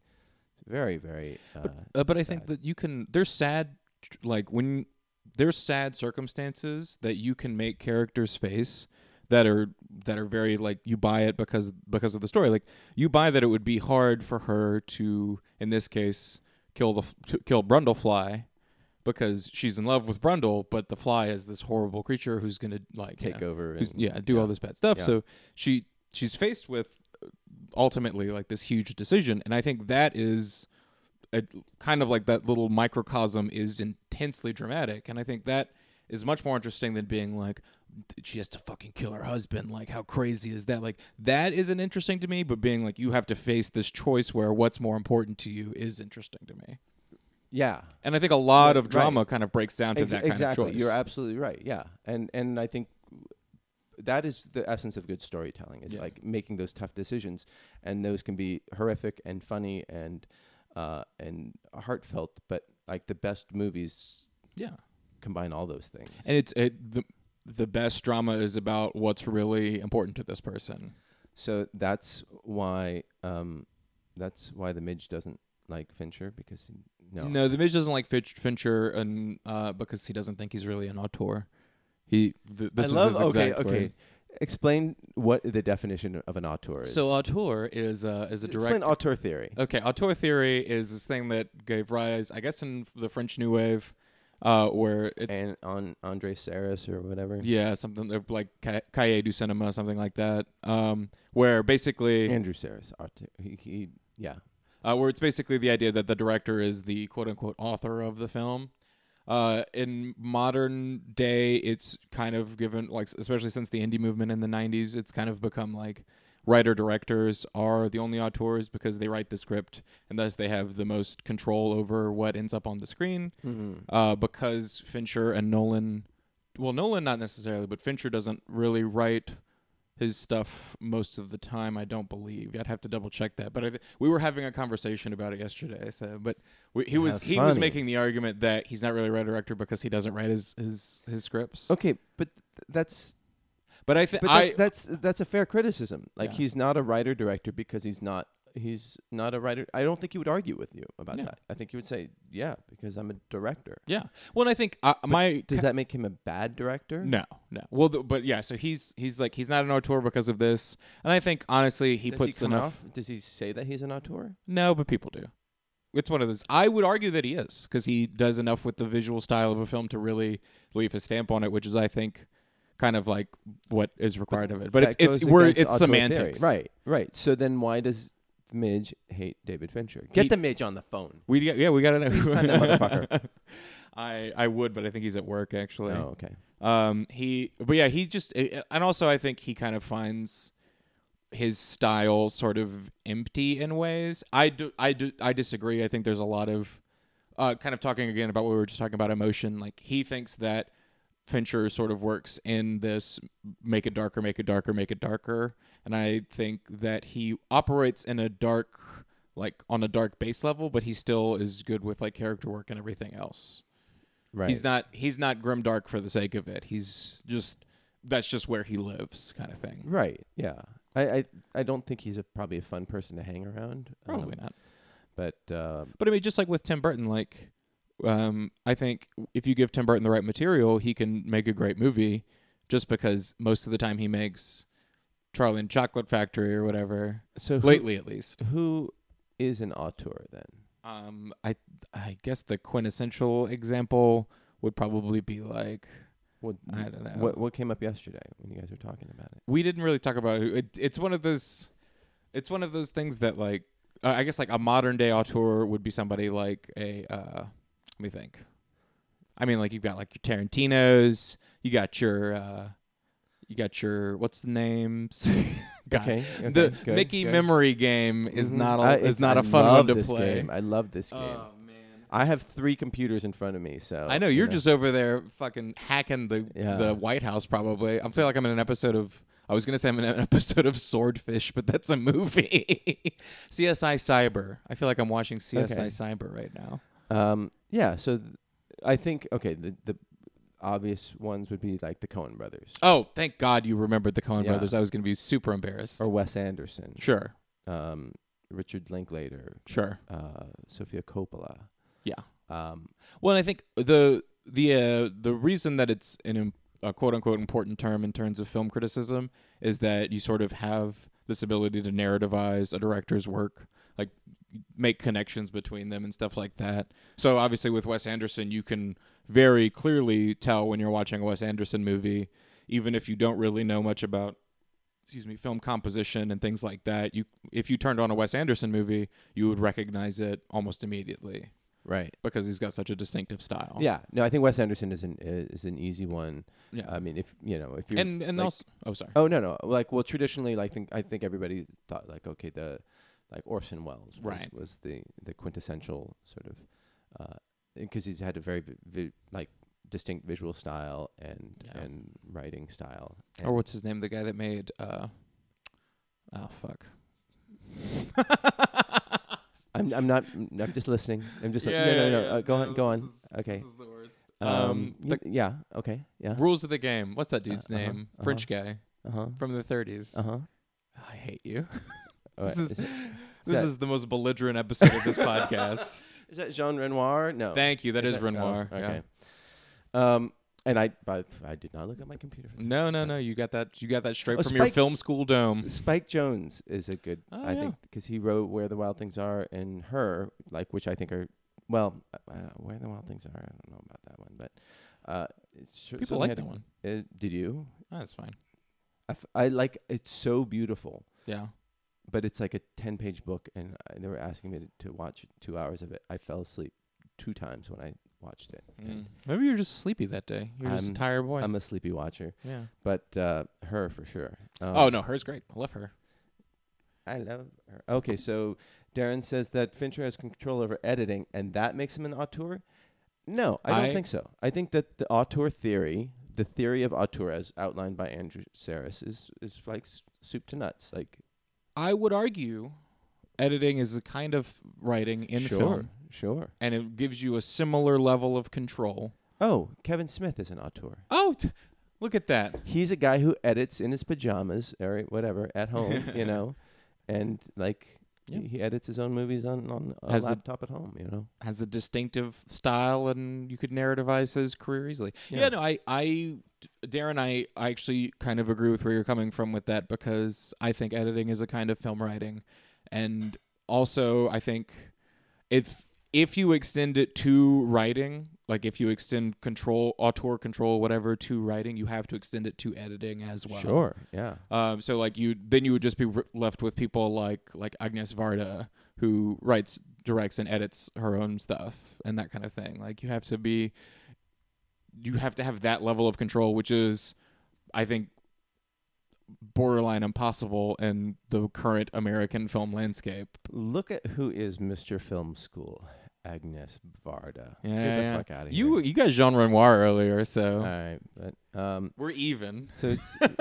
S2: very very. Uh,
S3: But, uh, but I think
S2: sad.
S3: that you can. There's sad, tr- like when there's sad circumstances that you can make characters face that are that are very like you buy it because because of the story. Like you buy that it would be hard for her to, in this case, kill the f- to kill Brundlefly because she's in love with Brundle, but the fly is this horrible creature who's gonna like you
S2: take
S3: know,
S2: over.
S3: who's-
S2: And,
S3: yeah do all this bad stuff
S2: Yeah.
S3: so she she's faced with uh, ultimately like this huge decision and i think that is a, kind of like that little microcosm is intensely dramatic and i think that is much more interesting than being like she has to fucking kill her husband like how crazy is that like that isn't interesting to me but being like you have to face this choice where what's more important to you is interesting to me
S2: Yeah.
S3: and i think a lot of
S2: Right.
S3: drama kind of breaks down to
S2: Ex-
S3: that kind
S2: exactly.
S3: of choice
S2: You're absolutely right. Yeah, and and I think that is the essence of good storytelling is
S3: Yeah.
S2: like making those tough decisions, and those can be horrific and funny and uh, and heartfelt. But like the best movies
S3: yeah
S2: combine all those things.
S3: And it's it, the the best drama is about what's really important to this person.
S2: so that's why um, that's why the Midge doesn't like Fincher because he, no,
S3: No, the Midge doesn't like Fitch, Fincher, and uh, because he doesn't think he's really an auteur. He th- this
S2: I
S3: is
S2: love
S3: his
S2: okay
S3: exact
S2: okay.
S3: word.
S2: Explain what the definition of an auteur is.
S3: So auteur is uh, is a direct.
S2: explain auteur theory.
S3: Okay, auteur theory is this thing that gave rise, I guess, in the French New Wave, uh, where it's
S2: and on Andre Saris or whatever.
S3: yeah something that- like Ca- Cahiers du Cinema, something like that, um, where basically
S2: Andrew Saris. Art- he, he, yeah.
S3: uh, where it's basically the idea that the director is the quote unquote author of the film. Uh, in modern day, it's kind of given like, especially since the indie movement in the '90s, it's kind of become like writer directors are the only auteurs because they write the script and thus they have the most control over what ends up on the screen. Uh, because Fincher and Nolan, well, Nolan not necessarily, but Fincher doesn't really write his stuff most of the time. I don't believe. I'd have to double check that. But I th- we were having a conversation about it yesterday. So, but we, he was
S2: How
S3: he was
S2: funny.
S3: making the argument that he's not really a writer director because he doesn't write his his, his scripts.
S2: Okay, but th- that's
S3: But I think
S2: but
S3: I
S2: that's, that's that's a fair criticism. Like
S3: Yeah.
S2: he's not a writer director because he's not he's not a writer. I don't think he would argue with you about
S3: Yeah.
S2: that. I think he would say, yeah, because I'm a director.
S3: yeah. Well, and I think uh, my
S2: Does that make him a bad director?
S3: no no well th- but yeah so he's he's like he's not an auteur because of this and I think honestly he
S2: Does
S3: puts
S2: come
S3: enough
S2: off- Does he say that he's an auteur?
S3: No, but people do. It's one of those. I would argue that he is because he does enough with the visual style of a film to really leave his stamp on it, which is, I think, kind of like what is required of it. But
S2: That
S3: it's it's
S2: goes
S3: we're,
S2: against
S3: it's
S2: authoritarian-
S3: semantics,
S2: Right, right. So then why does Midge hate David Fincher? Get
S3: He-
S2: the Midge on the phone.
S3: We yeah, we gotta know.
S2: FaceTime that motherfucker.
S3: I I would, but I think he's at work
S2: Oh,
S3: actually.
S2: okay.
S3: Um, he, but yeah, he just, eh, and also I think he kind of finds his style sort of empty in ways. I do, I do, I disagree. I think there's a lot of, uh, kind of talking again about what we were just talking about emotion. Like he thinks that Fincher sort of works in this make it darker, make it darker, make it darker, and I think that he operates in a dark, like on a dark base level, but he still is good with like character work and everything else.
S2: Right.
S3: He's not he's not grimdark for the sake of it. He's just that's just where he lives, kind of thing.
S2: Right. Yeah. I, I, I don't think he's a, probably a fun person to hang around.
S3: Probably
S2: um,
S3: not.
S2: But uh,
S3: But I mean, just like with Tim Burton, like um, I think if you give Tim Burton the right material, he can make a great movie. Just because most of the time he makes Charlie and Chocolate Factory or whatever
S2: so who-
S3: lately, at least.
S2: who is an auteur then?
S3: Um, I I guess the quintessential example would probably be like
S2: What,
S3: I don't know. Uh,
S2: What, what came up yesterday when you guys were talking about it?
S3: we didn't really talk about it. it it's one of those it's one of those things that like uh, i guess like a modern day auteur would be somebody like a uh let me think i mean like you've got like your tarantinos you got your uh you got your what's the names God.
S2: Okay. okay,
S3: the
S2: good,
S3: mickey
S2: good.
S3: memory game is
S2: Mhm.
S3: not a,
S2: I-
S3: is
S2: it-
S3: not
S2: I
S3: a fun
S2: love
S3: one to
S2: this
S3: play
S2: Game. I love this game.
S3: oh man
S2: I have three computers in front of me, so
S3: I know
S2: you
S3: you're just over there fucking hacking the
S2: Oh, Yeah.
S3: the White House probably. I feel like I'm in an episode of I was gonna say I'm in an episode of Swordfish, but that's a movie. CSI Cyber. I feel like I'm watching CSI
S2: Okay.
S3: Cyber right now.
S2: Um, yeah, so th- I think okay, the, the obvious ones would be like the Cohen brothers
S3: Oh, thank God you remembered the Coen
S2: Yeah.
S3: Brothers. I was gonna be super embarrassed.
S2: or Wes Anderson,
S3: Oh. sure,
S2: um, Richard Linklater,
S3: sure.
S2: uh, Sofia Coppola.
S3: Yeah.
S2: Um,
S3: Well, and I think the the uh, the reason that it's an im- a quote unquote important term in terms of film criticism is that you sort of have this ability to narrativize a director's work, like make connections between them and stuff like that. So obviously, with Wes Anderson, you can very clearly tell when you're watching a Wes Anderson movie, even if you don't really know much about excuse me film composition and things like that you if you turned on a Wes Anderson movie you would recognize it almost immediately
S2: right.
S3: because he's got such a distinctive style.
S2: Yeah. No, I think Wes Anderson is an is an easy one.
S3: Oh. yeah.
S2: I mean, if you know, if you
S3: and and
S2: like-
S3: also, oh sorry,
S2: Oh no, no. Like well, traditionally, like think I think everybody thought like okay, the like Orson Welles was,
S3: Right.
S2: was the the quintessential sort of because he's had a very vi- vi- like distinct visual style and
S3: Yeah.
S2: and writing style. And
S3: or what's his name? The guy that made uh, oh fuck.
S2: I'm I'm not I'm just listening. I'm just like, no no no. Uh, go on go on. okay.
S3: the worst.
S2: um.
S3: Um,
S2: y- yeah. Okay. Yeah.
S3: the rules of the game. What's that dude's
S2: Uh, uh-huh,
S3: name?
S2: uh-huh.
S3: French guy
S2: Uh huh.
S3: from the 30s.
S2: Uh huh.
S3: I hate you.
S2: This
S3: is-
S2: is, it-
S3: This
S2: that-
S3: is the most belligerent episode of this podcast.
S2: is that Jean Renoir? No.
S3: Thank you. That is
S2: oh,
S3: Renoir. yeah.
S2: okay. Um. And I, I I did not look at my computer. For that.
S3: No, no, no. You got that. You got that straight
S2: Oh,
S3: from your
S2: Spike-
S3: film school dome.
S2: Spike Jones is a good,
S3: Mm. Oh,
S2: I
S3: yeah.
S2: think, because he wrote Where the Wild Things Are and Her, like which I think are, well, uh, uh, Where the Wild Things Are, I don't know about that one, but uh, it sure,
S3: People like
S2: certainly had
S3: that
S2: a-
S3: one.
S2: Uh, did you?
S3: Oh, that's fine.
S2: I, f- I like it's so beautiful,
S3: Yeah.
S2: but it's like a ten-page book, and I, they were asking me to, to watch two hours of it. I fell asleep two times when I watched it.
S3: Mm.
S2: and
S3: Maybe you're just sleepy that day. You're just a
S2: I'm-
S3: tired boy.
S2: I'm a sleepy watcher,
S3: yeah.
S2: but uh, Her for sure. Um,
S3: oh no, hers great. I love her.
S2: I love her. Okay, so Darren says that Fincher has control over editing, and that makes him an auteur. No, I don't
S3: I-
S2: think so. I think that the auteur theory, the theory of auteur as outlined by Andrew Saris, is is like s- soup to nuts. Like
S3: I would argue editing is a kind of writing in
S2: sure,
S3: film,
S2: sure.
S3: and it gives you a similar level of control.
S2: Oh, Kevin Smith is an auteur.
S3: Oh, t- look at that!
S2: He's a guy who edits in his pajamas or whatever at home, you know, and like
S3: Yeah.
S2: he edits his own movies on on a
S3: Has a-
S2: laptop at home, you know.
S3: Has a distinctive style, and you could narrativize his career easily. Yeah,
S2: Yeah.
S3: no, I, I, Darren, I, I actually kind of agree with where you're coming from with that because I think editing is a kind of film writing, and also I think if if you extend it to writing, like if you extend control, auteur control, whatever, to writing, you have to extend it to editing as well.
S2: Sure. Yeah.
S3: Um, so like you, then you would just be r left with people like like Agnes Varda, who writes, directs, and edits her own stuff and that kind of thing. Like you have to be, you have to have that level of control, which is, I think, borderline impossible in the current American film landscape.
S2: Look at who is Mr. Film School, Agnes Varda.
S3: Yeah,
S2: Get the
S3: yeah.
S2: fuck out of
S3: you
S2: here. Uh,
S3: you got genre noir earlier, so
S2: All right, but um,
S3: we're even.
S2: so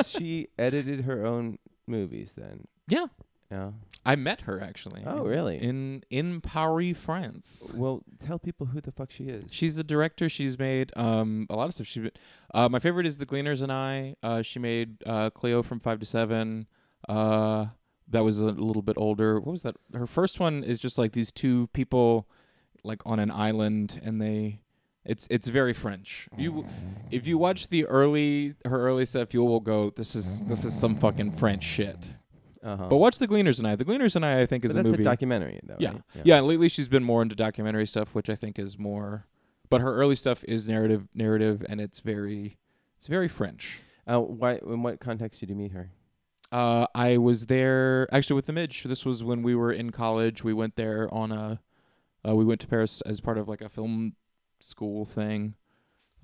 S2: she edited her own movies then.
S3: Yeah,
S2: Yeah.
S3: I met her actually.
S2: Oh, really?
S3: In in Paris, France.
S2: Well, tell people who the fuck she is.
S3: She's a director. She's made um, a lot of stuff. She, uh, my favorite is The Gleaners and I. Uh, she made uh, Cleo from Five to Seven. Uh, that was a little bit older. What was that? Her first one is just like these two people, like on an island, and they. It's it's very French. You, if you watch the early her early stuff, you will go. This is this is some fucking French shit.
S2: Uh-huh.
S3: But watch The Gleaners and I. The Gleaners and I, I think, is
S2: But that's
S3: a movie.
S2: documentary, though.
S3: Yeah.
S2: right?
S3: yeah, Lately, she's been more into documentary stuff, which I think is more. But her early stuff is narrative, narrative, and it's very, it's very French.
S2: Uh, why? In what context did you meet her?
S3: Uh, I was there actually with the Midge. This was when we were in college. We went there on a, uh, we went to Paris as part of like a film school thing.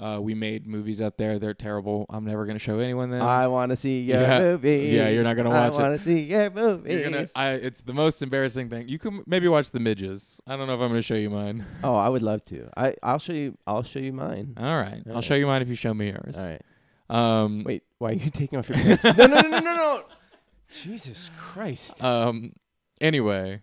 S3: Uh, we made movies out there. They're terrible. I'm never gonna show anyone them.
S2: I want to see your
S3: Uh, Yeah.
S2: movie.
S3: Yeah, you're not gonna watch it.
S2: I want to see your movie.
S3: You're gonna, I, it's the most embarrassing thing. You can maybe watch the midges. I don't know if I'm gonna show you mine.
S2: oh, I would love to. I I'll show you. I'll show you mine.
S3: All right, I'll
S2: right.
S3: show you mine if you show me yours.
S2: All right.
S3: Um,
S2: Wait. Why are you taking off your pants? no, no, no, no, no, no. Jesus Christ.
S3: Um. Anyway,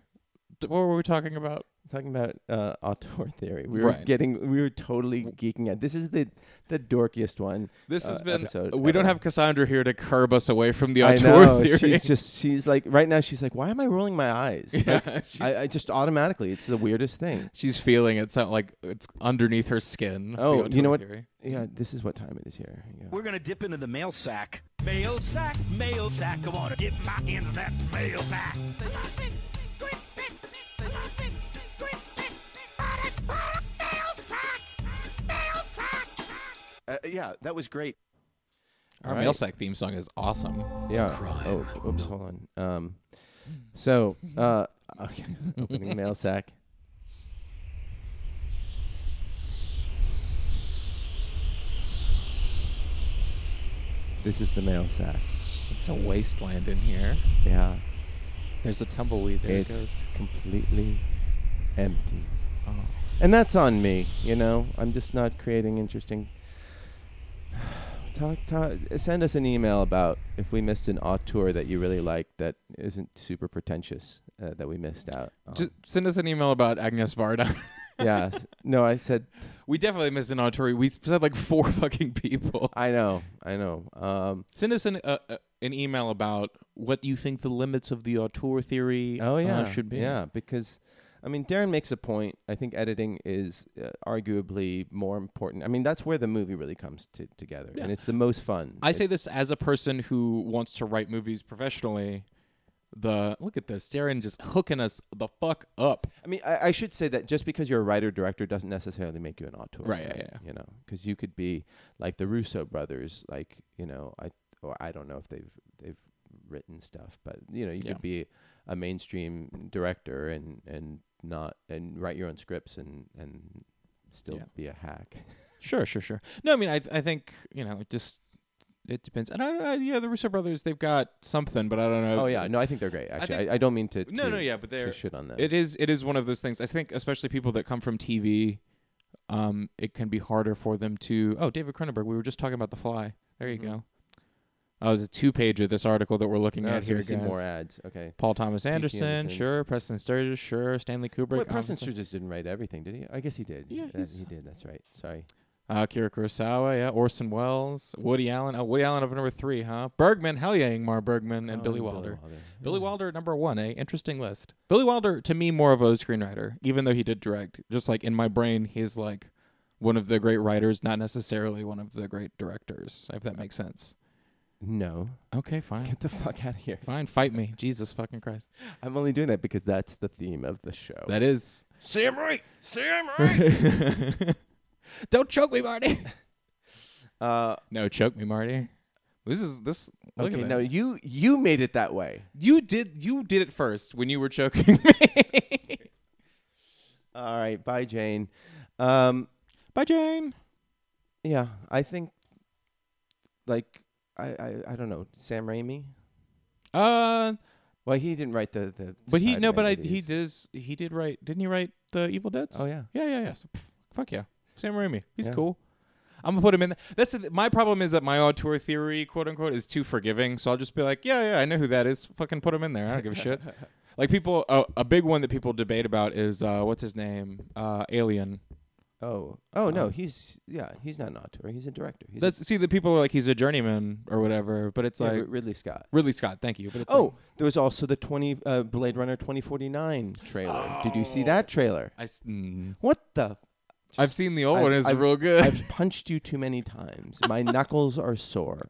S3: th- what were we talking about?
S2: talking about uh, auteur theory. We were
S3: Right.
S2: getting, we were totally geeking out. This is the the dorkiest one.
S3: This has
S2: uh,
S3: been.
S2: episode
S3: we don't
S2: ever.
S3: have Cassandra here to curb us away from the
S2: I
S3: auteur
S2: know.
S3: theory.
S2: She's just, she's like, right now, she's like, why am I rolling my eyes?
S3: Yeah,
S2: Like,
S3: she's,
S2: I, I just automatically, it's the weirdest thing.
S3: she's feeling it. So like it's underneath her skin. the
S2: Oh, you know
S3: auteur
S2: what?
S3: theory.
S2: Yeah, this is what time it is here. Yeah.
S6: We're gonna dip into the mail sack. Mail sack, mail sack. Come on, get my hands in that mail sack.
S1: Uh, yeah, that was great.
S3: Our
S2: All right.
S3: mail sack theme song is awesome.
S2: Yeah. Oh, oops, hold on. Um, so, uh, okay, opening mail sack. This is the mail sack.
S3: It's a wasteland in here.
S2: Yeah.
S3: There's a tumbleweed. There it
S2: it's
S3: goes. Oh.
S2: completely empty. And that's on me, you know. I'm just not creating interesting. Talk, talk, send us an email about if we missed an auteur that you really like that isn't super pretentious uh, that we missed out. on.
S3: Just send us an email about Agnes Varda.
S2: yeah, s- no, I said
S3: we definitely missed an auteur. We said like four fucking people.
S2: I know, I know. Um,
S3: Send us an uh, uh, an email about what you think the limits of the auteur theory
S2: Oh
S3: uh,
S2: yeah,
S3: should be.
S2: Yeah, because I mean, Darren makes a point. I think editing is uh, arguably more important. I mean, that's where the movie really comes to, together, and it's the most fun.
S3: I say
S2: It's-
S3: this as a person who wants to write movies professionally. The look at this, Darren just hooking us the fuck up.
S2: I mean, I, I should say that just because you're a writer director doesn't necessarily make you an auteur.
S3: Right, yeah, yeah.
S2: You know, because you could be like the Russo brothers. Like, you know, I or I don't know if they've they've written stuff, but you know, you
S3: Yeah.
S2: could be a mainstream director and and not and write your own scripts and and still
S3: Yeah.
S2: be a hack.
S3: Sure, sure, sure. No, I mean, I I think you know, it just it depends. And I, I yeah, the Russo brothers, they've got something, but I don't know.
S2: Oh yeah, no, I think they're great. Actually, I,
S3: think-
S2: I, don't mean to.
S3: No,
S2: to-
S3: no, yeah, but
S2: to
S3: they're-
S2: shit on them.
S3: it is it is one of those things. I think especially people that come from TV, um, it can be harder for them to. Oh, David Cronenberg, we were just talking about The Fly. There
S2: Mm-hmm.
S3: you go. Oh, there's a two page of this article that we're looking
S2: No,
S3: at
S2: so
S3: here,
S2: we Oh, see
S3: guys.
S2: more ads. Okay.
S3: Paul Thomas Anderson,
S2: Anderson.
S3: sure. Preston Sturges, sure. Stanley Kubrick,
S2: Wait, Preston
S3: obviously.
S2: Sturges didn't write everything, did he? I guess he did.
S3: Yeah,
S2: That-
S3: he's-
S2: he did. That's right. Sorry.
S3: uh, Kira Kurosawa, yeah. Orson Welles, Woody Allen. Oh, Woody Allen up at number three, huh? Bergman, hell yeah, Ingmar Bergman, and
S2: Oh,
S3: Billy Wilder.
S2: Wilder.
S3: Billy Wilder at number one, eh? Interesting list. Billy Wilder, to me, more of a screenwriter, even though he did direct. Just like in my brain, he's like one of the great writers, not necessarily one of the great directors, if that makes sense.
S2: No.
S3: Okay, fine.
S2: Get the fuck out of here.
S3: Fine, fight me. Jesus fucking Christ.
S2: I'm only doing that because that's the theme of the show.
S3: That is.
S2: Sam right. Sam
S3: Don't choke me, Marty.
S2: Uh,
S3: no, choke me, Marty. This is this. Look
S2: okay,
S3: at
S2: no,
S3: that.
S2: you you made it that way.
S3: You did. You did it first when you were choking me.
S2: All right, bye, Jane. Um,
S3: Bye, Jane.
S2: yeah, I think, like, I, I I don't know, Sam Raimi.
S3: Uh,
S2: Well, he didn't write the the.
S3: but he no,
S2: Spider-Man
S3: but I he
S2: movies.
S3: does he did write didn't he write the Evil Dead's?
S2: Oh yeah.
S3: Yeah, yeah, yeah. So, pff, fuck yeah, Sam Raimi. He's
S2: Yeah.
S3: cool. I'm gonna put him in. The, that's the, th- my problem is that my auteur theory, quote unquote, is too forgiving. So I'll just be like, yeah, yeah, I know who that is. Fucking put him in there. I don't give a shit. Like people, uh, a big one that people debate about is uh, what's his name, uh, Alien.
S2: Oh, oh no, he's yeah, he's not an auteur. He's a director. He's a-
S3: Um, That's see the people are like he's a journeyman or whatever, but it's
S2: yeah,
S3: like
S2: Rid- Ridley Scott.
S3: Ridley Scott. Thank you. But it's like,
S2: Oh, there was also the twenty uh, Blade Runner twenty forty nine trailer. Did you see
S3: Oh.
S2: that trailer?
S3: I, s- mm.
S2: What the?
S3: I've seen the old one. It's
S2: I've-
S3: real good.
S2: I've punched you too many times. My knuckles are sore.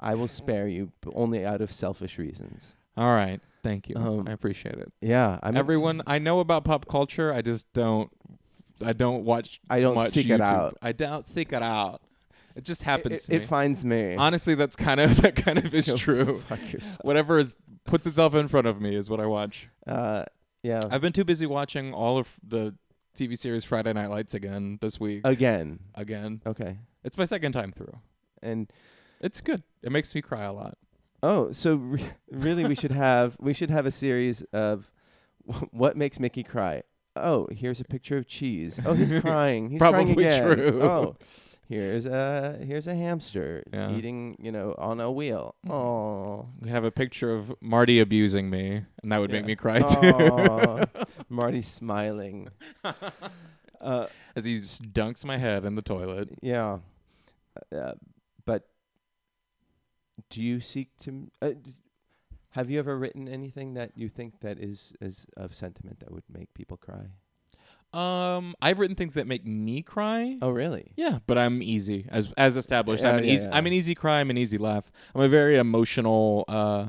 S2: I will spare you, but only out of selfish reasons.
S3: All right, thank you.
S2: Um,
S3: I appreciate it.
S2: Yeah, I'm ex-
S3: Everyone, I know about pop culture. I just don't. I don't watch.
S2: I don't
S3: much
S2: seek it
S3: YouTube.
S2: out.
S3: I don't seek it out. It just
S2: It,
S3: happens
S2: it,
S3: to
S2: it
S3: me.
S2: finds me.
S3: Honestly, that's kind of that kind of is
S2: Go
S3: true.
S2: Fuck yourself.
S3: Whatever is puts itself in front of me is what I watch.
S2: Uh, yeah.
S3: I've been too busy watching all of the TV series Friday Night Lights again this week.
S2: Again.
S3: again,
S2: Okay.
S3: it's my second time through.
S2: And
S3: It's good. It makes me cry a lot.
S2: oh, so re- really, we should have we should have a series of what makes Mickey cry. Oh, here's a picture of cheese. Oh, he's crying. He's crying
S3: Probably
S2: again.
S3: true.
S2: Oh, here's a here's a hamster
S3: Yeah. Mm-hmm.
S2: eating, you know, on a wheel. Oh.
S3: We have a picture of Marty abusing me, and that would make
S2: Yeah. Oh.
S3: me cry too.
S2: Aw, Marty's smiling. Uh,
S3: As he s- dunks my head in the toilet.
S2: yeah, uh, but do you seek to? m- Uh, d- have you ever written anything that you think that is is of sentiment that would make people cry?
S3: Um, I've written things that make me cry.
S2: Oh, really?
S3: Yeah, but I'm easy as as established. I'm
S2: Yeah,
S3: an
S2: yeah,
S3: easy
S2: yeah.
S3: I'm an easy cry. I'm an easy laugh. I'm a very emotional uh,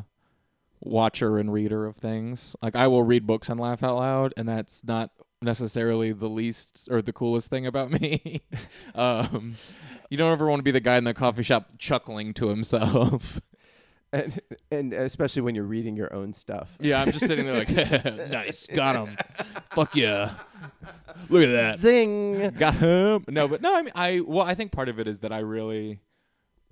S3: watcher and reader of things. Like I will read books and laugh out loud, and that's not necessarily the least or the coolest thing about me. um, you don't ever want to be the guy in the coffee shop chuckling to himself.
S2: And and especially when you're reading your own stuff.
S3: yeah, I'm just sitting there like, nice, got him. Fuck yeah, look at that.
S2: Zing.
S3: got him. No, but no, I mean, I well, I think part of it is that I really,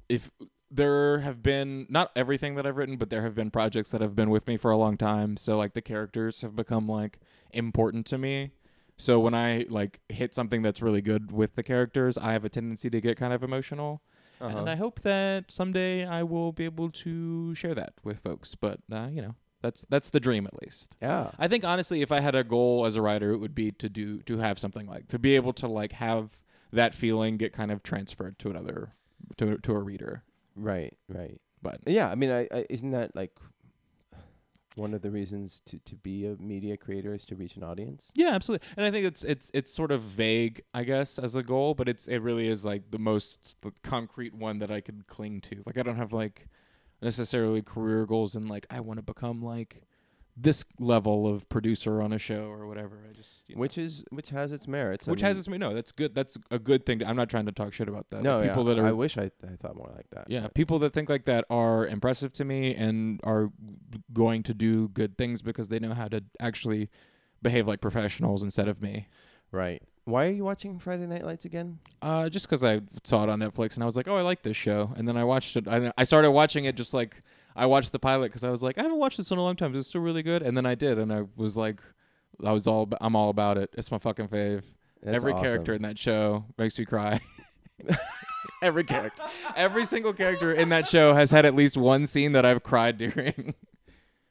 S3: if there have been not everything that I've written, but there have been projects that have been with me for a long time. So like the characters have become like important to me. So when I like hit something that's really good with the characters, I have a tendency to get kind of emotional. And I hope that someday I will be able to share that with folks. But uh, you know, that's that's the dream at least.
S2: Yeah.
S3: I think honestly, if I had a goal as a writer, it would be to do to have something like to be able to like have that feeling get kind of transferred to another to to a reader.
S2: Right. Right.
S3: But
S2: Yeah. I mean, I, I isn't that like one of the reasons to to be a media creator is to reach an audience?
S3: yeah, absolutely. And I think it's it's it's sort of vague, I guess, as a goal, but it's it really is like the most like, concrete one that I could cling to. Like I don't have like necessarily career goals and like I want to become like this level of producer on a show or whatever. I just you know.
S2: Which is which has its merits. I
S3: Which
S2: mean-
S3: has its no. That's good. That's a good thing. To, I'm not trying to talk shit about that.
S2: no
S3: Like,
S2: yeah,
S3: people that are
S2: I wish I, I thought more like that.
S3: Yeah,
S2: but-
S3: people that think like that are impressive to me and are going to do good things because they know how to actually behave like professionals instead of me.
S2: Right. Why are you watching Friday Night Lights again?
S3: Uh, just because I saw it on Netflix and I was like, oh, I like this show, and then I watched it. I, I started watching it just like I watched the pilot because I was like, I haven't watched this in a long time. Is it still really good? And then I did, and I was like, I was all, ab- I'm all about it. It's my fucking fave.
S2: That's
S3: every
S2: awesome.
S3: character in that show makes me cry. every character, every single character in that show has had at least one scene that I've cried during.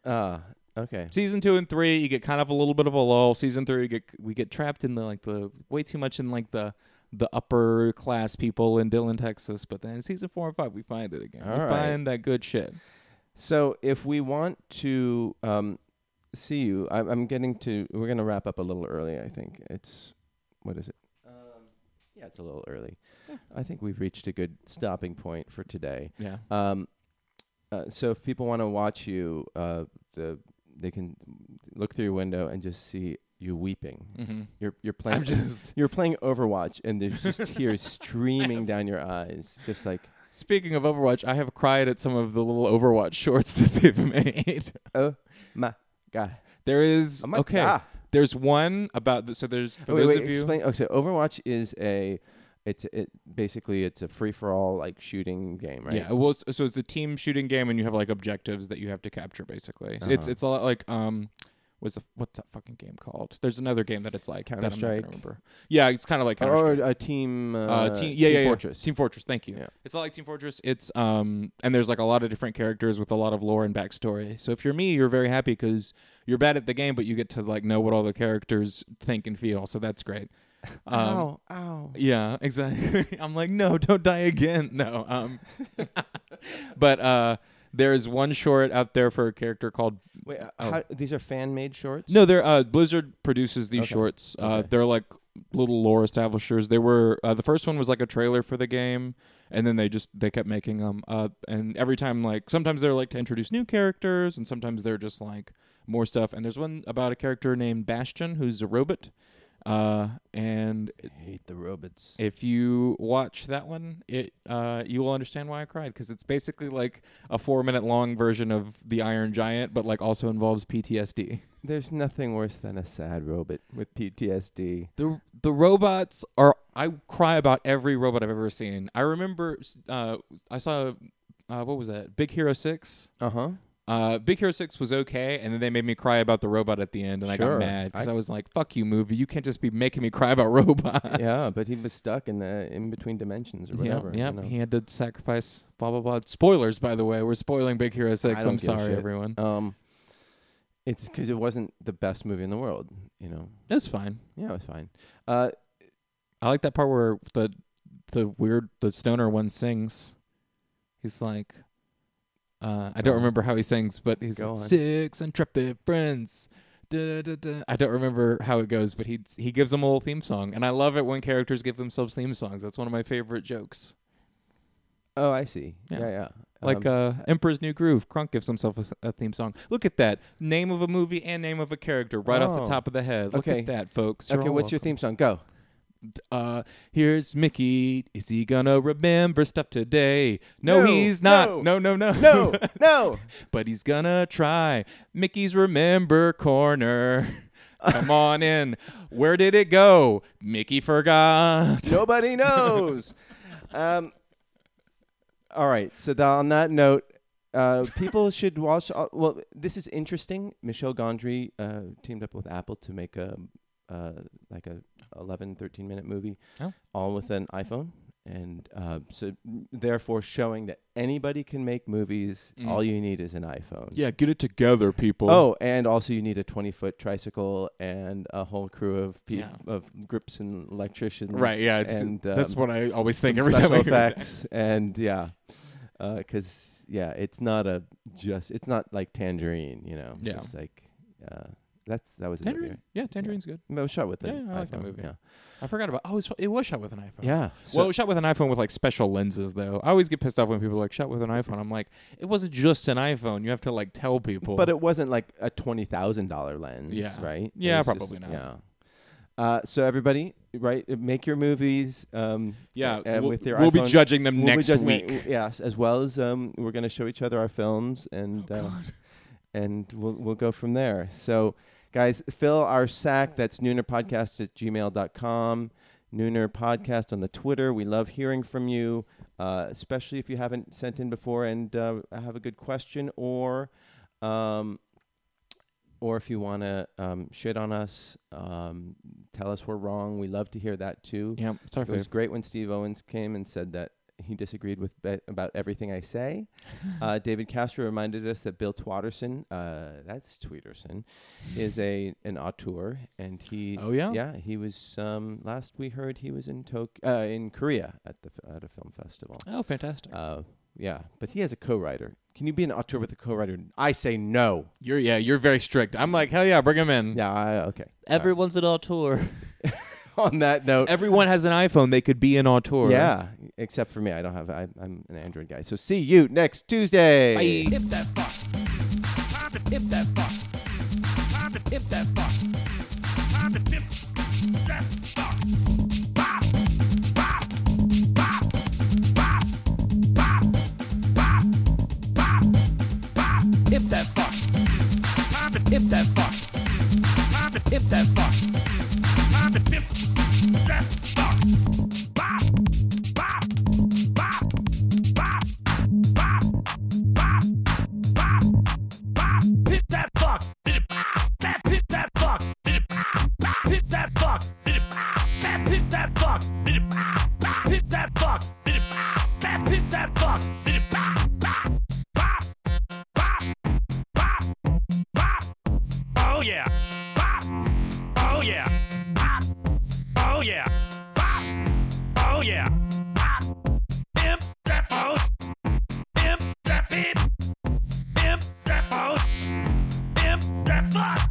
S2: Ah, okay.
S3: Season two and three, you get kind of a little bit of a lull. Season three, we get we get trapped in the like the way too much in like the the upper class people in Dillon, Texas. But then in season four and five, we find it again.
S2: All
S3: we
S2: right.
S3: find that good shit.
S2: So if we want to um, see you, I'm, I'm getting to. We're gonna wrap up a little early. I think it's what is it? Um, yeah, it's a little early. I think we've reached a good stopping point for today.
S3: Yeah.
S2: Um, uh, so if people want to watch you, uh, the they can look through your window and just see you weeping. You're you're playing. you're playing Overwatch, and there's just tears streaming down your eyes, just like
S3: Speaking of Overwatch, I have cried at some of the little Overwatch shorts that they've made.
S2: oh my god.
S3: There is
S2: Oh my
S3: okay.
S2: God.
S3: There's one about the, so there's for
S2: Oh, wait,
S3: those
S2: wait,
S3: of you.
S2: explain. Okay, Overwatch is a it's it basically it's a free for all like shooting game, right?
S3: Yeah, well, it's- so it's a team shooting game, and you have like objectives that you have to capture. Basically, So
S2: Uh-huh.
S3: it's it's a lot like um, what's the, what's that fucking game called? There's another game that it's like that I'm not gonna
S2: Counter-Strike.
S3: Remember? Yeah, it's kind of like
S2: Or
S3: Counter-Strike.
S2: a team, uh,
S3: uh, team, yeah,
S2: Team
S3: yeah, yeah.
S2: Fortress.
S3: Team Fortress. Thank you.
S2: Yeah.
S3: It's not like Team Fortress. It's um, and there's like a lot of different characters with a lot of lore and backstory. So if you're me, you're very happy because you're bad at the game, but you get to like know what all the characters think and feel. So that's great. Um,
S2: ow.
S3: yeah, exactly. I'm like, no, don't die again. No. Um, but uh, there is one short out there for a character called.
S2: Wait, uh,
S3: Oh.
S2: how, these are fan made shorts.
S3: No, they're uh, Blizzard produces these
S2: Okay.
S3: shorts. Uh,
S2: Okay.
S3: They're like little lore establishers. They were uh, the first one was like a trailer for the game, and then they just they kept making them. Uh, and every time, like sometimes they're like to introduce new characters, and sometimes they're just like more stuff. And there's one about a character named Bastion who's a robot. Uh, and
S2: I hate the robots.
S3: if you watch that one, it uh, you will understand why I cried because it's basically like a four minute long version of the Iron Giant, but like also involves PTSD.
S2: There's nothing worse than a sad robot with PTSD.
S3: The the robots are I cry about every robot I've ever seen. I remember uh, I saw uh, what was that Big Hero Six.
S2: Uh huh.
S3: Uh, Big Hero Six was okay, and then they made me cry about the robot at the end, and I got
S2: Sure.
S3: mad because
S2: I-
S3: I, was like, "Fuck you, movie! You can't just be making me cry about robots."
S2: Yeah, but he was stuck in the in between dimensions or
S3: Yeah,
S2: whatever. you
S3: yeah.
S2: know.
S3: He had to sacrifice blah blah blah. Spoilers, by the way, we're spoiling Big Hero
S2: I
S3: Six.
S2: don't
S3: I'm
S2: give a
S3: sorry,
S2: shit.
S3: everyone.
S2: Um, it's because it wasn't the best movie in the world. You know.
S3: It's fine.
S2: Yeah, it was fine. Uh,
S3: I like that part where the the weird the stoner one sings. He's like, uh, I
S2: Go
S3: don't
S2: on.
S3: remember how he sings, but he's
S2: Go
S3: like,
S2: on.
S3: six intrepid friends. Da, da, da. I don't remember how it goes, but he he gives them a little theme song, and I love it when characters give themselves theme songs. That's one of my favorite jokes.
S2: oh, I see. Yeah,
S3: Yeah.
S2: yeah.
S3: Like
S2: Um,
S3: uh, Emperor's New Groove, Krunk gives himself a s- a, theme song. Look at that name of a movie and name of a character right off the
S2: Oh.
S3: top of the head. Look
S2: Okay.
S3: at that, folks. You're
S2: okay,
S3: all
S2: what's your
S3: welcome.
S2: theme song? Go.
S3: Uh, here's Mickey. Is he gonna remember stuff today? No,
S2: No,
S3: he's not.
S2: no,
S3: No, no, no,
S2: No, no.
S3: but he's gonna try. Mickey's remember corner. Come on in. Where did it go? Mickey forgot.
S2: Nobody knows. um, all right. So th- on that note, uh, people should watch. Uh, well, this is interesting. Michel Gondry uh, teamed up with Apple to make a uh, like a 11, 13 minute movie,
S3: Oh.
S2: all with an iPhone. And uh, so, therefore, showing that anybody can make movies.
S3: Mm.
S2: All you need is an iPhone.
S3: Yeah, get it together, people.
S2: Oh, and also you need a twenty-foot tricycle and a whole crew of pe-
S3: Yeah.
S2: of grips and electricians.
S3: right. Yeah, it's,
S2: and
S3: that's
S2: um,
S3: what I always think
S2: some
S3: every time.
S2: special
S3: I hear that.
S2: effects and yeah, because yeah, it's not a just. It's not like Tangerine, you know.
S3: Yeah.
S2: Just like uh, that's that was a good
S3: Tangerine. Yeah, Tangerine's good.
S2: movie. It was shot with an
S3: Yeah, I like that
S2: iPhone,
S3: movie.
S2: Yeah.
S3: I forgot about. Oh, it's, it was shot with an iPhone.
S2: Yeah. So,
S3: well, it was shot with an iPhone with like special lenses, though. I always get pissed off when people are like shot with an iPhone. I'm like, it wasn't just an iPhone. You have to like tell people.
S2: but it wasn't like a twenty thousand dollar lens,
S3: Yeah.
S2: right? It
S3: Yeah,
S2: was
S3: probably not.
S2: Yeah. Uh, so everybody, right? Make your movies. Um,
S3: yeah,
S2: and
S3: we'll,
S2: with your
S3: we'll be
S2: iPhone.
S3: judging them
S2: We'll be
S3: next
S2: judging-
S3: week.
S2: Yes, as well as um, we're going to show each other our films and
S3: Oh,
S2: uh, and we'll we'll go from there. So, guys, fill our sack. That's noonerpodcast at gmail.com. Nooner podcast on the Twitter. We love hearing from you, uh, especially if you haven't sent in before and uh, have a good question or. Um, or if you want to um, shit on us, um, tell us we're wrong. We love to hear that too.
S3: yeah, it's our
S2: It was
S3: favorite.
S2: great when Steve Owens came and said that he disagreed with be- about everything I say. uh, David Castro reminded us that Bill Twatterson, uh, that's Tweederson, is a an auteur, and he
S3: Oh yeah,
S2: yeah he was um, last we heard he was in Tok- uh, in Korea at the f- at a film festival.
S3: Oh, fantastic.
S2: Uh, yeah, but he has a co-writer. Can you be an auteur with a co-writer? I say no.
S3: You're yeah, you're very strict. I'm like, hell yeah, bring them in.
S2: Yeah, I, okay.
S4: Everyone's an auteur.
S2: On that note,
S3: Everyone has an iPhone. They could be an auteur.
S2: yeah, except for me, I don't have. I, I'm an Android guy. So see you next Tuesday.
S6: If that fuck. Time to if that fuck. Time to if that fuck. Time pimp that fuck. Time to pimp that fuck. Bop, bop, bop, bop, bop, bop, bop, bop. Pimp that fuck. Bop, That pimp that fuck. Bop, bop, Pimp that fuck. Bop, That pimp that fuck. Bop, bop, Pimp that fuck. Bop, That pimp that fuck. Bop, bop, bop, bop, bop, bop. Oh yeah. Bop. Oh yeah. Bop. Oh yeah. Bop. Oh yeah. Bop. Imp that phone. Imp that fit. Imp that phone. Imp that fuck.